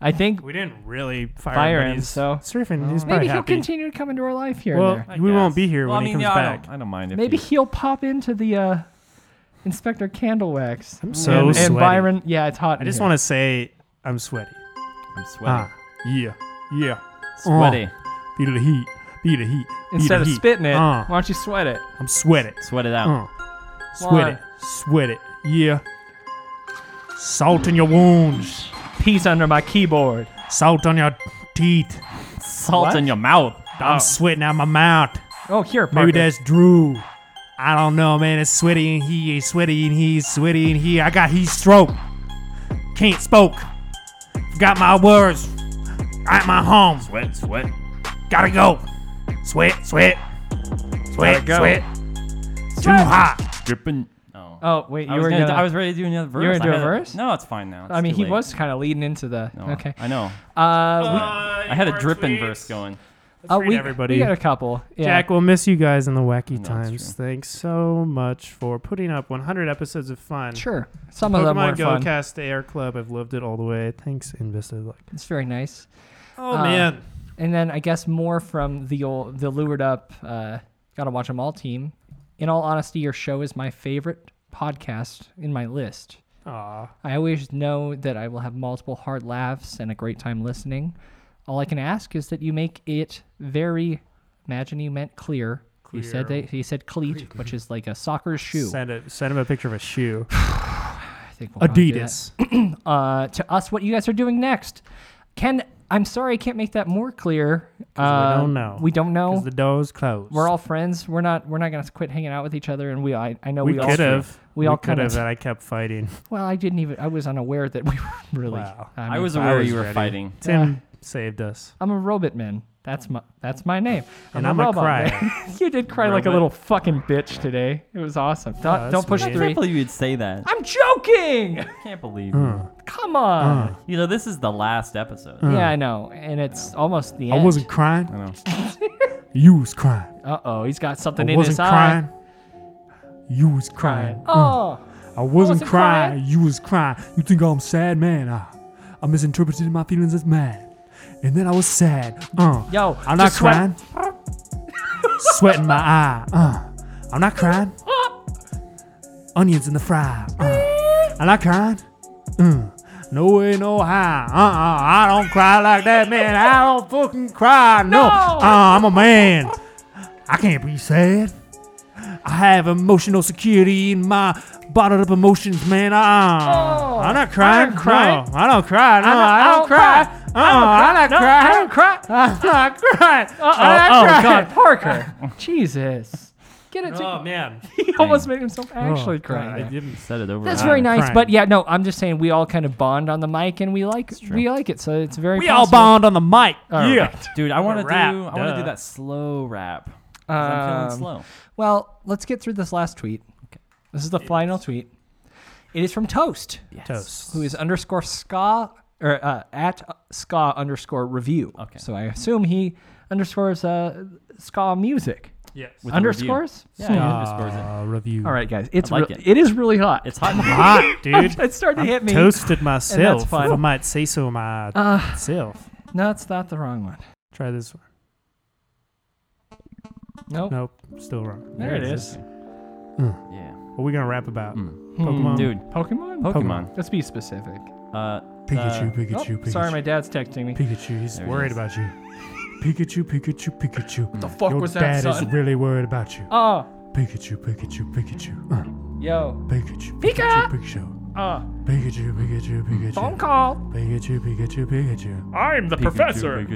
D: I think
E: We didn't really fire,
D: Fire
E: him.
D: him,
E: He's
D: so- Oh.
E: surfing. he's probably
D: maybe he'll
E: happy.
D: continue to come into our life here
E: Well,
D: and there.
E: we won't be here
C: Well,
E: when
C: I
E: he
C: mean,
E: comes
C: yeah, I
E: back.
C: don't, I don't mind if
D: Maybe
C: you-
D: he'll pop into the uh, Inspector Candlewax. I'm
E: so
D: and,
E: sweaty.
D: and Byron. Yeah, it's hot.
E: I just want to say I'm sweaty.
C: I'm sweaty.
E: Ah, yeah, yeah.
C: Sweaty.
E: Uh, feel the heat. Feel the heat. Feel
D: instead
E: the
D: of
E: heat.
D: spitting it,
E: Uh,
D: why don't you sweat it?
E: I'm sweating.
C: Sweat it out.
E: Uh,
D: Why?
E: sweat it. Sweat it. Yeah. Salt in your wounds.
D: Peace under my keyboard.
E: Salt on your teeth.
C: Salt in your mouth.
E: I'm sweating out my mouth.
D: Oh, here, Parker.
E: Maybe that's Drew. I don't know, man. It's sweaty in here, it's sweaty in here, it's sweaty in here. I got heat stroke. Can't spoke. Got my words. At my home.
C: Sweat, sweat.
E: Gotta go. Sweat, sweat, sweat,
D: go.
E: sweat. Too hot.
C: Dripping. Oh.
D: Oh wait, you
C: I was,
D: were
C: gonna,
D: gonna.
C: I was ready to do another verse.
D: were
C: I
D: gonna do a
C: had
D: verse?
C: No, it's fine now.
D: I
C: It's
D: mean,
C: too
D: he
C: late.
D: was kind of leading into the.
C: No,
D: okay.
C: I know.
D: Uh,
C: I had a dripping verse going.
D: we, uh,
E: read
D: we,
E: Oh, everybody.
D: we got a couple. Yeah.
E: Jack, we'll miss you guys in the wacky
C: that's
E: times.
C: true.
E: Thanks so much for putting up 100 episodes of fun.
D: Sure. Some of them were
E: Pokemon Go
D: fun.
E: Cast Air Club. I've loved it all the way. Thanks, Invested Luck.
D: It's very nice.
E: Oh
D: Uh,
E: man,
D: And then I guess more from the old, the lured up, uh, gotta watch them all team. In all honesty, your show is my favorite podcast in my list.
E: Aw.
D: I always know that I will have multiple hard laughs and a great time listening. All I can ask is that you make it very. Imagine you meant clear. You said
E: Clear.
D: that he said cleat, which is like a soccer shoe.
E: Send it. Send him a picture of a shoe.
D: I think we'll probably do that.
E: (laughs) Adidas.
D: uh, to us what you guys are doing next. Can I'm sorry I can't make that more clear.
E: 'Cause
D: Uh,
E: we don't know.
D: We don't know.
E: Because the door's closed.
D: we're all friends. We're not. We're not gonna quit hanging out with each other. And we. I, I know
E: We,
D: we, all
E: could have.
D: We all
E: could
D: kinda-
E: have, and I kept fighting. (laughs)
D: Well, I didn't even. I was unaware that we were (laughs) really.
E: Wow.
D: I,
C: I,
D: mean,
C: was
E: I
C: aware
E: was
C: you were
E: ready.
C: fighting.
E: Tim saved us.
D: I'm a robot man. That's my. That's my name.
E: And I'm a
D: robot man. (laughs)
E: crier.
D: you did cry like a
C: Robot.
D: little fucking bitch today. It was awesome. Don't,
E: that's
D: don't push
C: I
E: weird.
C: can't
D: three.
C: believe you'd say that.
D: I'm joking. (laughs)
C: I can't believe you.
D: Come on.
E: Uh,
C: You know, this is the last episode.
D: yeah, I know. And it's almost the
E: I
D: end.
E: wasn't (laughs) crying. you was crying.
D: Uh oh, he's got something
E: I
D: in
E: wasn't
D: his
E: crying.
D: eye.
E: You was crying.
D: Oh.
E: I wasn't
D: wasn't
E: crying.
D: crying.
E: You was crying. You think I'm sad, man? I, I misinterpreted my feelings as mad, and then I was sad. Uh,
D: Yo,
E: I'm not
D: just sweat-
E: crying. Sweat in my eye. Uh, I'm not crying. Onions in the fry. Uh, I'm not crying. Uh, no way, no how. Uh, uh, I don't cry like that, man. I don't fucking cry. No, uh, I'm a man. I can't be sad. I have emotional security in my bottled up emotions, man. Uh,
D: oh.
E: I'm not crying.
D: I don't cry.
E: No, I don't cry. No,
D: I don't-
E: I don't,
D: I don't
E: cry.
D: cry.
E: Uh, I'm not
D: No,
E: crying.
D: I don't cry.
E: I'm (laughs) not crying.
D: Uh-oh.
E: I'm not
D: Oh,
E: crying.
D: God, Parker. Jesus. Get it.
E: Oh
D: to
E: man,
D: (laughs) he almost made himself actually
E: Oh,
D: cry.
E: God,
D: there.
E: I didn't.
C: Said it over.
D: That's
C: and
D: very
C: over.
D: nice,
E: crying.
D: but yeah, no, I'm just saying we all kind of bond on the mic and we like we like it, so it's very.
E: We all
D: possible.
E: bond on the mic.
D: All
E: yeah.
D: right.
C: Dude, I want to do.
E: rap,
C: I want to
E: duh.
C: do that slow rap. 'Cause I'm
D: Um,
C: feeling slow.
D: Well, let's get through this last tweet. This is the final tweet. It is from Toast,
E: Toast.
D: who is underscore ska or uh, at ska underscore review.
C: Okay.
D: So I assume he underscores uh, ska music.
E: Yes.
C: With a review.
D: underscores?
C: Yeah,
D: Hmm.
C: he underscores it.
E: Uh, review.
D: All right, guys. It's
C: like
D: re-
C: it.
D: it is really hot.
C: It's hot. in here.
E: Hot, dude.
D: (laughs) It started to hit me.
E: Toasted myself. If
D: fine. Uh.
E: I might say so myself.
D: No, it's not the wrong one.
E: Try this one.
D: Nope.
E: Nope, still wrong.
D: There it is.
C: yeah.
E: What are we gonna rap about?
D: Hmm.
E: Pokemon.
C: Dude,
D: Pokemon?
C: Pokemon.
D: Let's be specific.
C: Uh,
E: Pikachu,
C: uh,
D: Oh,
E: Pikachu, Pikachu.
D: sorry, my dad's texting me.
E: Pikachu, he's
C: There it
E: worried
C: is.
E: about you. Pikachu, Pikachu, Pikachu. What the
D: fuck
E: Your
D: was that,
E: dad
D: son?
E: is really worried about you.
D: Oh,
E: Pikachu, Pikachu, Pikachu. Uh,
D: yo.
E: Pikachu,
D: Pika!
E: Pikachu, Pikachu.
D: Uh,
N: Pikachu, Pikachu, Pikachu.
D: Phone call.
N: Pikachu, Pikachu, Pikachu.
D: I'm the professor.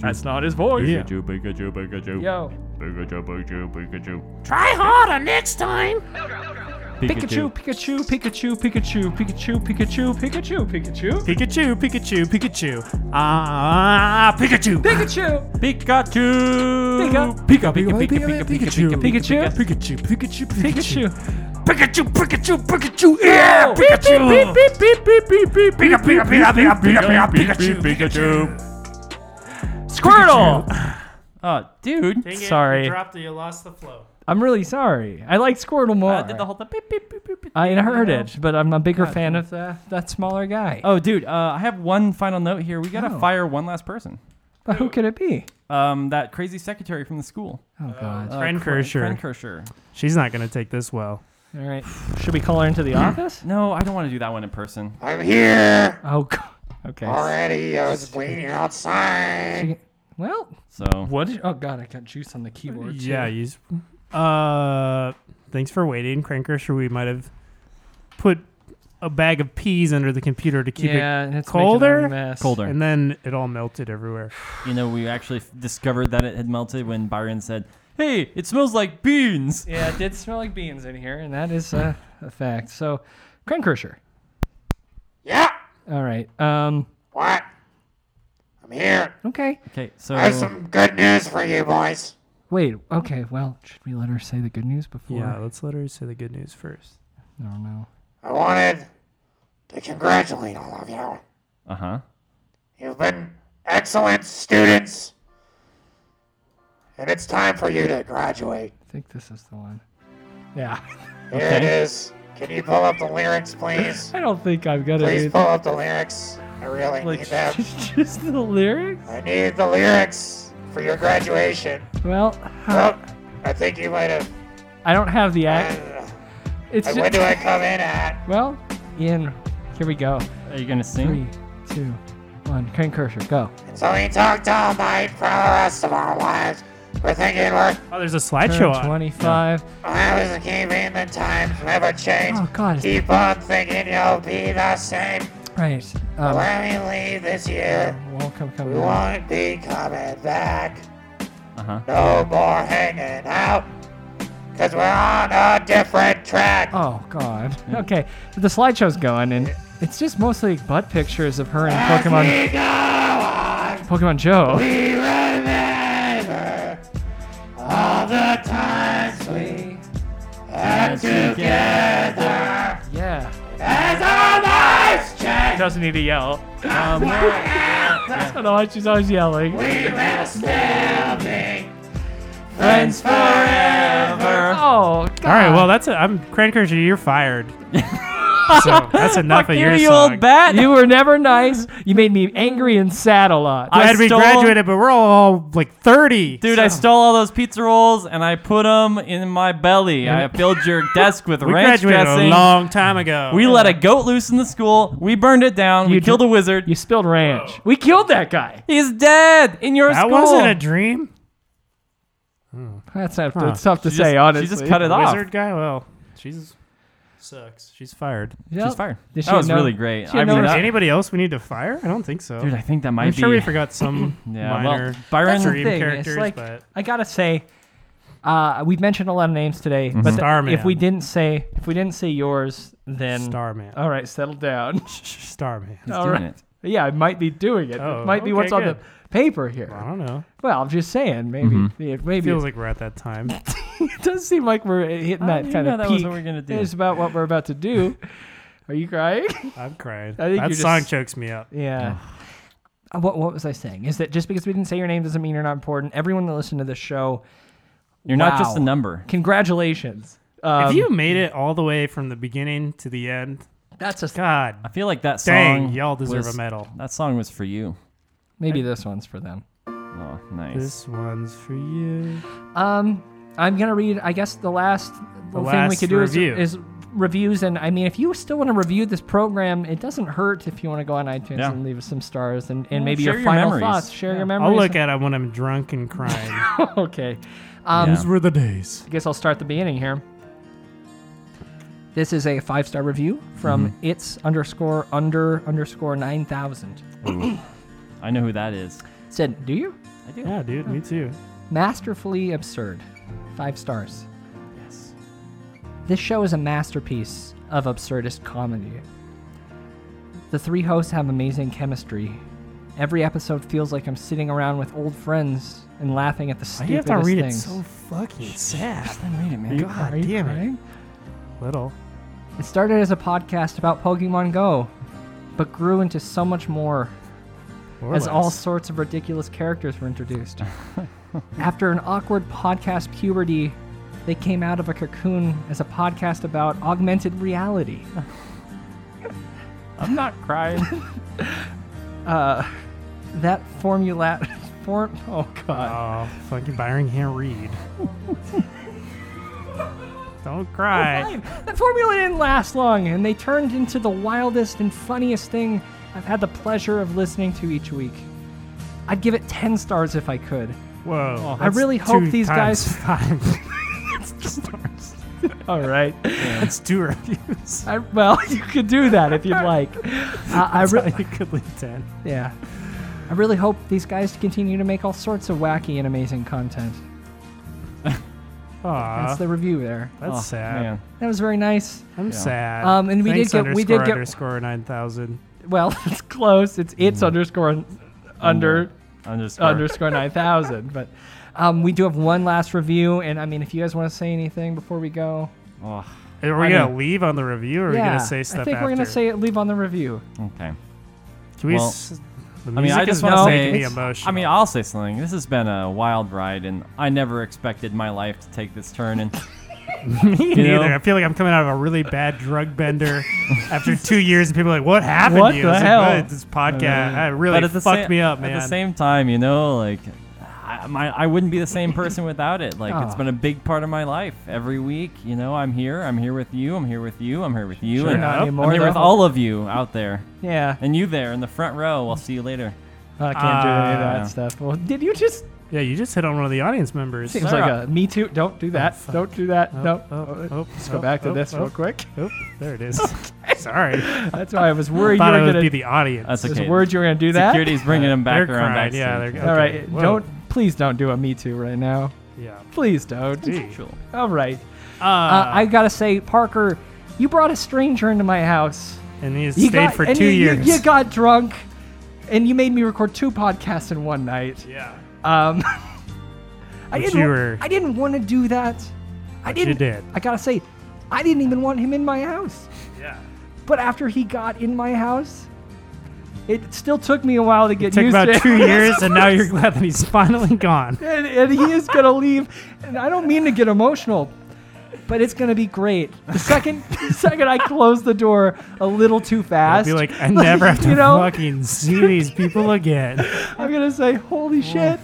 D: That's not his voice.
N: Yeah. Pikachu, Pikachu, Pikachu.
D: Yo.
N: Pikachu, Pikachu, Pikachu.
K: Try harder next time.
D: Pikachu, Pikachu, Pikachu, Pikachu, Pikachu, Pikachu, Pikachu, Pikachu.
E: Pikachu, Pikachu, Pikachu. Ah, Pikachu.
D: Pikachu.
N: Pikachu.
D: Pika.
N: Pika, Pika, Pika, Pika, Pikachu.
D: Pikachu.
N: Pikachu, Pikachu,
D: Pikachu.
L: Pikachu, Pikachu, Pikachu, yeah, Pikachu. Pika, pika, pika, pika, pika, pika, Pikachu, Pikachu.
D: Squirtle. Oh, dude.
E: Dang it, you
D: sorry.
E: dropped it, you lost the flow.
D: I'm really sorry. I like Squirtle more.
C: I Uh, did the whole thing. Beep, beep, beep, beep, beep,
D: I heard
C: you know?
D: it, but I'm a bigger
C: God,
D: fan of the, that smaller guy.
C: Oh, dude, uh, I have one final note here. We gotta
D: Oh.
C: fire one last person.
D: But who could it be?
C: Um, that crazy secretary from the school.
D: Oh, God.
C: Uh,
E: Fran
C: Cor-
E: Kersher.
C: Fran Kersher.
E: She's not going to take this well.
D: All right. Should we call her into the office?
C: No, I don't want to do that one in person.
L: I'm here
D: Oh, God. Okay.
L: already. I was waiting outside.
D: Well,
C: So
D: what? Did, oh, God. I got juice on the keyboard. too.
E: Yeah, you. s- Uh, thanks for waiting, Cranker. Sure, we might have put a bag of peas under the computer to keep
D: Yeah, and
E: it
D: it's making a
E: colder,
D: mess.
C: Colder.
E: and then it all melted everywhere.
C: You know, we actually f- discovered that it had melted when Byron said, "Hey, it smells like beans."
D: Yeah, it did smell like beans in here, and that is uh, a fact. So, Krenkrisher.
L: Yeah,
D: All right. Um.
L: what? I'm here.
D: Okay.
C: Okay, so
L: I have some good news for you, boys.
D: Wait. Okay. Well, should we let her say the good news before?
E: Yeah, let's let her say the good news first.
D: I don't know.
L: I wanted to congratulate all of you.
C: uh huh.
L: You've been excellent students, and it's time for you to graduate.
D: I think this is the one. Yeah. (laughs)
L: Here it is. Can you pull up the lyrics, please?
D: I don't think I've got (laughs)
L: Please
D: it.
L: pull up the lyrics. I really
D: Like
L: need them.
D: just, just the lyrics.
L: I need the lyrics for your graduation.
D: Well,
L: Oh, I think you might have.
D: I don't have the act. It's
L: Uh,
D: ju-
L: when do I come in at?
D: Well, Ian, here we go.
C: Are you gonna
D: Three,
C: sing?
D: two, one. Krenkrisher, go.
L: So we talked all night for the rest of our lives. We're thinking we're
E: Oh, there's a
D: Turn
E: slideshow on.
D: Twenty-five.
L: I was keeping the times never change.
D: Oh, God.
L: Keep on thinking you'll be the same.
D: Right.
L: But
D: Um.
L: when we leave this year,
D: Welcome, come
L: we
D: back.
L: won't be coming back.
C: Uh huh.
L: No more hanging out. Cause we're on a different track.
D: Oh God. Okay, the slideshow's going, and it's just mostly butt pictures of her and
L: We
D: Pokemon
L: go on.
D: Pokemon Joe.
L: We remember all the times we had together.
D: Yeah.
L: As our lives change,
D: Doesn't need to yell.
C: Um,
D: I don't know why she's always yelling.
L: we will still be
D: Friends
L: forever.
D: Oh God.
E: All right, well that's it. I'm Crankersher.
C: (laughs)
E: You're fired. so that's enough of your
C: you,
E: song.
C: old bat.
D: (laughs) You were never nice. You made me angry and sad a lot.
E: Glad
C: I
E: we
C: stole-
E: graduated, but we're all like 30.
C: Dude, I stole all those pizza rolls and I put them in my belly. I filled
E: (laughs)
C: your desk with
E: we
C: ranch
E: graduated
C: dressing.
E: a long time ago.
C: we let a goat loose in the school. We burned it down. we
D: You
C: killed
D: dr-
C: a wizard.
D: You spilled ranch. We killed that guy.
C: He's dead in your
E: that
C: school.
E: wasn't a dream.
D: That's not,
E: Huh.
D: it's tough to
C: She
D: say,
C: just- she
D: honestly.
C: just cut it
E: The
C: off.
E: wizard guy. Well, she's sucks. She's fired.
D: Yep.
C: She's fired.
D: Did she
C: that was
D: know-
C: really great.
D: she
C: I mean,
D: know-
E: Is
C: that-
E: anybody else we need to fire? I don't think so.
C: dude, I think that might
E: I'm sure
C: be.
E: we forgot some
C: (clears throat) Yeah, well,
E: minor
C: Byron-
D: That's the
E: dream
D: thing, it's
E: characters,
D: like-
E: but
D: I gotta say, uh, we've mentioned a lot of names today, but
E: Starman.
D: if we didn't say if we didn't say yours, then
E: Starman.
C: Oh,
D: all right, settle down.
E: Starman.
C: He's
D: All
C: doing
D: right.
C: it.
D: Yeah, I might be doing it.
E: Oh,
D: it might be
E: okay,
D: what's on the
E: good.
D: paper here.
E: I don't know.
D: Well, I'm just saying, maybe
C: Mhm.
D: yeah, maybe
E: Feels like we're at that time.
D: it does seem like we're hitting
C: How
D: that
C: do you
D: kind
C: know
D: of
C: that
D: peak.
C: was what we're gonna do?
D: It's about what we're about
C: (laughs)
D: to do. Are you crying?
E: I'm crying.
D: I think
E: that
D: you're
E: song
D: just-
E: chokes me up.
D: yeah. Uh, What, what was I saying? Is that just because we didn't say your name doesn't mean you're not important? Everyone that listened to this show,
C: You're not just a
D: Wow.
C: number.
D: congratulations. Um,
E: if you made it all the way from the beginning to the end,
D: that's a
C: I
E: God
C: feel like that song.
E: dang, y'all deserve
C: was-
E: a medal.
C: That song was for you.
D: maybe this one's for them.
C: Oh, nice.
E: This one's for you.
D: Um, I'm gonna read. I guess the last thing we
E: last
D: could do
E: review.
D: is is reviews. And I mean, if you still want to review this program, it doesn't hurt if you want to go on iTunes
C: Yeah.
D: and leave us some stars and, and
C: Well,
D: maybe
C: share
D: your
C: your
D: final
C: memories.
D: thoughts. Share your memories.
E: I'll look
D: (laughs)
E: at it when I'm drunk and crying.
D: okay. Um,
C: Yeah.
N: Those were the days.
D: I guess I'll start the beginning here. This is a five star review from its underscore under underscore 9000.
C: Ooh. I know who that is.
D: Said, do you?
C: I do.
E: Yeah, dude, me too.
D: Masterfully absurd. Five stars.
C: Yes.
D: This show is a masterpiece of absurdist comedy. The three hosts have amazing chemistry. Every episode feels like I'm sitting around with old friends and laughing at the
E: Why
D: stupidest
E: do you have to read
D: things.
E: it so fucking sad?
D: Then read it, man.
E: You-
D: God
E: are you
D: damn it.
E: crying? Little.
D: It started as a podcast about Pokemon Go, but grew into so much more
E: Or
D: as all
E: less.
D: sorts of ridiculous characters were
C: (laughs)
D: introduced. After an awkward podcast puberty, they came out of a cocoon as a podcast about augmented reality.
C: I'm not crying.
D: (laughs) uh, that formula. (laughs) Form, oh,
E: God. Oh, fucking Byron can't
D: (laughs)
E: read. Don't cry.
D: Fine. That formula didn't last long, and they turned into the wildest and funniest thing I've had the pleasure of listening to each week. I'd give it 10 stars if I could.
E: Whoa.
D: I really hope
E: (laughs)
D: these guys. (laughs) All right.
E: That's two
D: (laughs)
E: reviews. (laughs)
D: I, well, you could do that if you'd like. Uh, I
E: That's (laughs)
D: really
E: how you could leave ten.
D: Yeah. I really hope these guys continue to make all sorts of wacky and amazing content.
E: Aw.
D: That's the review there.
E: That's
D: Oh,
E: sad.
D: man. That was very nice.
E: I'm sad.
D: Um, and we
E: Thanks
D: did get we did
E: underscore
D: get
E: underscore nine thousand.
D: well, (laughs) it's close. It's it's underscore n- under
C: Underscore.
D: underscore nine thousand. But um, we do have one last review, and I mean, if you guys want to say anything before we go,
C: Oh.
E: Are we
D: I
E: gonna
D: mean-
E: leave on the review, or are we
D: Yeah,
E: gonna say stuff
D: I think
E: after?
D: we're gonna say leave on the review.
C: Okay.
E: Can we
C: Well,
E: s- the
C: I mean, I
E: music
C: just
E: is
C: want to
E: now
C: say,
E: making me emotional.
C: I mean, I'll say something. This has been a wild ride, and I never expected my life to take this turn. And
E: (laughs) Me
C: You know?
E: neither. I feel like I'm coming out of a really bad
C: (laughs)
E: drug bender after two years, and people are like, "What happened
C: What
E: to you?"
C: the
E: I was like,
C: hell?
E: "Well, this podcast
C: Uh,
E: uh, really
C: but at the
E: fucked
C: sa-
E: me up, man.
C: At the same time, you know, like I, my, I wouldn't be the same
E: (laughs)
C: person without it. Like it's
D: Aw.
C: been a big part of my life. Every week, you know, I'm here. I'm here with you. I'm here with you. I'm here with you.
D: Sure,
C: and
D: not anymore,
C: I'm here with
D: though.
C: all of you out there.
D: (laughs) Yeah.
C: And you there in the front row. I'll see you later.
D: I can't do any of
C: Ah.
D: that stuff. Well, did you just?
E: yeah, you just hit on one of the audience members.
D: Seems like a me too. Don't do that. don't do that.
E: Oh,
D: no.
E: oh, oh,
D: Let's go
E: oh,
D: back to
E: oh,
D: this
E: oh.
D: real quick.
E: Oh, there it is. (laughs)
C: (laughs)
E: Sorry.
D: (laughs) That's why I was worried
E: Thought
D: you
E: it
D: were
E: would
D: gonna
E: be the audience.
C: That's
D: I was
C: okay.
D: worried you were gonna do that.
C: Security's bringing them back
E: They're
C: around
E: crying,
C: backstage.
E: yeah, they're-
D: All
E: Okay,
D: right,
E: whoa.
D: don't please don't do a me too right now.
E: Yeah.
D: Please don't.
E: Contextual.
D: All right. Uh, I gotta say, Parker, you brought a stranger into my house.
E: And he has
D: You
E: stayed
D: got-
E: for
D: and
E: two
D: you- you-
E: years.
D: You, got drunk, and you made me record two podcasts in one night.
E: Yeah.
D: Um. I
E: But
D: didn't.
E: you
D: wa-
E: were-
D: I didn't want to do that. I
E: But you
D: didn't.
E: did.
D: I gotta say, I didn't even want him in my house.
E: Yeah.
D: But after he got in my house, it still took me a while to get
E: It took
D: used to
E: about
D: it.
E: two years, and now you're glad that he's finally gone.
D: (laughs) and, and he is gonna leave. And I don't mean to get emotional, but it's gonna be great.
E: (laughs)
D: The second, the second I close the door a little too
E: I'll
D: fast,
E: be like, I
D: (laughs)
E: never have to
D: you know,
E: fucking see these people
D: (laughs)
E: again.
D: I'm gonna say, holy shit.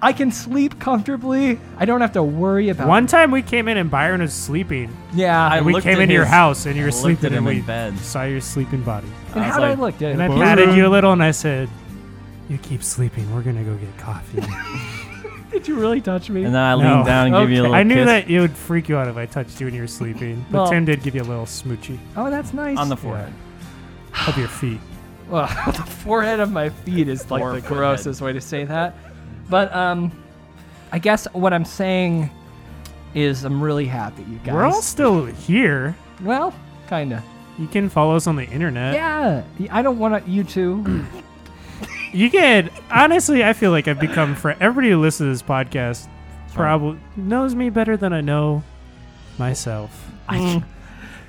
D: I can sleep comfortably. I don't have to worry about
E: One time we came in and Byron was sleeping.
D: Yeah,
E: And we
D: looked
E: came
D: at
E: into your
D: his-
E: house and you
D: I
E: were
D: looked
E: sleeping
D: at
E: and
D: him in
E: we saw your sleeping body.
D: And how did I look? Did
E: And I patted you a little and I said, You keep sleeping. We're going to go get coffee.
D: Did you really touch me?
C: And then (laughs) I
E: No.
C: leaned down and gave you a
E: Okay.
C: little
E: I knew
C: kiss.
E: that it would freak you out if I touched you when you were sleeping. But
D: Well-
E: Tim did give you a little smoochy
D: Oh, that's nice.
C: On the forehead.
E: of your feet.
D: Well, (laughs) the forehead of my feet is like the
C: Forehead.
D: grossest way to say that. But um, I guess what I'm saying is I'm really happy, you guys.
E: We're all still here.
D: Well, kinda.
E: You can follow us on the internet.
D: Yeah, I don't want
E: (clears throat)
D: you two.
E: You can honestly, I feel like I've become friend. Everybody who listens to this podcast probably knows me better than I know myself.
D: Mm,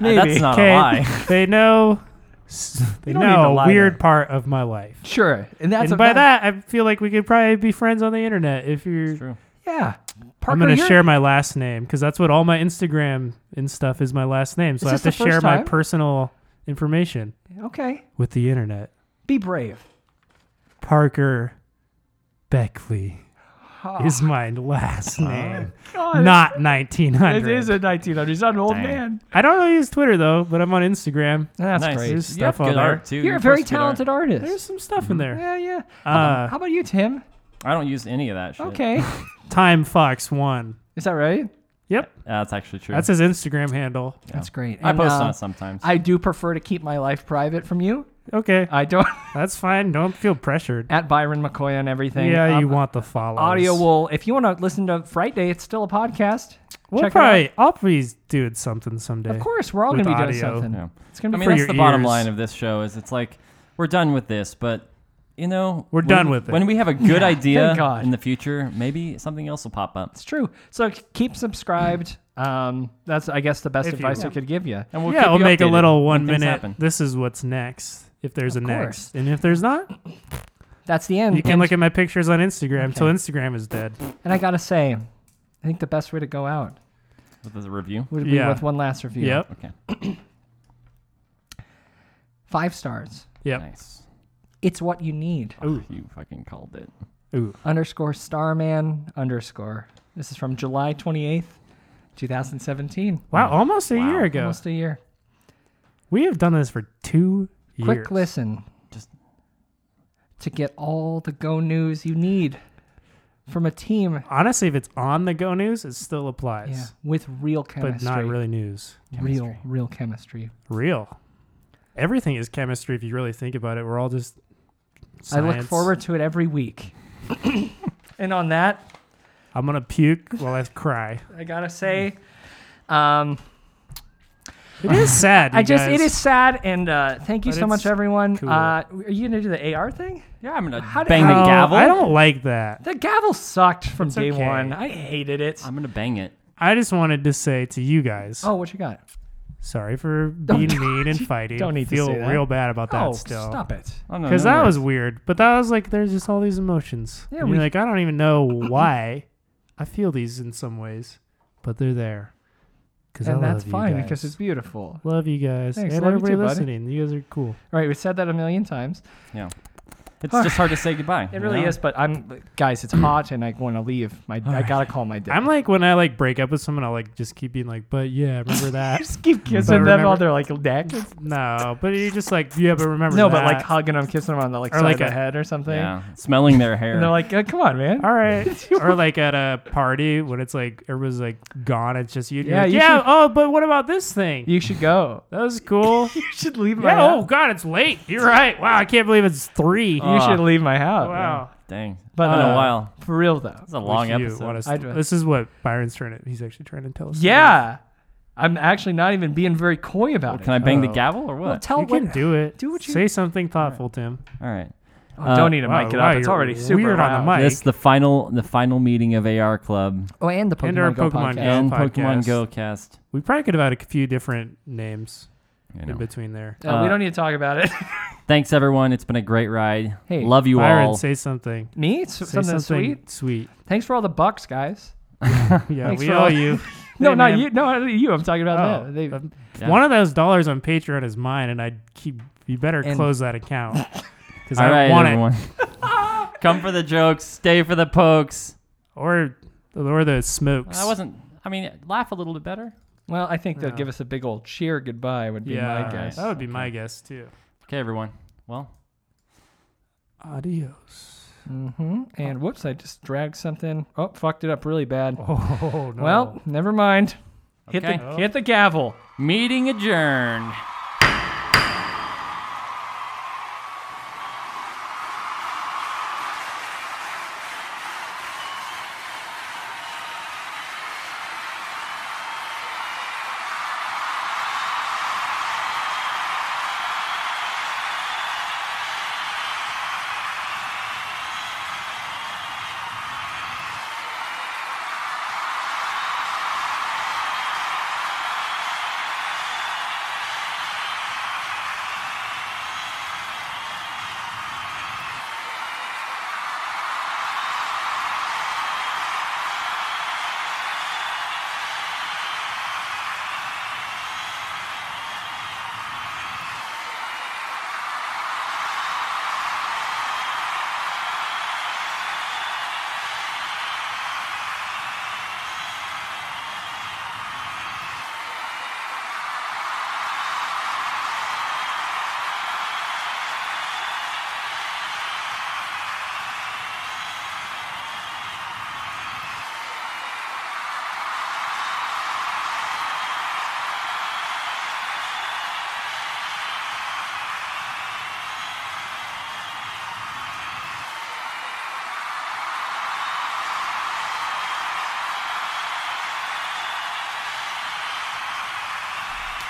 D: Maybe.
C: That's not
E: Okay,
C: a lie.
E: (laughs) They know. s- They
D: (laughs) You don't need to
E: know a
D: lie
E: weird part of my life.
D: Sure, and that's
E: and
D: a-
E: by that, I feel like we could probably be friends on the internet if you're.
C: True.
D: Yeah, Parker,
E: I'm gonna
D: you're-
E: share my last name because that's what all my Instagram and stuff is my last name. So
D: Is
E: I have to
D: this the first
E: share my
D: time?
E: personal information
D: Okay,
E: with the internet.
D: be brave.
E: Parker Beckley
D: Oh.
E: is my last name,
D: God.
E: not 1900.
D: It is a 1900s. He's not an old
C: Dang.
D: man.
E: I don't really use Twitter though, but I'm on Instagram.
D: That's
C: (laughs) Nice.
D: great.
E: There's
C: You have
E: stuff on
C: good
E: there.
C: art too.
D: You're a very talented artist.
E: There's some stuff in there.
D: yeah, yeah.
E: Uh,
D: How about you, Tim?
E: (laughs)
C: I don't use any of that shit.
D: Okay,
E: Time Fox One.
D: is that right?
E: Yep.
C: That's actually true.
E: That's his Instagram handle.
D: That's great.
C: I
D: And,
C: post
D: uh,
C: on it sometimes.
D: I do prefer to keep my life private from you.
E: Okay.
D: I don't. (laughs)
E: That's fine. Don't feel pressured.
D: At Byron McCoy on everything.
E: Yeah,
D: Um,
E: you want the follows.
D: Audio will. If you want to listen to Fright Day, it's still a podcast.
E: We'll
D: Check
E: probably,
D: it out.
E: I'll be doing something someday.
D: Of course, we're all
E: with
D: going to be doing
E: audio.
D: something. It's going
C: I
D: to be
C: mean,
D: for
C: that's
D: your
C: the bottom
D: ears.
C: line of this show is it's like we're done with this, but you know
E: We're
C: when-
E: done with it.
C: When we have a good
D: Yeah,
C: idea
D: thank God.
C: in the future, maybe something else will pop up.
D: It's true. So c- keep subscribed. Um, that's I guess the best
E: If you
D: advice I
E: want.
D: could give you.
C: And
E: yeah, we'll make a little one
C: things
E: minute.
C: happen.
E: This is what's next. If there's
D: Of
E: a
D: course.
E: next, and if there's not,
D: That's the end.
E: you can
D: and,
E: look at my pictures on Instagram till
D: Okay.
E: Instagram is dead.
D: and I gotta say, I think the best way to go out
C: With the review.
D: would be
E: Yeah.
D: with one last review.
E: Yep.
C: Okay.
D: Five stars.
E: Yep.
C: Nice.
D: It's what you need.
C: Ooh. You fucking called it.
E: Ooh.
D: Underscore Starman underscore. This is from July twenty eighth, two thousand seventeen.
E: Wow, almost a year ago.
D: Almost a year.
E: We have done this for two years.
D: Quick listen.
C: Just-
D: to get all the go news you need from a team
E: Honestly, if it's on the Go News, it still applies,
D: yeah, with real
E: but
D: chemistry.
E: not really news.
D: Real, real chemistry.
E: Real. Everything is chemistry if you really think about it. We're all just.
D: I look
E: science.
D: forward to it
E: (coughs)
D: every week. and on that,
E: I'm gonna puke while I
D: (laughs)
E: cry.
D: I gotta say,
E: Hmm.
D: um,
E: It is sad.
D: I
E: you
D: just
E: guys.
D: it is sad, and uh, thank you
E: But
D: so much,
E: it's
D: everyone.
E: cool.
D: Uh, are you gonna do the AR thing?
C: Yeah, I'm gonna
D: How d-
C: bang the
E: No,
C: gavel.
E: Oh, I don't like that.
D: The gavel sucked from
E: It's
D: day
E: okay.
D: one. I hated it.
C: I'm gonna bang it.
E: I just wanted to say to you guys,
D: oh, what you got?
E: sorry for being
D: (laughs) don't-
E: mean and fighting.
D: don't need to
E: feel
D: say that.
E: real bad about that
D: oh,
E: still.
D: stop it.
C: Oh, no,
E: Because
C: no
E: that
C: worries.
E: was weird, but that was like there's just all these emotions.
D: Yeah,
E: Yeah, we
D: we-
E: like I don't even
D: (coughs)
E: know why I feel these in some ways, but they're there. Because
D: And that's fine because it's beautiful.
E: love you guys
D: Thanks,
E: and
D: love you
E: everybody
D: too, buddy.
E: listening. You guys are cool.
D: All right, we said that a million times.
C: Yeah. It's just hard to say goodbye.
D: It really is, but I'm guys. It's hot, and I want to leave. My I gotta call my dad.
E: I'm like when I like break up with someone, I'll like just keep being like, but yeah,
D: (laughs)
E: remember that.
D: just keep
E: But
D: kissing them
E: remember-
D: while they're like neck.
E: no, but you're just like yeah, but remember
D: No,
E: that.
D: but like hugging them, kissing them on the like
E: Or
D: side
E: like
D: of the
E: a-
D: head or something.
C: Yeah. Smelling their hair.
D: And they're like, uh, "Come on, man."
E: All
D: (laughs)
E: right. or like at a party when it's like everyone's like gone, it's just you.
D: Yeah,
E: Yeah, like,
D: you
E: yeah.
D: should-
E: Oh, but what about this thing?
D: You should go.
E: that was
D: (laughs)
E: cool.
D: You should leave my.
E: yeah. Oh
D: house.
E: God, it's late. You're right. Wow, I can't believe it's three.
C: Oh,
D: you should leave my house.
E: wow.
C: Dang.
D: But,
C: But been
D: uh,
C: a while.
D: For real though.
C: It's a long
E: If you
C: episode.
E: want us-
D: I'd-
E: this is what Byron's trying to. He's actually trying to tell us.
D: Yeah, I'm actually not even being very coy about it.
C: Can I bang the
E: Oh.
C: gavel or what?
D: well, tell
E: you can
D: what-
E: do it.
D: do what you-
E: say something thoughtful, Tim.
C: All right.
D: Oh,
C: Uh,
D: don't need to
E: wow,
D: mic it
E: wow,
D: up. It's
E: you're
D: already super
E: weird on the
D: loud.
E: mic.
C: This the final the final meeting of AR Club
D: Oh, and the Pokemon
E: And our
D: Go
E: Pokemon
D: podcast.
E: Go.
C: and
E: podcast.
C: Pokemon Go cast.
E: We probably could have had a few different names
C: You
E: in
C: know.
E: between there.
D: Uh,
C: Uh,
D: we don't need to talk about it. (laughs)
C: Thanks everyone. It's been a great ride.
D: Hey,
C: Love you
E: Byron,
C: all.
E: say something.
D: Me? S-
E: Say
D: something, sweet. (laughs)
E: Sweet.
D: Thanks for all the bucks, guys.
E: Yeah,
D: Thanks
E: we
D: for
E: owe
D: all- (laughs)
E: you.
D: No,
E: Hey,
D: not
E: man.
D: you. No, not you. I'm talking about Uh,
E: Oh,
D: that. They-
E: um,
C: Yeah.
E: One of those dollars on Patreon is mine, and I would keep. You better
D: And-
E: close that account
D: (laughs)
E: because
C: all
E: I
C: right,
E: want
C: everyone.
E: it. (laughs)
C: Come for the jokes. Stay for the pokes.
E: Or, or the smokes.
C: I wasn't. I mean, laugh a little bit better.
D: well, I think they'll
E: Yeah.
D: give us a big old cheer goodbye. Would be
E: Yeah,
D: my guess.
E: that would be my guess too.
C: Okay, everyone. Well,
E: Adios.
D: hmm And whoops, I just dragged something. Oh, fucked it up really bad.
E: Oh no.
D: Well, never mind. Hit the
C: Okay.
D: hit the gavel.
C: meeting adjourned.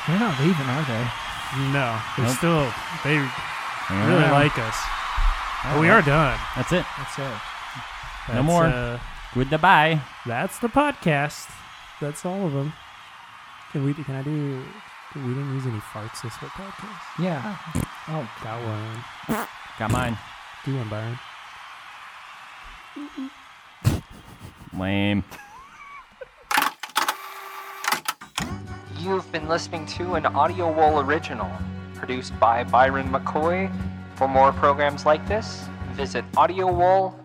O: They're not leaving, are they?
E: No, they're
O: Nope.
E: still they really
O: Yeah.
E: like us.
O: All
E: But we
O: right.
E: are done.
C: That's it.
O: That's it.
E: That's,
C: no more.
E: uh,
C: Goodbye.
E: That's the podcast. That's all of them. Can we? Can I do? We didn't use any farts this whole podcast.
O: Yeah.
E: Oh, got one.
C: Got mine.
E: Do one, Byron.
C: Lame.
D: You've been listening to an Audio Wall original produced by Byron McCoy. For more programs like this, visit audiowall.co.